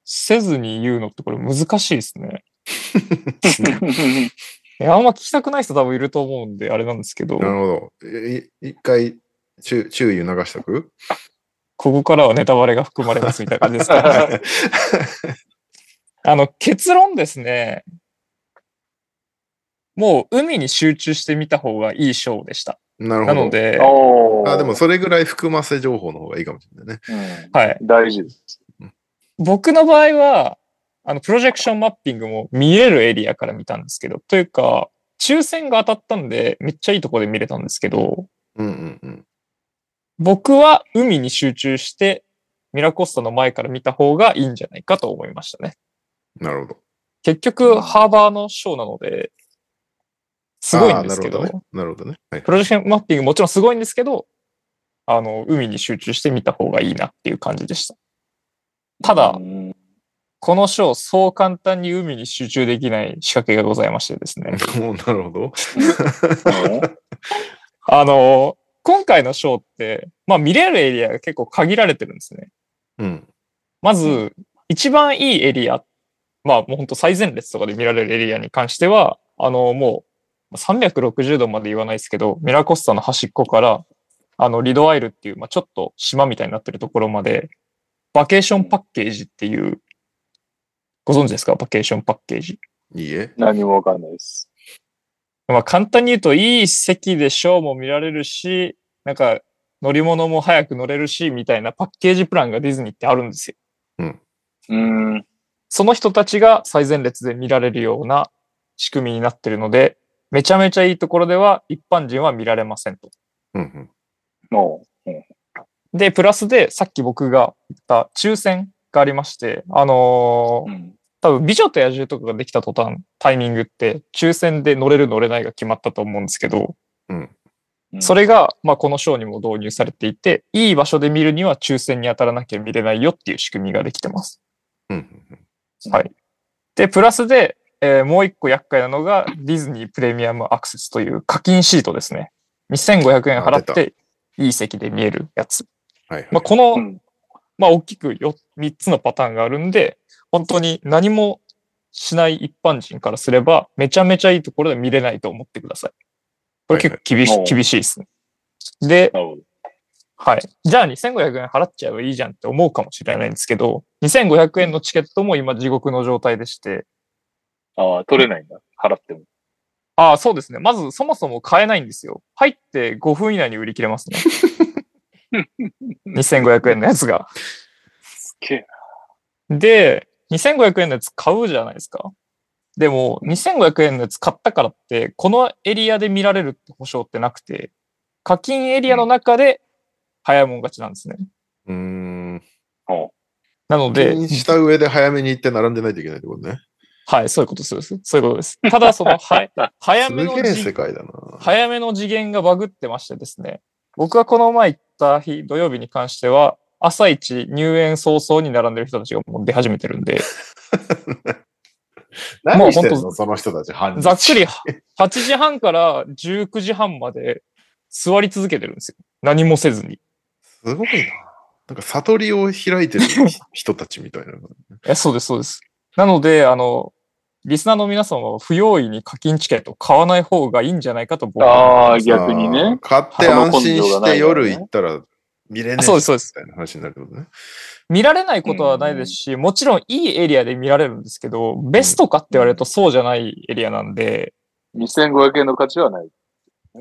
[SPEAKER 3] せずに言うのってこれ難しいですね。いやあんま聞きたくない人多分いると思うんで、あれなんですけど、
[SPEAKER 1] な
[SPEAKER 3] こ
[SPEAKER 1] るほど。いい一回、注注意を流したく
[SPEAKER 3] こからはネタバレが含まれますみたいな感じですから、 あの、結論ですね。もう海に集中してみた方がいいショーでした。
[SPEAKER 1] なるほ
[SPEAKER 3] な
[SPEAKER 1] ど。
[SPEAKER 3] ので、
[SPEAKER 2] おー
[SPEAKER 1] あでも、それぐらい含ませ情報の方がいいかもしれないね。
[SPEAKER 2] うん
[SPEAKER 3] はい。
[SPEAKER 2] 大事です。
[SPEAKER 3] 僕の場合は、あの、プロジェクションマッピングも見れるエリアから見たんですけど、というか、抽選が当たったんで、めっちゃいいとこで見れたんですけど、
[SPEAKER 1] うんうんうん。
[SPEAKER 3] 僕は海に集中して、ミラコスタの前から見た方がいいんじゃないかと思いましたね。
[SPEAKER 1] なるほど。
[SPEAKER 3] 結局、ハーバーのショーなので、すごいんですけど、
[SPEAKER 1] あーなるほどね。なるほどね。はい
[SPEAKER 3] プロジェクションマッピングもちろんすごいんですけど、あの、海に集中して見た方がいいなっていう感じでした。ただ
[SPEAKER 2] う、ん
[SPEAKER 3] このショー、そう簡単に海に集中できない仕掛けがございましてで すね。
[SPEAKER 1] もうなるほど。
[SPEAKER 3] あの、今回のショーって、まあ見れるエリアが結構限られてるんですね。
[SPEAKER 1] うん。
[SPEAKER 3] ま
[SPEAKER 2] う
[SPEAKER 3] ず、一番いいエリア、まあもうほんと最前列とかで見られるエリアに関しては、あの、もう360度まで言わないですけど、ミラコスタの端っこから、あの、リドアイルっていう、まあちょっと島みたいになってるところまで、バケーションパッケージっていう、ご存知ですかバケーションパッケージ。
[SPEAKER 1] いいえ。
[SPEAKER 2] 何もわかんないです。
[SPEAKER 3] まあ簡単に言うと、いい席でショーも見られるし、なんか乗り物も早く乗れるし、みたいなパッケージプランがディズニーってあるんですよ。
[SPEAKER 2] うん。
[SPEAKER 3] その人たちが最前列で見られるような仕組みになってるので、めちゃめちゃいいところでは一般人は見られませんと。
[SPEAKER 1] うん
[SPEAKER 2] も
[SPEAKER 3] で、プラスでさっき僕が言った抽選がありまして、あの
[SPEAKER 2] う。
[SPEAKER 3] ー
[SPEAKER 2] うん
[SPEAKER 3] 多分美女と野獣とかができた途端、タイミングって抽選で乗れる乗れないが決まったと思うんですけど、そ、れが、まあ、このショーにも導入されていて、いい場所で見るには抽選に当たらなきゃ見れないよっていう仕組みができてます。
[SPEAKER 1] うん。うん
[SPEAKER 3] で、プラスで、えーもう一個厄介なのが、ディズニープレミアムアクセスという課金シートですね。2500円払って、いい席で見えるやつ。
[SPEAKER 1] はいはい。
[SPEAKER 3] まあ、こ
[SPEAKER 2] う
[SPEAKER 3] の、
[SPEAKER 2] ん
[SPEAKER 3] まあ、大きくよ3つのパターンがあるんで、本当に何もしない一般人からすれば、めちゃめちゃいいところで見れないと思ってください。これ結構厳し,、
[SPEAKER 2] はいはい
[SPEAKER 3] 厳しいですね。で、
[SPEAKER 2] なるほど。
[SPEAKER 3] はい。じゃあ2500円払っちゃえばいいじゃんって思うかもしれないんですけど、2500円のチケットも今地獄の状態でして、
[SPEAKER 2] ああ、取れないんだ。払っても。
[SPEAKER 3] ああ、そうですね。まずそもそも買えないんですよ。入って5分以内に売り切れますね。2500円のやつが。
[SPEAKER 2] すっげえ
[SPEAKER 3] で、2500円のやつ買うじゃないですか。でも、2500円のやつ買ったからって、このエリアで見られるって保証ってなくて、課金エリアの中で早いもん勝ちなんですね。
[SPEAKER 1] うーん。
[SPEAKER 2] な。うん
[SPEAKER 3] なの
[SPEAKER 1] で
[SPEAKER 3] で、、
[SPEAKER 1] した上で早めに行って並んでないといけないってことね。
[SPEAKER 3] はい、そういうことそうです。そういうことです。ただ、その、はい、早
[SPEAKER 1] す
[SPEAKER 3] めの
[SPEAKER 1] げえ世
[SPEAKER 3] じ、
[SPEAKER 1] 界だな。
[SPEAKER 3] 早めの次元がバグってましてですね、僕がこの前行った日、土曜日に関しては、朝一入園早々に並んでる人たちがもう出始めて るんで、もう
[SPEAKER 1] 何してん
[SPEAKER 3] ほん
[SPEAKER 1] のその人たち、犯人
[SPEAKER 3] ざっくりは8時半から19時半まで座り続けてるんですよ。何もせずに。い
[SPEAKER 1] すごいな。なんか悟りを開いてる人人たちみたいな。
[SPEAKER 3] やそうです、そうです。なので、あの、リスナーの皆さんは不用意に課金チケットを買わない方がいいんじゃないかと僕は。
[SPEAKER 2] ああ、逆に
[SPEAKER 1] あ
[SPEAKER 2] ね
[SPEAKER 1] ー。買って安心して夜行ったら見れ
[SPEAKER 3] あ
[SPEAKER 1] ない
[SPEAKER 3] そうです、そうです。
[SPEAKER 1] みたいな話になるけどね。
[SPEAKER 3] 見られないことはないですし、もちろんいいエリアで見られるんですけど、ベストかって言われるとそうじゃないエリアなんで、
[SPEAKER 2] 2500円の価値はない。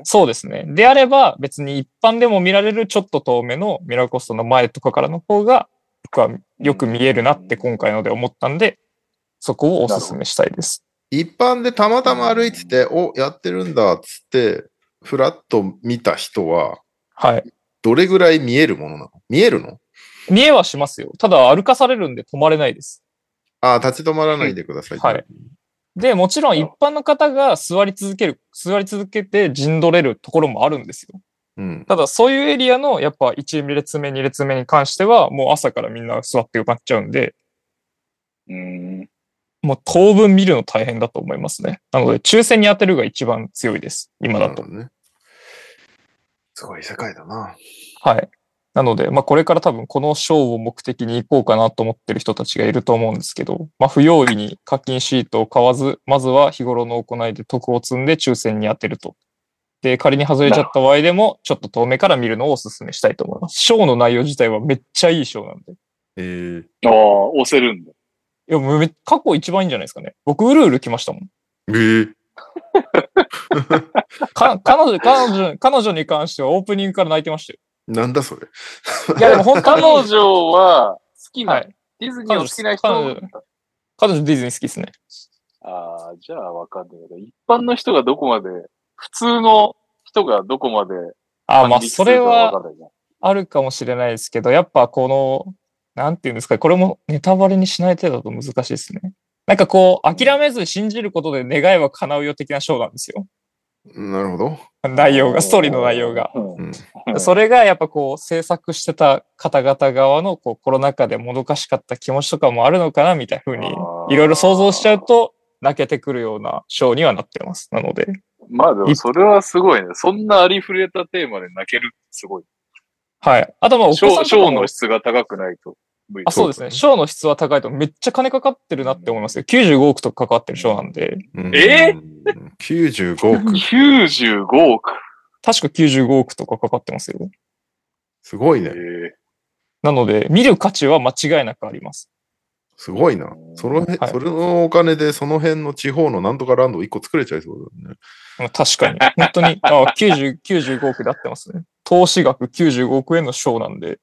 [SPEAKER 3] そうですね。であれば別に一般でも見られるちょっと遠めのミラコストの前とかからの方が、僕はよく見えるなって今回ので思ったんで、そこをおすすめしたいです。
[SPEAKER 1] 一般でたまたま歩いてて、お、やってるんだっつって、ふらっと見た人は、
[SPEAKER 3] はい。
[SPEAKER 1] どれぐらい見えるものなの見えるの
[SPEAKER 3] 見えはしますよ。ただ歩かされるんで止まれないです。
[SPEAKER 1] ああ、立ち止まらないでください。
[SPEAKER 3] はい。で、もちろん一般の方が座り続ける、座り続けて陣取れるところもあるんですよ。
[SPEAKER 1] うん。
[SPEAKER 3] ただそういうエリアのやっぱ1列目、2列目に関してはもう朝からみんな座って埋まっちゃうんで、
[SPEAKER 2] うん。
[SPEAKER 3] もう当分見るの大変だと思いますね。なので抽選に当てるが一番強いです。今だ
[SPEAKER 1] なる
[SPEAKER 3] と。
[SPEAKER 1] ほどね。すごい世界だな。
[SPEAKER 3] はい。なので、まあこれから多分このショーを目的に行こうかなと思ってる人たちがいると思うんですけど、まあ不用意に課金シートを買わず、まずは日頃の行いで得を積んで抽選に当てると。で、仮に外れちゃった場合でも、ちょっと遠目から見るのをお勧めしたいと思います。ショーの内容自体はめっちゃいいショーなんで。
[SPEAKER 1] えー、
[SPEAKER 2] ああ、押せるんだ。
[SPEAKER 3] いや、もうめ過去一番いいんじゃないですかね。僕、うるうる来ましたもん。
[SPEAKER 1] えー、
[SPEAKER 3] か、 彼女、彼女、彼女に関してはオープニングから泣いてましたよ。
[SPEAKER 1] なんだそれ。
[SPEAKER 3] いや、でも本当
[SPEAKER 2] 彼
[SPEAKER 3] に、
[SPEAKER 2] 女は好きな、
[SPEAKER 3] はい。
[SPEAKER 2] ディズニーを好きな人
[SPEAKER 3] 彼女彼女ディズニー好きですね。
[SPEAKER 2] ああ、じゃあわかんないけど、一般の人がどこまで、普通の人がどこまで、
[SPEAKER 3] あ、まあ、それは
[SPEAKER 2] わかんないな
[SPEAKER 3] あるかもしれないですけど、やっぱこの、なんていうんですか、これもネタバレにしない程度だと難しいですね。なんかこう、諦めず信じることで願いは叶うよ的なショーなんですよ。
[SPEAKER 1] なるほど。
[SPEAKER 3] 内容が、ストーリーの内容が。。
[SPEAKER 2] うんうん
[SPEAKER 3] それがやっぱこう制作してた方々側のこうコロナ禍でもどかしかった気持ちとかもあるのかなみたいな風に
[SPEAKER 2] あー
[SPEAKER 3] いろいろ想像しちゃうと泣けてくるようなショーにはなってます。なので。
[SPEAKER 2] まあでもそれはすごいね。そんなありふれたテーマで泣けるってすごい。
[SPEAKER 3] はい。あとまあお子
[SPEAKER 2] シ
[SPEAKER 3] さん
[SPEAKER 2] ョ
[SPEAKER 3] と
[SPEAKER 2] ー
[SPEAKER 3] か
[SPEAKER 2] ショー
[SPEAKER 3] も
[SPEAKER 2] の質が高くないと。
[SPEAKER 3] あ、そうですね。ショーの質は高いとめっちゃ金かかってるなって思いますよ。95億とかかかってるショーなんで、
[SPEAKER 1] うん
[SPEAKER 2] え
[SPEAKER 1] ?95 億。
[SPEAKER 2] 95億。
[SPEAKER 3] 確か95億とかかかってますよ。
[SPEAKER 1] すごい
[SPEAKER 2] え
[SPEAKER 1] ね。
[SPEAKER 2] ー
[SPEAKER 3] なので、見る価値は間違いなくあります。
[SPEAKER 1] すごいな。その辺、
[SPEAKER 3] はい
[SPEAKER 1] それのお金でその辺の地方のなんとかランドを1個作れちゃいそうだね。
[SPEAKER 3] まあ確かに。本当に、あ90 95億で合ってますね。投資額95億円のショーなんで、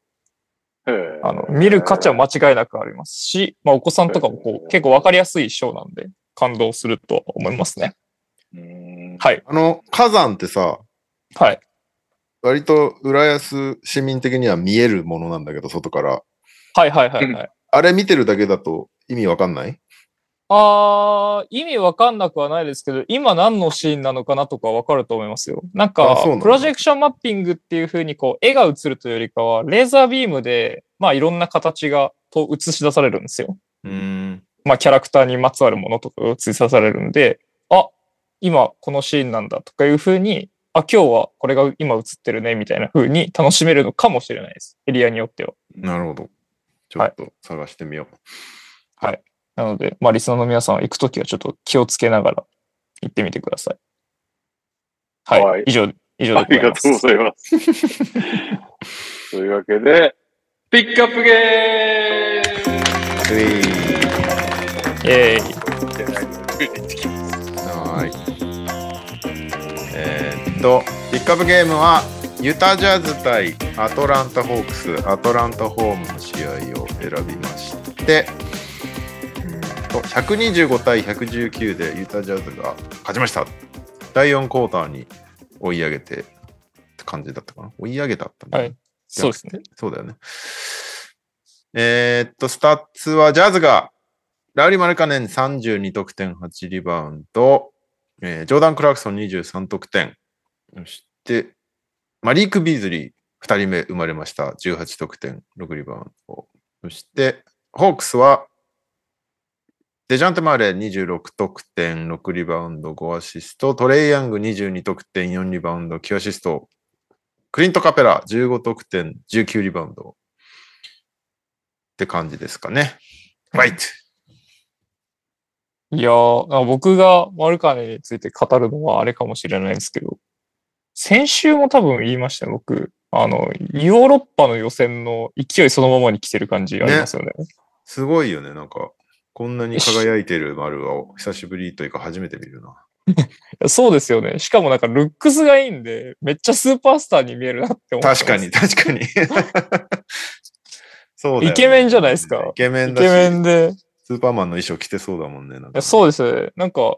[SPEAKER 2] へー
[SPEAKER 3] あの、見る価値は間違いなくありますし、まあ、お子さんとかもこ
[SPEAKER 2] えー
[SPEAKER 3] う、結構わかりやすいショーなんで、感動するとは思いますね。
[SPEAKER 2] うん
[SPEAKER 3] はい。
[SPEAKER 1] あの、火山ってさ、
[SPEAKER 3] はい。
[SPEAKER 1] 割と浦安市民的には見えるものなんだけど、外から。
[SPEAKER 3] はいはいはいはい。
[SPEAKER 1] あれ見てるだけだと意味わかんない
[SPEAKER 3] あー、意味わかんなくはないですけど、今何のシーンなのかなとかわかると思いますよ。なん
[SPEAKER 1] あ
[SPEAKER 3] か
[SPEAKER 1] そうなん、だ
[SPEAKER 3] プロジェクションマッピングっていう風にこう、絵が映るというよりかは、レーザービームで、まあいろんな形が、と映し出されるんですよ。
[SPEAKER 1] うん。
[SPEAKER 3] まあ、キャラクターにまつわるものとかが追加されるんで、あ、今このシーンなんだとかいう風に、あ、今日はこれが今映ってるねみたいな風に楽しめるのかもしれないです。エリアによっては。
[SPEAKER 1] なるほど。ちょっと探してみよう。
[SPEAKER 3] なので、まあ、リスナーの皆さんは行くときはちょっと気をつけながら行ってみてください。はい。
[SPEAKER 2] はい
[SPEAKER 3] 以上、以上
[SPEAKER 2] あ
[SPEAKER 3] でご
[SPEAKER 2] り
[SPEAKER 3] ざい
[SPEAKER 2] が
[SPEAKER 3] ま
[SPEAKER 2] とうございま
[SPEAKER 3] す。
[SPEAKER 2] す。 というわけで、ピックアップゲー
[SPEAKER 1] うい
[SPEAKER 3] イエー
[SPEAKER 2] ムじゃない行ってきます
[SPEAKER 1] はーい。えーっと、ピックアップゲームは、ユタジャズ対アトランタホークス、アトランタホームの試合を選びまして、うーんと125対119でユタジャズが勝ちました。第4クォーターに追い上げてって感じだったかな。追い上げだったんだ
[SPEAKER 3] イ。
[SPEAKER 1] ね
[SPEAKER 3] はい。そうですね。
[SPEAKER 1] そうだよね。えーっと、スタッツはジャズが、ラウリ・マルカネン32得点8リバウンド、えージョーダン・クラークソン23得点、そして、マリーク・ビーズリー2人目生まれました。18得点6リバウンド。そして、ホークスは、デジャンテ・マーレ26得点6リバウンド5アシスト、トレイ・ヤング22得点4リバウンド9アシスト、クリント・カペラ、15得点、19リバウンド。って感じですかね。ライト。
[SPEAKER 3] いやー、あ僕がマルカネについて語るのはあれかもしれないですけど、先週も多分言いましたよ、僕。あの、ヨーロッパの予選の勢いそのままに来てる感じありますよね。
[SPEAKER 1] すごいよね。なんか、こんなに輝いてる丸を久しぶりというか初めて見るな。
[SPEAKER 3] そうですよね。しかもなんかルックスがいいんで、めっちゃスーパースターに見えるなって思ってます
[SPEAKER 1] 確かに、。 確 かに。そうだよね
[SPEAKER 3] イケメンじゃないですか
[SPEAKER 1] イケメン
[SPEAKER 3] イ
[SPEAKER 1] だ
[SPEAKER 3] ケメ
[SPEAKER 1] し、
[SPEAKER 3] ンで。
[SPEAKER 1] スーパーマンの衣装着てそうだもんね。なん
[SPEAKER 3] いや
[SPEAKER 1] か
[SPEAKER 3] そうですね。なんか、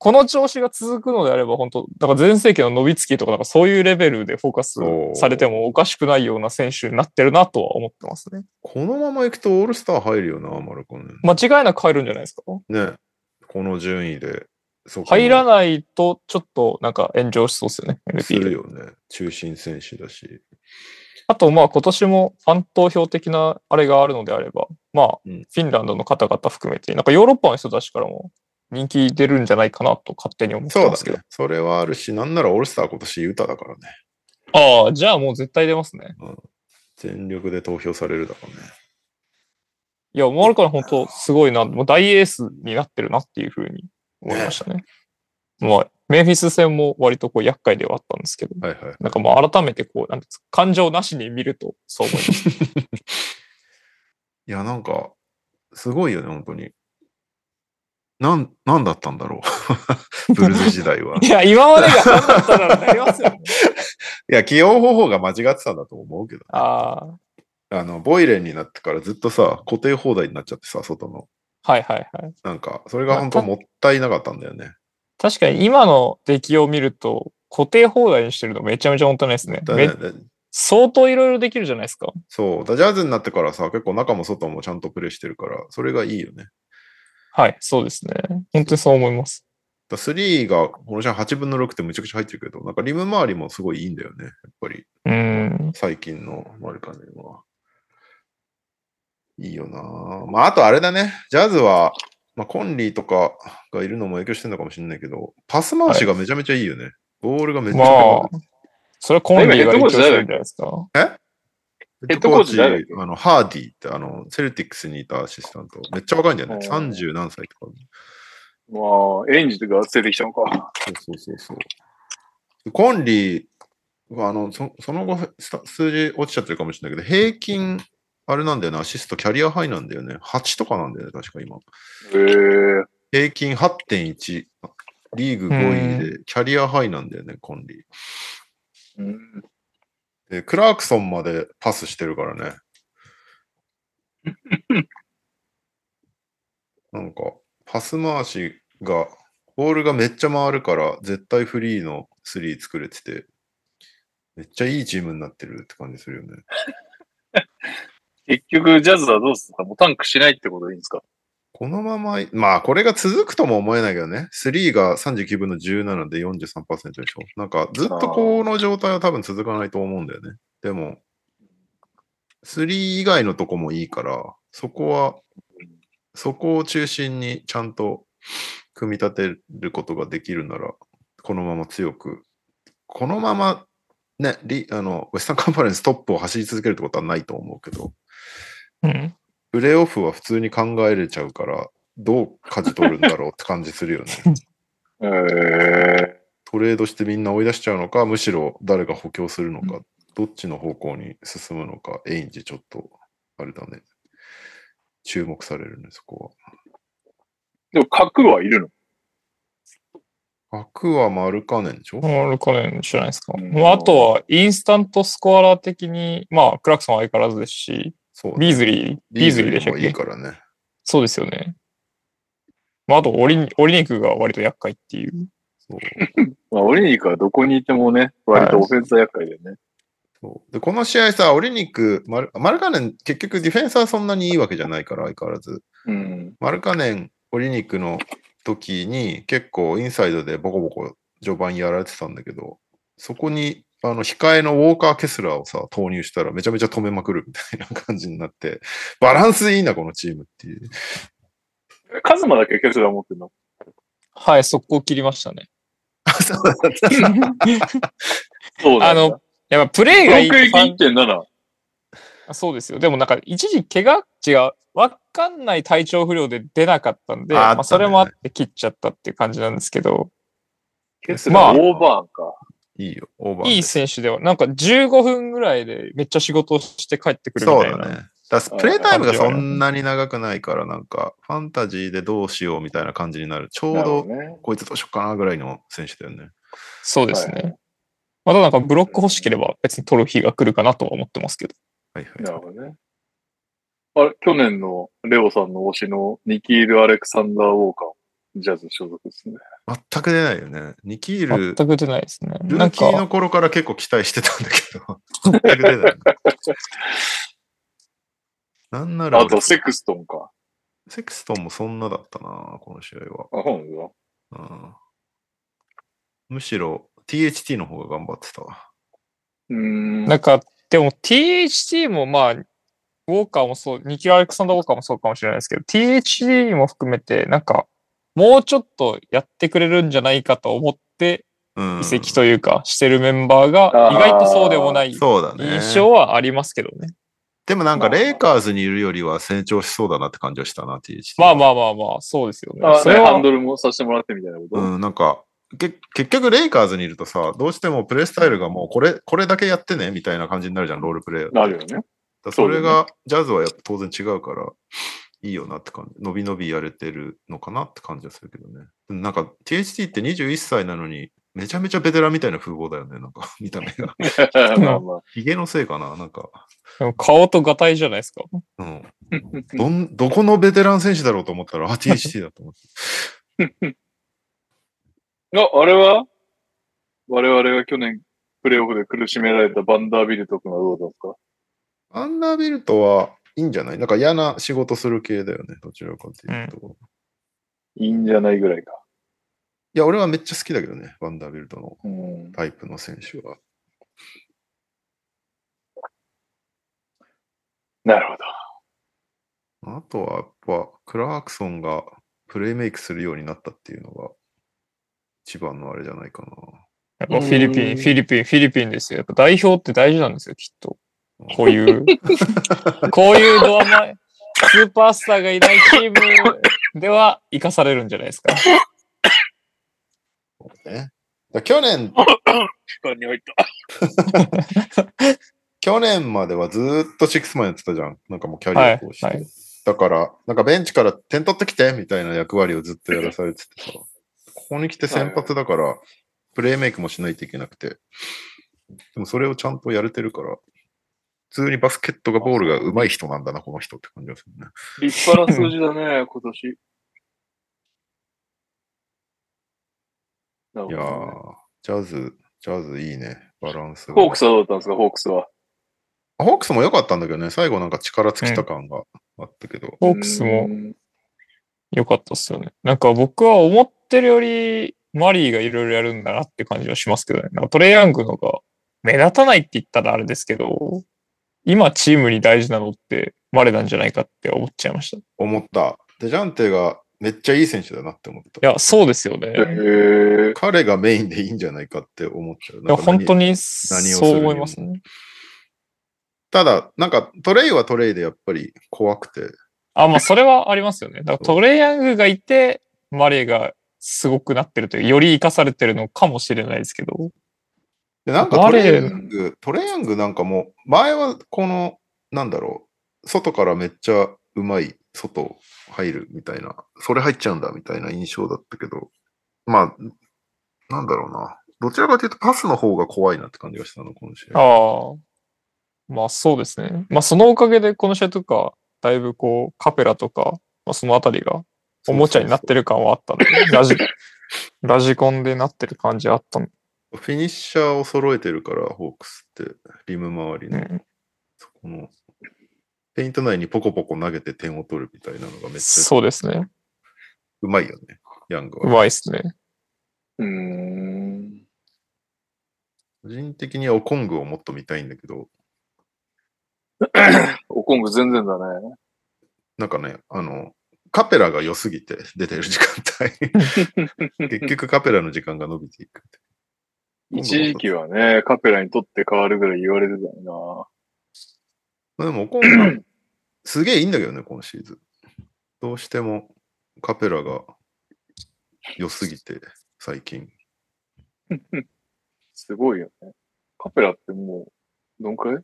[SPEAKER 3] この調子が続くのであれば、本当だから前世紀の伸びつきとか、なんかそういうレベルでフォーカス
[SPEAKER 1] そう
[SPEAKER 3] されてもおかしくないような選手になってるなとは思ってますね。
[SPEAKER 1] このまま行くとオールスター入るよな、マルコン。
[SPEAKER 3] 間違いなく入るんじゃないですか
[SPEAKER 1] ね。この順位で。そこも
[SPEAKER 3] 入らないと、ちょっとなんか炎上しそうですよね、
[SPEAKER 1] す
[SPEAKER 3] NP
[SPEAKER 1] る
[SPEAKER 3] で。
[SPEAKER 1] よね。中心選手だし。
[SPEAKER 3] あと、まあ今年もファン投票的なあれがあるのであれば、まあ、
[SPEAKER 1] うん
[SPEAKER 3] フィンランドの方々含めて、なんかヨーロッパの人たちからも人気出るんじゃないかなと勝手に思って
[SPEAKER 1] そう
[SPEAKER 3] ますけ
[SPEAKER 1] だ
[SPEAKER 3] ど。
[SPEAKER 1] ね。それはあるし、なんならオールスター今年歌だからね。
[SPEAKER 3] ああ、じゃあもう絶対出ますね。
[SPEAKER 1] 全力で投票されるだろうね。
[SPEAKER 3] いや、マルカネ本当すごいな、もう大エースになってるなっていうふうに思いましたね。まあ、メンフィス戦も割とこう厄介ではあったんですけど、
[SPEAKER 1] はいはい。
[SPEAKER 3] なんかもう改めてこう、なんていうんですか、感情なしに見るとそう思います。
[SPEAKER 1] いや、なんか、すごいよね、本当に。なん、なんだったんだろう。 ブルーズ時代は。
[SPEAKER 3] いや、今までが何だったらなりますよ、ね。
[SPEAKER 1] いや、起用方法が間違ってたんだと思うけど。
[SPEAKER 3] あ
[SPEAKER 1] あの、ボイレンになってからずっとさ、固定放題になっちゃってさ、外の。
[SPEAKER 3] あ、はいはいはい。
[SPEAKER 1] なんか、それが本当もったいなかったんだよね。
[SPEAKER 3] 確かに今の出来を見ると、固定放題にしてるのめちゃめちゃ本当ないですね。
[SPEAKER 1] だ
[SPEAKER 3] め
[SPEAKER 1] ねだ
[SPEAKER 3] 相当いろいろできるじゃないですか。
[SPEAKER 1] そう。ダジャズになってからさ、結構中も外もちゃんとプレイしてるから、それがいいよね。
[SPEAKER 3] はい、そうですね。本当にそう思います。
[SPEAKER 1] だ3が、この試合8分の6ってむちゃくちゃ入ってるけど、なんかリム周りもすごいいいんだよね、やっぱり。
[SPEAKER 3] うん。
[SPEAKER 1] 最近のマルカネンは。いいよなぁまあ、あとあれだね。ジャズは、まあ、コンリーとかがいるのも影響してるのかもしれないけど、パス回しがめちゃめちゃいいよね。ボールがめっちゃ
[SPEAKER 3] まあ、それはコンビが影響してるんじゃないですか。
[SPEAKER 2] ヘッドコーチ
[SPEAKER 1] ヘッド
[SPEAKER 2] 誰だっ
[SPEAKER 1] あの、ハーディーって、あの、セルティックスにいたアシスタント。めっちゃ若いんだよね。
[SPEAKER 2] あー
[SPEAKER 1] 30何歳とか。
[SPEAKER 2] まあ、エンジが出てきたのか。
[SPEAKER 1] そうそうそうそう。コンリーは、あの、そその後、スタ数字落ちちゃってるかもしれないけど、平均、あれなんだよね、アシストキャリアハイなんだよね。8とかなんだよね、確か今。
[SPEAKER 2] へ
[SPEAKER 1] 平
[SPEAKER 2] え。
[SPEAKER 1] 均8.1。リーグ5位で、キャリアハイなんだよね、コンリー。
[SPEAKER 2] うん
[SPEAKER 1] で、クラークソンまでパスしてるからね。なんか、パス回しが、ボールがめっちゃ回るから、絶対フリーの3作れてて、めっちゃいいチームになってるって感じするよね。
[SPEAKER 2] 結局、ジャズはどうするんですかもうタンクしないってことでいいんですか
[SPEAKER 1] このまま、まあ、これが続くとも思えないけどね。3が39分の17で43%でしょ。なんか、ずっとこの状態は多分続かないと思うんだよね。でも、3以外のとこもいいから、そこは、そこを中心にちゃんと組み立てることができるなら、このまま強く、このまま、ね、リあの、ウェスタンカンファレンストップを走り続けるってことはないと思うけど、
[SPEAKER 3] うん。
[SPEAKER 1] プレーオフは普通に考えれちゃうから、どう舵取るんだろうって感じするよね。
[SPEAKER 2] へえ。
[SPEAKER 1] トレードしてみんな追い出しちゃうのか、むしろ誰が補強するのかどっちの方向に進むのか、エインジちょっと、あれだね。注目されるね、そこ
[SPEAKER 2] でも、角はいるの
[SPEAKER 1] は。枠は丸かねんでしょ、
[SPEAKER 3] マルカレンじゃないですか。
[SPEAKER 2] うん
[SPEAKER 3] まあ、あとは、インスタントスコアラー的に、まあ、クラクソンは相変わらずですし、
[SPEAKER 1] そう、
[SPEAKER 3] ビーズリー、ビーズリーでしたっ
[SPEAKER 1] も
[SPEAKER 3] け
[SPEAKER 1] いいからね。
[SPEAKER 3] そうですよね。まあ、あと、折り、折り肉が割と厄介っていう。
[SPEAKER 1] そう
[SPEAKER 2] まあ、オリニクはどこにいてもね、割とオフェンスは厄介だよね。
[SPEAKER 1] そうでこの試合さ、オリニク、マルマルカネン、結局ディフェンスはそんなにいいわけじゃないから、相変わらず。
[SPEAKER 2] うん。
[SPEAKER 1] マルカネン、オリニクの時に結構インサイドでボコボコ序盤やられてたんだけど、そこにあの控えのウォーカー・ケスラーをさ、投入したらめちゃめちゃ止めまくるみたいな 感じになって、バランスいいな、このチームっていう。
[SPEAKER 2] カズマだけケスラー持ってるの。
[SPEAKER 3] はい、速攻切りましたね。
[SPEAKER 2] そうだ。
[SPEAKER 3] あの、やっぱプレイがい
[SPEAKER 2] 6
[SPEAKER 3] いと
[SPEAKER 2] 撃
[SPEAKER 3] ファン
[SPEAKER 2] 1.7。
[SPEAKER 3] あそうですよ。でもなんか、一時怪我違う。わかんない体調不良で出なかったんで、
[SPEAKER 1] ああったね
[SPEAKER 3] まあ、それもあって切っちゃったっていう感じなんですけど、
[SPEAKER 2] ケス
[SPEAKER 1] まあ
[SPEAKER 2] ラーオーバーか。
[SPEAKER 1] いいよ、オーバーで。
[SPEAKER 3] いい選手では、なんか15分ぐらいでめっちゃ仕事をして帰ってくるみ
[SPEAKER 1] そう
[SPEAKER 3] たい
[SPEAKER 1] だね
[SPEAKER 3] な。。
[SPEAKER 1] だからプレイタイムがそんなに長くないから、なんか、ファンタジーでどうしようみたいな感じになる。ちょう
[SPEAKER 2] なる
[SPEAKER 1] ど
[SPEAKER 2] ほ、どね。
[SPEAKER 1] こいつどうしようかなぐらいの選手だよね。
[SPEAKER 3] そうです
[SPEAKER 2] は
[SPEAKER 3] ね。まあただなんかブロック欲しければ別に取る日が来るかなとは思ってますけど。
[SPEAKER 1] はいはい。
[SPEAKER 2] なるほどね。あれ、去年のレオさんの推しのニキール・アレクサンダー・ウォーカー、ジャズ所属ですね。
[SPEAKER 1] 全く出ないよね。ニキール
[SPEAKER 3] 全、く出ないですね。
[SPEAKER 1] ル
[SPEAKER 3] なん
[SPEAKER 1] ーキーの
[SPEAKER 3] か、
[SPEAKER 1] 頃から結構期待してたんだけど、全く出ない。なんなら
[SPEAKER 2] あ
[SPEAKER 1] 俺、
[SPEAKER 2] と、セクストンか。
[SPEAKER 1] セクストンもそんなだったな、この試合
[SPEAKER 2] あ、そうなんだ。
[SPEAKER 1] は。うん、むしろ THT の方が頑張ってたわ。
[SPEAKER 2] うーん。
[SPEAKER 3] なんか、でも THT もまあ、ウォーカーもそう、ニキラ・アレクサンダー・ウォーカーもそうかもしれないですけど、THT も含めて、なんか、もうちょっとやってくれるんじゃないかと思って、
[SPEAKER 1] うん、
[SPEAKER 3] 移籍というか、してるメンバーが、
[SPEAKER 2] あー
[SPEAKER 3] 意外とそうでもない
[SPEAKER 1] そうだね。
[SPEAKER 3] 印象はありますけどね。
[SPEAKER 1] でもなん
[SPEAKER 2] ま
[SPEAKER 1] か
[SPEAKER 2] あまあ
[SPEAKER 1] レイカーズにいるよりは成長しそうだなって感じはしたな、THT。
[SPEAKER 3] まあまあまあまあ、そうですよね。
[SPEAKER 2] あ
[SPEAKER 3] それ
[SPEAKER 2] ね、ハ
[SPEAKER 3] は
[SPEAKER 2] ン、ドルもさせてもらってみたいなこと、
[SPEAKER 1] うん、なんか、け結局、レイカーズにいるとさ、どうしてもプレイスタイルがもうこれ、これだけやってねみたいな感じになるじゃん、ロールプレイヤー。
[SPEAKER 2] なるよね。
[SPEAKER 1] だ
[SPEAKER 2] そ
[SPEAKER 1] そう
[SPEAKER 2] だよ
[SPEAKER 1] れ
[SPEAKER 2] ね
[SPEAKER 1] が、ジャズはやっぱ当然違うから、いいよなって感じ。伸び伸びやれてるのかなって感じはするけどね。でもなんか、THT って21歳なのに、めちゃめちゃベテランみたいな風貌だよね、なんか、見た目 が。
[SPEAKER 2] まあま あ。
[SPEAKER 1] ヒゲのせいかな、なんか。
[SPEAKER 3] でも顔とガタイじゃないですか。
[SPEAKER 1] うん。どん、どこのベテラン選手だろうと思ったら、あ、THT だと思って。
[SPEAKER 2] あ、あれは我々が去年、プレイオフで苦しめられたバンダービルト君はどうだったんで
[SPEAKER 1] アンダービルトはいいんじゃないなんか嫌な仕事する系だよね、どちらかというと。
[SPEAKER 2] すかいいんじゃないぐらいか。
[SPEAKER 1] いや、俺はめっちゃ好きだけどね、ワンダービルトの
[SPEAKER 2] うん。
[SPEAKER 1] タイプの選手は。
[SPEAKER 2] なるほど。
[SPEAKER 1] あとはやっぱ、クラークソンがプレイメイクするようになったっていうのが、一番のあれじゃないか
[SPEAKER 3] やっぱフィリピ
[SPEAKER 2] うん
[SPEAKER 3] ン、フィリピン、フィリピンですよ。やっぱ代表って大事なんですよ、きっと。こ ういう、こういうドアマン、スーパースターがいないチームでは生かされるんじゃないですか。
[SPEAKER 1] な。ね、だ去年、
[SPEAKER 2] 期間に入った。
[SPEAKER 1] 去年まではずーっとシックスマンやってたじゃん。なんかもうキャリアを通して。
[SPEAKER 3] はいは
[SPEAKER 1] だから、なんかベンチから点取ってきてみたいな役割をずっとやらされててさ、ここに来て先発だから、プレイメイクもしないといけなくて、でもそれをちゃんとやれてるから、普通にバスケットがボールが上手い人なんだな、この人って感じがするね。
[SPEAKER 2] 立派な数字だ ね、今年。なるほ
[SPEAKER 1] いや
[SPEAKER 2] どね
[SPEAKER 1] ー、ジャズ、ジャズいいね、バランスが。
[SPEAKER 2] ホークスはどうだったんですか、ホークスは。
[SPEAKER 1] あホークスも良かったんだけどね、最後なんか力尽きた感があったけど、
[SPEAKER 3] ホークスも
[SPEAKER 2] うん
[SPEAKER 3] 良かったっすよね。なんか僕は思ってるより、マリーがいろいろやるんだなって感じはしますけどね。なんかトレイヤングのが目立たないって言ったらあれですけど、今チームに大事なのってマレなんじゃないかって思っちゃいました。い
[SPEAKER 1] 思った。で、ジャンテがめっちゃいい選手だなって思った。
[SPEAKER 3] や、そうですよね。
[SPEAKER 2] へー
[SPEAKER 1] 彼がメインでいいんじゃないかって思っちゃう。
[SPEAKER 3] いや本当
[SPEAKER 1] に何
[SPEAKER 3] に
[SPEAKER 1] を
[SPEAKER 3] そう思いますね。
[SPEAKER 1] ただ、なんかトレイはトレイでやっぱり怖くて、
[SPEAKER 3] あ、まあ、それはありますよね。だから
[SPEAKER 1] そう
[SPEAKER 3] トレイヤングがいて、マレーがすごくなってるという、より生かされてるのかもしれないですけど。
[SPEAKER 1] でなんかト
[SPEAKER 3] バ
[SPEAKER 1] レ
[SPEAKER 3] レ
[SPEAKER 1] イ
[SPEAKER 3] エ
[SPEAKER 1] ング、トレイングなんかもう、前はこの、なんだろう、外からめっちゃうまい、外入るみたいな、それ入っちゃうんだみたいな印象だったけど、まあ、なんだろうな。どちらかというとパスの方が怖いなって感じがしたの、今試合。
[SPEAKER 3] ああ。まあそうですね。まあそのおかげでこの試合とか、だいぶこう、カペラとか、まあそのあたりがおもちゃになってる感はあったので、ラジ、ラジコンでなってる感じあったの。
[SPEAKER 1] フィニッシャーを揃えてるから、ホークスって、リム周り
[SPEAKER 3] う
[SPEAKER 1] の、
[SPEAKER 3] ん、
[SPEAKER 1] そこの、ペイント内にポコポコ投げて点を取るみたいなのがめっちゃ
[SPEAKER 3] そうですね。
[SPEAKER 1] うまいよね、ヤングは
[SPEAKER 3] う。まいですね。
[SPEAKER 2] うーん。
[SPEAKER 1] 個人的にはオコングをもっと見たいんだけど、
[SPEAKER 2] おこんぐ全然だね。
[SPEAKER 1] なんかね、あの、カペラが良すぎて出てる時間 帯。結局カペラの時間が伸びていくって。
[SPEAKER 2] 一時期はね、カペラにとって変わるぐらい言われてたよ
[SPEAKER 1] まあでもオコング、すげえいいんだけどね、今シーズン。どうしてもカペラが良すぎて、最近。
[SPEAKER 2] な。すごいよね。カペラってもう、どんくらい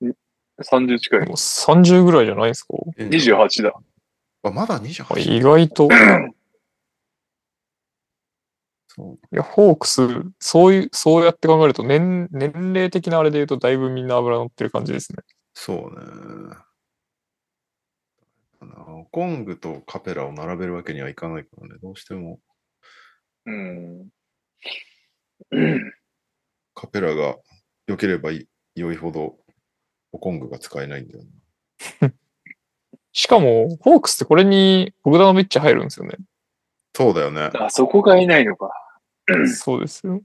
[SPEAKER 2] に ?30 近い
[SPEAKER 3] もう。30ぐらいじゃないですか。
[SPEAKER 2] 28だ。
[SPEAKER 1] あ、まだ28。
[SPEAKER 3] 意外と、
[SPEAKER 1] そう
[SPEAKER 3] いや、ホークス、そういう、そうやって考えると、年、年齢的なあれで言うと、だいぶみんな油乗ってる感じですね。
[SPEAKER 1] そうね。あのオコングとカペラを並べるわけにはいかないからね、どうしても
[SPEAKER 2] うん。
[SPEAKER 1] カペラが良ければいい良いほど、オコングが使えないんだよね。
[SPEAKER 3] しかも、ホークスってこれに、ボグダノビッチ入るんですよね。
[SPEAKER 1] そうだよね。
[SPEAKER 2] あそこがいないのか。
[SPEAKER 3] そうですよ。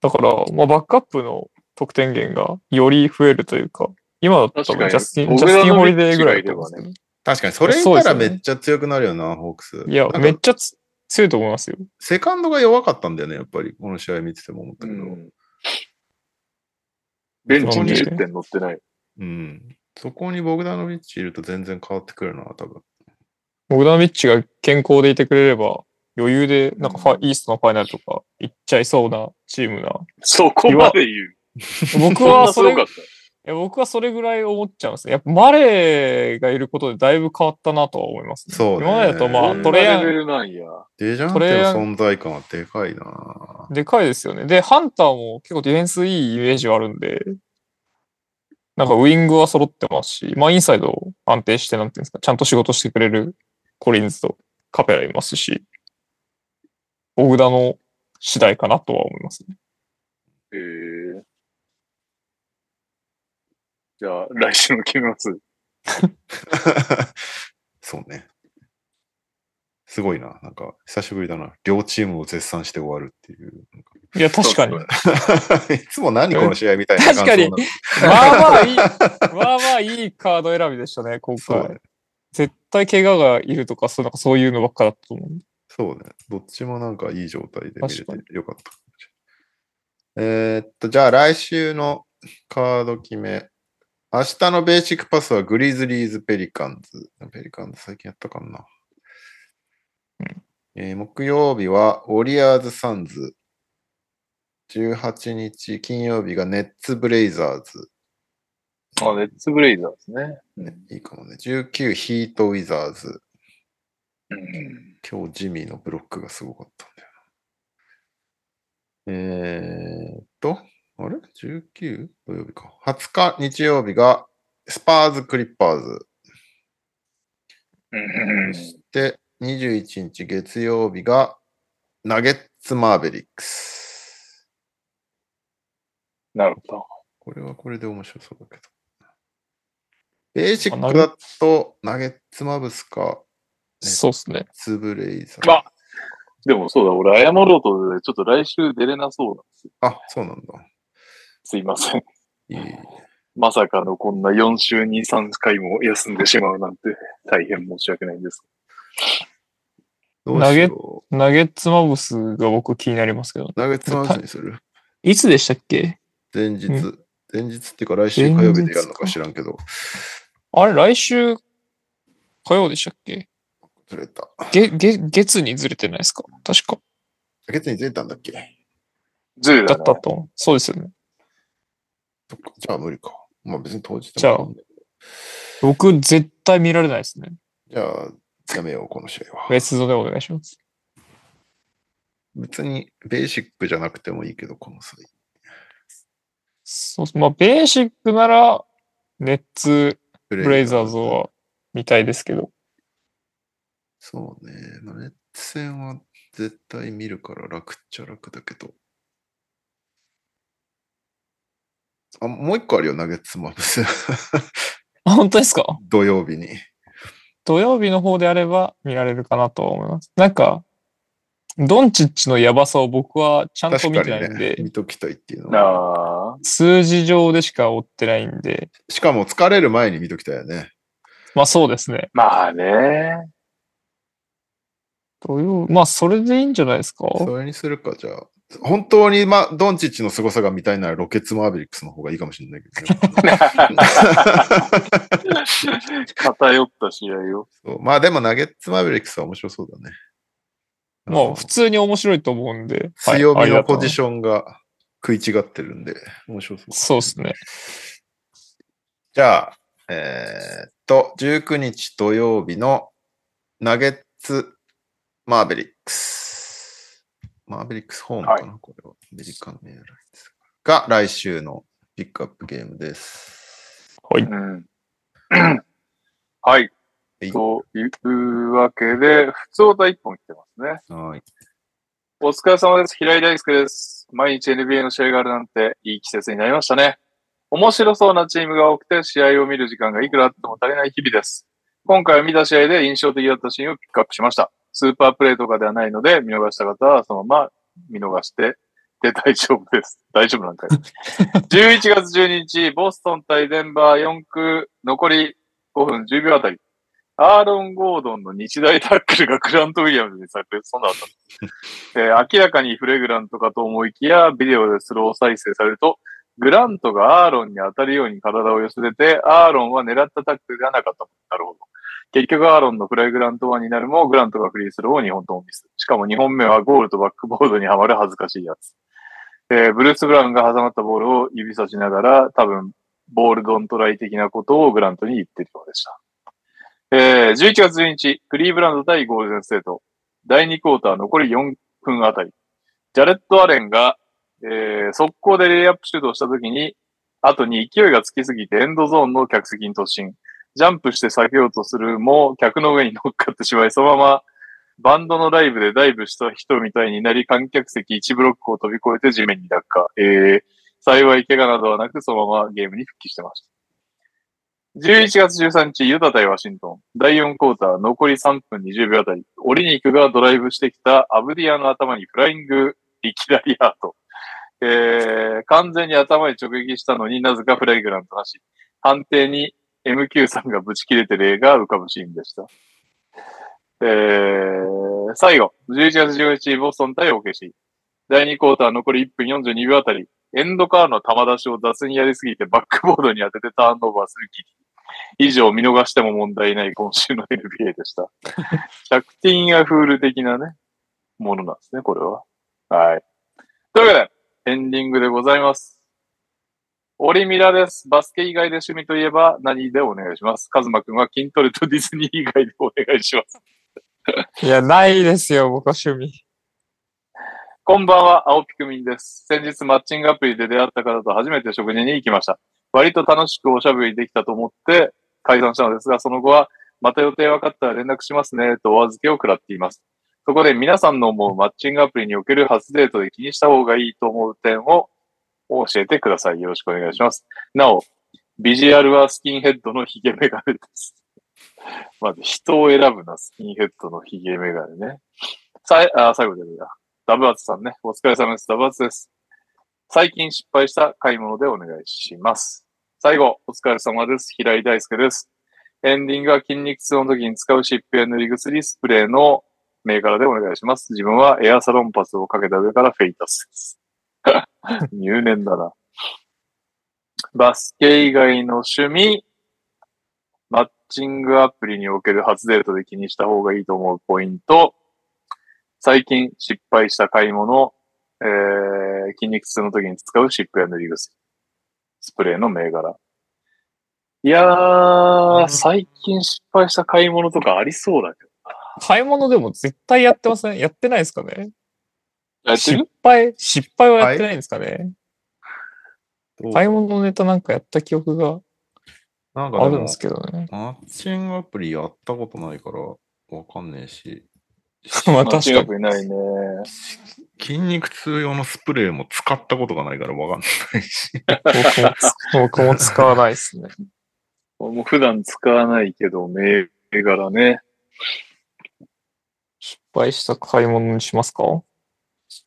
[SPEAKER 3] だから、まあ、バックアップの得点源がより増えるというか、今だったらジ
[SPEAKER 2] 確かに
[SPEAKER 3] ャスティ
[SPEAKER 2] ボ
[SPEAKER 3] ン、
[SPEAKER 2] グ
[SPEAKER 3] ジ
[SPEAKER 2] ダノビッチ
[SPEAKER 3] ャスティン・ホリデーぐらいだと思うんですけ
[SPEAKER 1] 確かに、それい
[SPEAKER 3] そう
[SPEAKER 1] た
[SPEAKER 3] です
[SPEAKER 1] ら
[SPEAKER 3] よ
[SPEAKER 1] め
[SPEAKER 3] ね
[SPEAKER 1] っちゃ強くなるよな、ホークス。
[SPEAKER 3] どいや
[SPEAKER 1] な、んか
[SPEAKER 3] めっちゃつ強いと思いますよ。
[SPEAKER 1] セカンドが弱かったんだよね、やっぱり。この試合見てても思った
[SPEAKER 2] う
[SPEAKER 1] けど。うん。
[SPEAKER 2] ん。ベンチ
[SPEAKER 3] そうね
[SPEAKER 2] 20点乗ってない。
[SPEAKER 1] そこにボグダノビッチいると全然変わってくるな、多分。
[SPEAKER 3] ボグダノビッチが健康でいてくれれば、余裕で、なんかファ、イーストのファイナルとか行っちゃいそうなチームな。
[SPEAKER 2] そこまで言う。
[SPEAKER 3] 僕
[SPEAKER 2] そんな
[SPEAKER 3] は
[SPEAKER 2] す
[SPEAKER 3] そ
[SPEAKER 2] ご
[SPEAKER 3] れ
[SPEAKER 2] かっ
[SPEAKER 3] いや僕はそれぐらい思っちゃうんですね。やっぱマレーがいることでだいぶ変わったなとは思います、
[SPEAKER 1] そうね
[SPEAKER 3] 今までだと
[SPEAKER 2] た。
[SPEAKER 3] まあ、
[SPEAKER 1] うん
[SPEAKER 3] トレ
[SPEAKER 2] イ
[SPEAKER 3] ヤ
[SPEAKER 2] レベ
[SPEAKER 3] ン、
[SPEAKER 2] ルなんや。
[SPEAKER 1] デジャン
[SPEAKER 3] ト
[SPEAKER 1] テ
[SPEAKER 3] レ
[SPEAKER 1] の
[SPEAKER 3] ア
[SPEAKER 1] 存在感はでかいな。
[SPEAKER 3] でかいですよね。で、ハンターも結構ディフェンスいいイメージはあるんで、なんかウィングは揃ってますし、まあインサイド安定して、なんていうんですか、ちゃんと仕事してくれるコリンズとカペラいますし、小倉の次第かなとは思いますね。
[SPEAKER 2] へえ。じゃあ、来週も決めます。
[SPEAKER 1] そうね。すごいな。なんか、久しぶりだな。両チームを絶賛して終わるっていう。 なんか
[SPEAKER 3] いや、確かに。
[SPEAKER 2] そう
[SPEAKER 3] ま
[SPEAKER 2] そう
[SPEAKER 1] いつも何この試合みたいな感想なの
[SPEAKER 3] 確かあまあいい、まあまあいいカード選びでした ね、今
[SPEAKER 1] そう
[SPEAKER 3] 回
[SPEAKER 1] ね。
[SPEAKER 3] 絶対怪我がいるとか、そうなんかそういうのばっかだったと思う。
[SPEAKER 1] そうね。どっちもなんかいい状態で見れ
[SPEAKER 3] 確かに
[SPEAKER 1] てよかった。えーっと、じゃあ来週のカード決め。明日のベーシックパスはグリズリーズ・ペリカンズ。ペリカンズ最近やったかな。えー木曜日はウォリアーズ・サンズ。18日金曜日がネッツ・ブレイザーズ。
[SPEAKER 2] まあ、ネッツブレイザーですね。
[SPEAKER 1] ね、いいかもね。19ヒート・ウィザーズ。
[SPEAKER 2] うん。
[SPEAKER 1] 今日ジミーのブロックがすごかったんだよな。えー、っと、あれ ?19? 土曜日か。20日日曜日がスパーズ・クリッパーズ。
[SPEAKER 2] うん
[SPEAKER 1] そして21日月曜日がナゲッツ・マーベリックス。
[SPEAKER 2] なるほ
[SPEAKER 1] これはこれで面白そうだけど。ベーシックだとナゲッツ・マブスか
[SPEAKER 3] そうですね。
[SPEAKER 1] ツブレイザ
[SPEAKER 2] ど。
[SPEAKER 1] ー。
[SPEAKER 2] あでもそうだ、俺謝ろうと、ちょっと来週出れなそうなんですよ。
[SPEAKER 1] あ、そうなんだ。
[SPEAKER 2] すいません。
[SPEAKER 1] いい。
[SPEAKER 2] まさかのこんな4週に3回も休んでしまうなんて、大変申し訳ないんです。
[SPEAKER 1] どう
[SPEAKER 3] ナ
[SPEAKER 1] し
[SPEAKER 3] ゲ
[SPEAKER 1] よ
[SPEAKER 3] ナゲッツマブスが僕気になりますけど、
[SPEAKER 1] う。ナゲッツ・マブスにする
[SPEAKER 3] いつでしたっけ
[SPEAKER 1] 前日
[SPEAKER 3] うん。
[SPEAKER 1] 前日っていうか来週火曜日でやるのか知らんけど、
[SPEAKER 3] あれ、来週、火曜でしたっけ
[SPEAKER 1] ずれた。
[SPEAKER 3] げ、げ、月にずれてないですか確か。
[SPEAKER 1] 月にずれたんだっけ
[SPEAKER 2] ズル
[SPEAKER 3] だ
[SPEAKER 2] だ
[SPEAKER 3] った
[SPEAKER 2] ね。
[SPEAKER 3] と思う。そうですよね。
[SPEAKER 1] そっかじゃあ無理か。まあ別に当時
[SPEAKER 3] じゃあ僕、絶対見られないですね。
[SPEAKER 1] じゃあ、やめよう、この試合は。
[SPEAKER 3] 別のでお願いします。
[SPEAKER 1] 別にベーシックじゃなくてもいいけど、この際。
[SPEAKER 3] そうまあ、ベーシックなら、ネッツ、
[SPEAKER 1] ブ
[SPEAKER 3] ブレイザーズ。は見たいですけど。
[SPEAKER 1] そうね。まあネッツ戦は絶対見るから楽っちゃ楽だけど。あ、もう一個あるよ、ナゲッツマブス。
[SPEAKER 3] あ本当ですか
[SPEAKER 1] 土曜日に。
[SPEAKER 3] 土曜日の方であれば見られるかなとは思います。なんか、ドンチッチのやばさを僕はちゃんと
[SPEAKER 1] 確
[SPEAKER 3] 見
[SPEAKER 1] か
[SPEAKER 3] て
[SPEAKER 1] に
[SPEAKER 3] ないんで、
[SPEAKER 1] ね、見ときたいっていうのは
[SPEAKER 2] ああ。
[SPEAKER 3] 数字上でしか追ってないんで、
[SPEAKER 1] しかも疲れる前に見ときたいよね。
[SPEAKER 3] まあそうですね。
[SPEAKER 2] まあね。
[SPEAKER 3] 土曜、まあそれでいいんじゃないですか
[SPEAKER 1] それにするか、じゃあ。本当に、まあ、ドンチッチの凄さが見たいなら、ロケッツマーベリックスの方がいいかもしれないけどね、
[SPEAKER 2] 偏った試合を。
[SPEAKER 1] そうまあ、でも、ナゲッツマーベリックスは面白そうだね。
[SPEAKER 3] ま
[SPEAKER 1] あ
[SPEAKER 3] あ
[SPEAKER 1] の
[SPEAKER 3] 普通に面白いと思うんで、はい
[SPEAKER 1] 強みのポジ
[SPEAKER 3] ありがと
[SPEAKER 1] ションが食い違ってるんで、面白そう
[SPEAKER 3] う。そうですね。
[SPEAKER 1] じゃあ、えーっと、19日土曜日のナゲッツ・マーベリックス。マーベリックスホームかな、これは。アメリカンメアラインズが来週のピックアップゲームです。
[SPEAKER 3] はい。
[SPEAKER 2] うん。 はい。
[SPEAKER 1] はい
[SPEAKER 2] というわけで、普通歌一本来てますね。
[SPEAKER 1] はい。
[SPEAKER 2] お疲れ様です。平井大輔です。毎日 NBA の試合があるなんていい季節になりましたね。面白そうなチームが多くて試合を見る時間がいくらあっても足りない日々です。今回見た試合で印象的だったシーンをピックアップしました。スーパープレイとかではないので、見逃した方はそのまま見逃してで大丈夫です。大丈夫なんかい。11月12日、ボストン対デンバー4区、残り5分10秒あたり。アーロン・ゴードンの日大タックルがグラント・ウィリアムズにされて、そんなのあったえー明らかにフレグラントかと思いきや、ビデオでスロー再生されると、グラントがアーロンに当たるように体を寄せて、アーロンは狙ったタックルではなかった。なるほど。結局アーロンのフレグラント1になるも、グラントがフリースローを2本ともミス。しかも2本目はゴールとバックボードにはまる恥ずかしいやつ。えーブルース・ブラウンが挟まったボールを指さしながら、多分、ボールドントライ的なことをグラントに言ってるようでした。えー11月12日、クリーブランド対ゴールデンステート。第2クォーター残り4 10分あたり、ジャレット・アレンが、えー速攻でレイアップシュートをしたときに、後に勢いがつきすぎてエンドゾーンの客席に突進。ジャンプして避けようとするも、客の上に乗っかってしまい、そのままバンドのライブでダイブした人みたいになり、観客席1ブロックを飛び越えて地面に落下。えー幸い怪我などはなく、そのままゲームに復帰してました。11月13日、ユタ対ワシントン。第4クォーター、残り3分20秒あたり。オリニックがドライブしてきたアブディアの頭にフライングリキラリアート。えー、完全に頭に直撃したのになぜかフライグラントなし。判定に MQ さんがブチ切れて例が浮かぶシーンでした。えー、最後、11月11日、ボストン対 OKC。第2クォーター残り1分42秒あたり、エンドカーの球出しを雑にやりすぎてバックボードに当ててターンオーバーするギリ。以上、見逃しても問題ない今週の NBA でした。シャクティンやフール的なね、ものなんですね、これは。はい。というわけで、エンディングでございます。オリミラです。バスケ以外で趣味といえば何でお願いします。カズマくんは筋トレとディズニー以外でお願いします。
[SPEAKER 3] いや、ないですよ、僕は趣味。
[SPEAKER 2] こんばんは、青ピクミンです。先日マッチングアプリで出会った方と初めて食事に行きました。割と楽しくおしゃべりできたと思って解散したのですが、その後は、また予定分かったら連絡しますね、とお預けを食らっています。そこで皆さんの思うマッチングアプリにおける初デートで気にした方がいいと思う点を教えてください。よろしくお願いします。なお、ビジュアルはスキンヘッドのヒゲメガネです。 まず、人を選ぶな、スキンヘッドのヒゲメガネね。さいあ最後でいいや。ダブアツさんね。お疲れ様です。ダブアツです。最近失敗した買い物でお願いします。最後、お疲れ様です。平井大輔です。エンディングは筋肉痛の時に使う疾病塗り薬スプレーの銘柄でお願いします。自分はエアサロンパスをかけた上からフェイタスです。入念だな。バスケ以外の趣味、マッチングアプリにおける初デートで気にした方がいいと思うポイント、最近失敗した買い物、えー、ー筋肉痛の時に使う湿布や塗り薬。スプレーの銘柄。いやー、
[SPEAKER 3] うん
[SPEAKER 2] 最近失敗した買い物とかありそうだけど。
[SPEAKER 3] 買い物でも絶対やってませんやってないですかね
[SPEAKER 2] やって
[SPEAKER 3] 失
[SPEAKER 2] る
[SPEAKER 3] 敗、失敗はやってないんですかね、
[SPEAKER 1] どう
[SPEAKER 3] 買い物のネタなんかやった記憶が
[SPEAKER 1] なんかで
[SPEAKER 3] あるん
[SPEAKER 1] も
[SPEAKER 3] ですけどね。
[SPEAKER 1] マッチングアプリやったことないからわかんねえし、
[SPEAKER 3] まあ
[SPEAKER 2] 間
[SPEAKER 3] 確
[SPEAKER 2] 違
[SPEAKER 3] か
[SPEAKER 2] く
[SPEAKER 3] に。
[SPEAKER 2] いないね。
[SPEAKER 1] 筋肉痛用のスプレーも使ったことがないからわかんないし。
[SPEAKER 3] 僕も僕も使わないですね。
[SPEAKER 2] もう普段使わないけど、銘柄ね。
[SPEAKER 3] 失敗した買い物にしますか
[SPEAKER 2] 失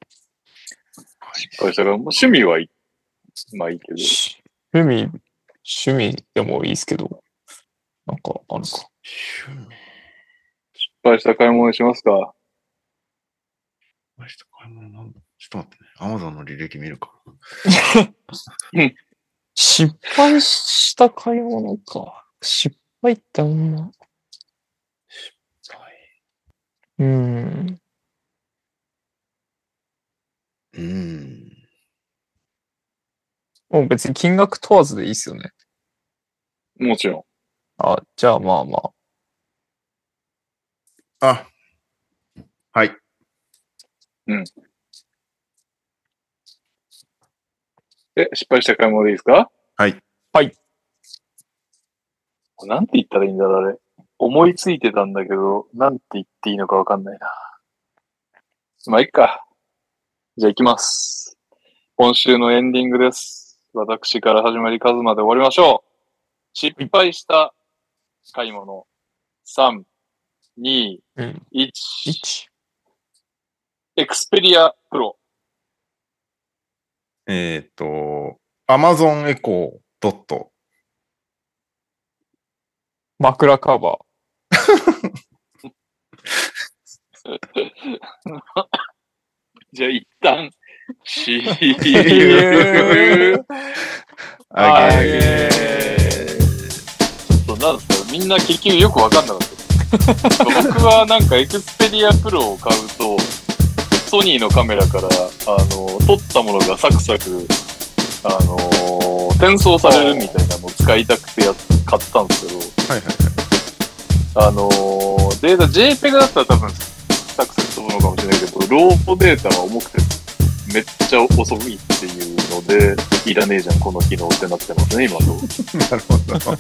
[SPEAKER 2] 敗したから、もう趣味はいい。まあいいけど。
[SPEAKER 3] 趣味、趣味でもいいですけど、なんかあるか。
[SPEAKER 2] 失敗した買い物しますか
[SPEAKER 1] マジで買い物なんだちょっと待ってね。アマゾンの履歴見るか。
[SPEAKER 3] 失敗した買い物か。失敗ってあんま。うん。
[SPEAKER 1] うん。
[SPEAKER 3] もう別に金額問わずでいいですよね。
[SPEAKER 2] もちろ
[SPEAKER 3] あ、じゃあまあまあ。
[SPEAKER 1] あ、はい。
[SPEAKER 2] ん。え、失敗した買い物でいいですか
[SPEAKER 1] はい。
[SPEAKER 3] はい。
[SPEAKER 2] なんて言ったらいいんだろう、あれ。思いついてたんだけど、なんて言っていいのかわかんないな。まあ、いっか。じゃあ行きます。今週のエンディングです。私から始まり、カズまで終わりましょう。失敗した買い物。3、2、
[SPEAKER 3] うん。
[SPEAKER 2] 1。
[SPEAKER 3] 1。
[SPEAKER 2] エクスペリアプロ。
[SPEAKER 1] えっ、と、アマゾンエコードット。
[SPEAKER 3] 枕カバー。
[SPEAKER 2] じゃあ一旦、See
[SPEAKER 3] え
[SPEAKER 2] you!
[SPEAKER 1] あ
[SPEAKER 3] あ
[SPEAKER 1] げ
[SPEAKER 3] げ
[SPEAKER 2] そうなんですかみんな結局よくわかんなかった。僕はなんかエクスペリアプロを買うと、ソニーのカメラから、あの、撮ったものがサクサク、あの、転送されるみたいなのを使いたくてやっ買ったんですけど、
[SPEAKER 1] はいはいはい。
[SPEAKER 2] あのーデータ、JPEG だったら多分、サクサク飛ぶのかもしれないけど、ローデータは重くて、めっちゃ遅いっていうので、いらねえじゃん、この機能ってなってますね、今の。
[SPEAKER 1] なるほ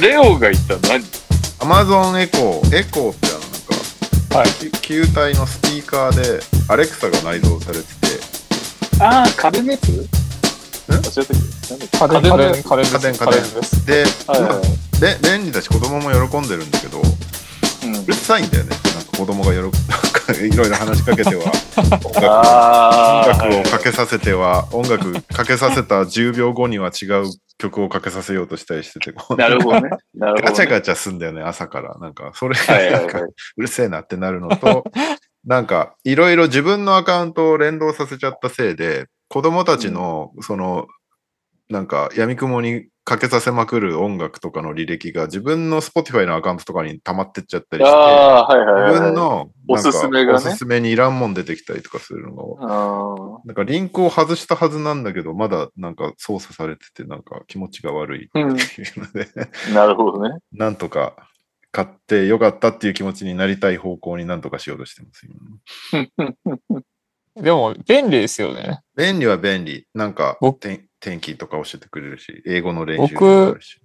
[SPEAKER 1] ど。
[SPEAKER 2] レオが言った何
[SPEAKER 1] アマゾンエコー、エコーってあのなんか、
[SPEAKER 3] はい
[SPEAKER 1] き球体のスピーカーでアレクサが内蔵されてて、
[SPEAKER 2] ああ、壁のやつん間違ったっけなんだっけ
[SPEAKER 3] 家電、
[SPEAKER 2] 壁
[SPEAKER 3] 家
[SPEAKER 2] のや
[SPEAKER 3] 電、
[SPEAKER 2] つ
[SPEAKER 3] 家電です。
[SPEAKER 1] 家電家電
[SPEAKER 3] です。
[SPEAKER 1] で、
[SPEAKER 2] はいはい
[SPEAKER 1] ま
[SPEAKER 2] は
[SPEAKER 1] あ
[SPEAKER 2] い
[SPEAKER 1] れ便利だし子供も喜んでるんだけど、う
[SPEAKER 2] うん
[SPEAKER 1] るさいんだよね。なんか子供が喜ぶ、なんかいろいろ話しかけて は、音楽
[SPEAKER 2] あー
[SPEAKER 1] 音楽をかけさせては、音楽かけさせた10秒後には違う曲をかけさせようとしたりしてて、こう
[SPEAKER 2] なるほどね。なるほど、ね。
[SPEAKER 1] ガチャガチャすんだよね、朝から。なんか、それ
[SPEAKER 2] はい
[SPEAKER 1] が
[SPEAKER 2] は
[SPEAKER 1] なん
[SPEAKER 2] い
[SPEAKER 1] か
[SPEAKER 2] はい。
[SPEAKER 1] うるせえなってなるの と、なんか、いろいろ自分のアカウントを連動させちゃったせいで、子供たちの、その、なんか、闇雲にかけさせまくる音楽とかの履歴が自分の Spotify のアカウントとかに溜まってっちゃったりして、
[SPEAKER 2] ああー、はいはいはい。
[SPEAKER 1] 自分の
[SPEAKER 2] お
[SPEAKER 1] なんか
[SPEAKER 2] すすめがね
[SPEAKER 1] おすすめにいらんもん出てきたりとかするのが、
[SPEAKER 2] あ
[SPEAKER 1] なんかリンクを外したはずなんだけど、まだなんか操作されてて、なんか気持ちが悪いっ
[SPEAKER 2] ー
[SPEAKER 1] ていうので、
[SPEAKER 2] うん。なるほどね。
[SPEAKER 1] なんとか買ってよかったっていう気持ちになりたい方向になんとかしようとしてます。今
[SPEAKER 3] でも、便利ですよね。
[SPEAKER 1] 便利は便利。なんか
[SPEAKER 3] 僕
[SPEAKER 1] 天天気とか教えてくれるし、英語の練習とかあるし。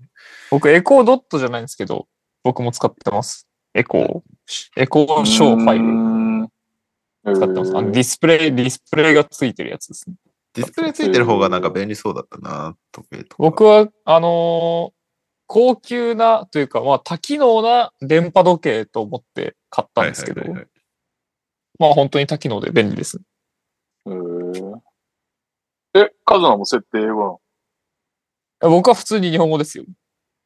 [SPEAKER 3] 僕、エコードットじゃないんですけど、僕も使ってます。エコー、エコーショーファイル
[SPEAKER 2] イ
[SPEAKER 3] 使ってます。あのディスプレイ、ディスプレイがついてるやつですね。
[SPEAKER 1] ディスプレイついてる方がなんか便利そうだったな、時計とか。
[SPEAKER 3] 僕は、あのー高級なというか、まあ、多機能な電波時計と思って買ったんですけど、
[SPEAKER 1] はいはいはい
[SPEAKER 3] まあ、本当に多機能で便利です。
[SPEAKER 2] え、カズマも設定英語
[SPEAKER 3] 僕は普通に日本語ですよ。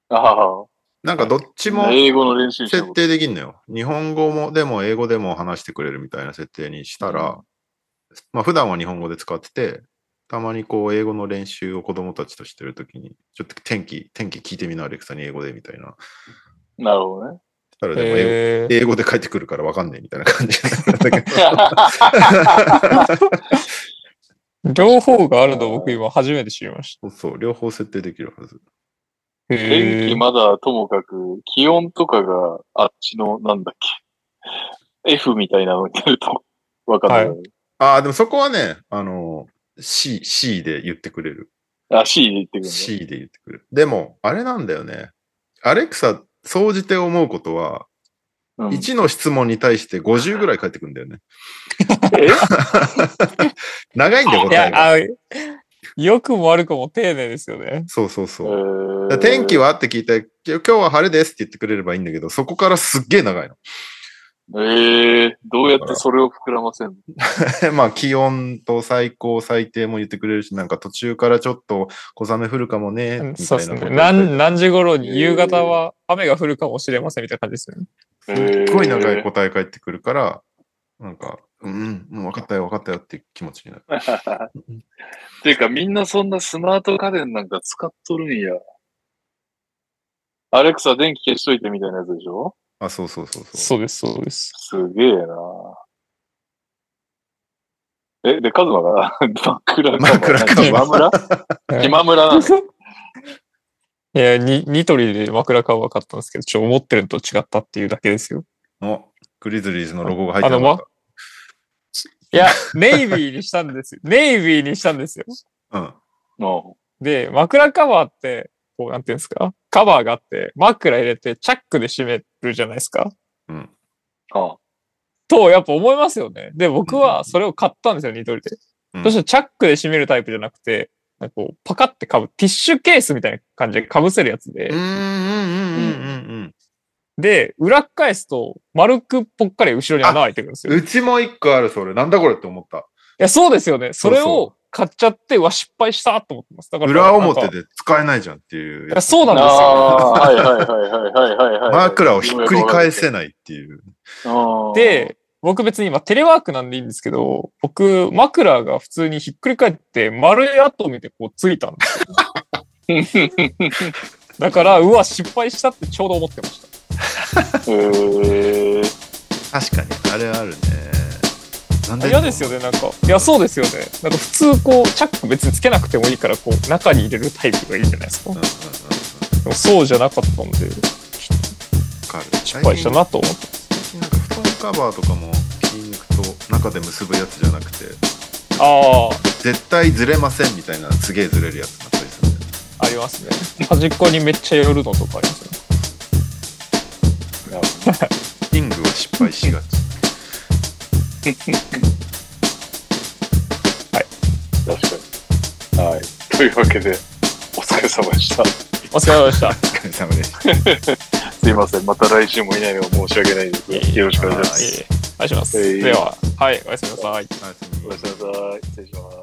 [SPEAKER 2] なの
[SPEAKER 1] なんかどっち
[SPEAKER 2] あ
[SPEAKER 1] も
[SPEAKER 2] あ、英語の練習して
[SPEAKER 1] 設定できんのよ。日本語もでも英語でも話してくれるみたいな設定にしたら、まあ普段は日本語で使ってて、たまにこう英語の練習を子供たちとしてるときに、ちょっと天気、天気聞いてみな、アレクサに英語でみたいな。
[SPEAKER 2] なるほどね。
[SPEAKER 1] たらでも英語
[SPEAKER 3] えー、
[SPEAKER 1] 英語で帰ってくるからわかんねえみたいな感じなんだけど。
[SPEAKER 3] 両方があるの僕今初めて知りまし
[SPEAKER 1] そうそう、両方設定できるはず。
[SPEAKER 3] た。へ
[SPEAKER 2] 天気
[SPEAKER 3] ー
[SPEAKER 2] まだともかく、気温とかがあっちの、なんだっけ、F みたいなのになるとわかんない。
[SPEAKER 3] は
[SPEAKER 1] ああ、でもそこはね、あの、C、C で言ってくれる。
[SPEAKER 2] あ、C で言ってくるね。
[SPEAKER 1] C で言ってくれる。でも、あれなんだよね。アレクサ、総じて思うことは、
[SPEAKER 2] うん
[SPEAKER 1] 1の質問に対して50ぐらい返ってくるんだよね。
[SPEAKER 2] え
[SPEAKER 1] 長いんだよ、
[SPEAKER 3] い
[SPEAKER 1] 答えが。
[SPEAKER 3] や、あ良くも悪くも丁寧ですよね。
[SPEAKER 1] そうそうそう。
[SPEAKER 2] え
[SPEAKER 1] だか
[SPEAKER 2] ー
[SPEAKER 1] ら天気はって聞いて、今日今日は晴れですって言ってくれればいいんだけど、そこからすっげえ長い
[SPEAKER 2] えー、どうやってそれを膨らませんの
[SPEAKER 1] の。 まあ気温と最高、最低も言ってくれるし、なんか途中からちょっと小雨降るかもね、み
[SPEAKER 3] そ
[SPEAKER 1] た
[SPEAKER 3] うで
[SPEAKER 1] い
[SPEAKER 3] す
[SPEAKER 1] なこと
[SPEAKER 3] ね。
[SPEAKER 1] 言って。
[SPEAKER 3] 何何時頃に夕方は雨が降るかもしれませんみたいな感じですよね。
[SPEAKER 2] す
[SPEAKER 1] すっごい長い答え返ってくるから、なんか、うん、うん、もう分かったよ、分かったよっていう気持ちになる。
[SPEAKER 2] ていうか、みんなそんなスマート家電なんか使っとるんや。アレクサ電気消しといてみたいなやつでしょ
[SPEAKER 1] あ、そうそうそうそう。
[SPEAKER 3] そうです、そうです。
[SPEAKER 2] すげえなえ、で、カズマが 枕カバ
[SPEAKER 1] 枕カバー
[SPEAKER 2] 島村島村なの
[SPEAKER 3] いや、に、ニトリで枕カバー買ったんですけど、ちょ、思ってるのと違ったっていうだけですよ。
[SPEAKER 1] のグリズリーズのロゴが入ってなかっ
[SPEAKER 3] い や、ネイビーにしたんですよ。ネイビーにしたんですよ。
[SPEAKER 1] た。うん。
[SPEAKER 2] の
[SPEAKER 3] で、枕カバーって、こう、なんていうんですかカバーがあって、枕入れて、チャックで閉めるじゃないですか。
[SPEAKER 2] あ
[SPEAKER 3] と、やっぱ思いますよね。で、僕はそれを買ったんですよ、ニトリで。
[SPEAKER 1] うん
[SPEAKER 3] そしたらチャックで閉めるタイプじゃなくて、なんかこう、パカってかぶ、ティッシュケースみたいな感じで被せるやつで、
[SPEAKER 1] うんうんうんうんうん
[SPEAKER 3] で、裏返すと、丸くぽっかり後ろに穴開いてるんです
[SPEAKER 1] うん。
[SPEAKER 3] よ。いう
[SPEAKER 1] ちも一個ある、それ。なんだこれって思 った。
[SPEAKER 3] や、そうですよね。それ
[SPEAKER 1] そう
[SPEAKER 3] を買っちゃって、うわ、失敗したと思ってます。だから、
[SPEAKER 1] 裏表
[SPEAKER 3] なんか
[SPEAKER 1] で使えないじゃんっていう
[SPEAKER 3] いや。そうなん
[SPEAKER 2] あ
[SPEAKER 3] ですよ。
[SPEAKER 2] あー、はいはいはいはいはいはいはい。
[SPEAKER 1] 枕をひっくり返せないっていう。
[SPEAKER 2] あー。
[SPEAKER 3] で、僕別に今テレワークなんでいいんですけど、僕、枕が普通にひっくり返って、丸い跡を見てこうついたんですよ。だから、うわ、失敗したってちょうど思ってました。
[SPEAKER 2] えー、
[SPEAKER 1] 確かに、あれあるね。なん
[SPEAKER 3] 嫌ですよね、なんか。いや、そうですよね。なんか普通こう、チャック別につけなくてもいいから、こう、中に入れるタイプがいいじゃないですか。
[SPEAKER 1] うんうんう
[SPEAKER 3] で
[SPEAKER 1] んうん
[SPEAKER 3] もそうじゃなかったんで、
[SPEAKER 1] わかる
[SPEAKER 3] 失敗したなと思って。
[SPEAKER 1] 最近なんか布団カバーとかも気抜くと中で結ぶやつじゃなくて
[SPEAKER 3] あ
[SPEAKER 1] 絶対ずれませんみたいなすげえずれるやつだったりするんだよね
[SPEAKER 3] あ、ありますね。端っこにめっちゃ寄るのとかありますね。
[SPEAKER 1] リングは失敗しがち
[SPEAKER 2] 確かに。はい。というわけで、お疲れ様でした。
[SPEAKER 3] お疲れ様でした。
[SPEAKER 1] お疲れ様でした
[SPEAKER 2] すいません。また来週もいないのは申し訳ないですが。よろしくお願いしま
[SPEAKER 1] はい
[SPEAKER 2] す。
[SPEAKER 3] いえいえお願いします。
[SPEAKER 2] えい
[SPEAKER 3] では、はい、おやすみなさい。
[SPEAKER 1] おやすみ
[SPEAKER 2] おやすみなさい。失礼します。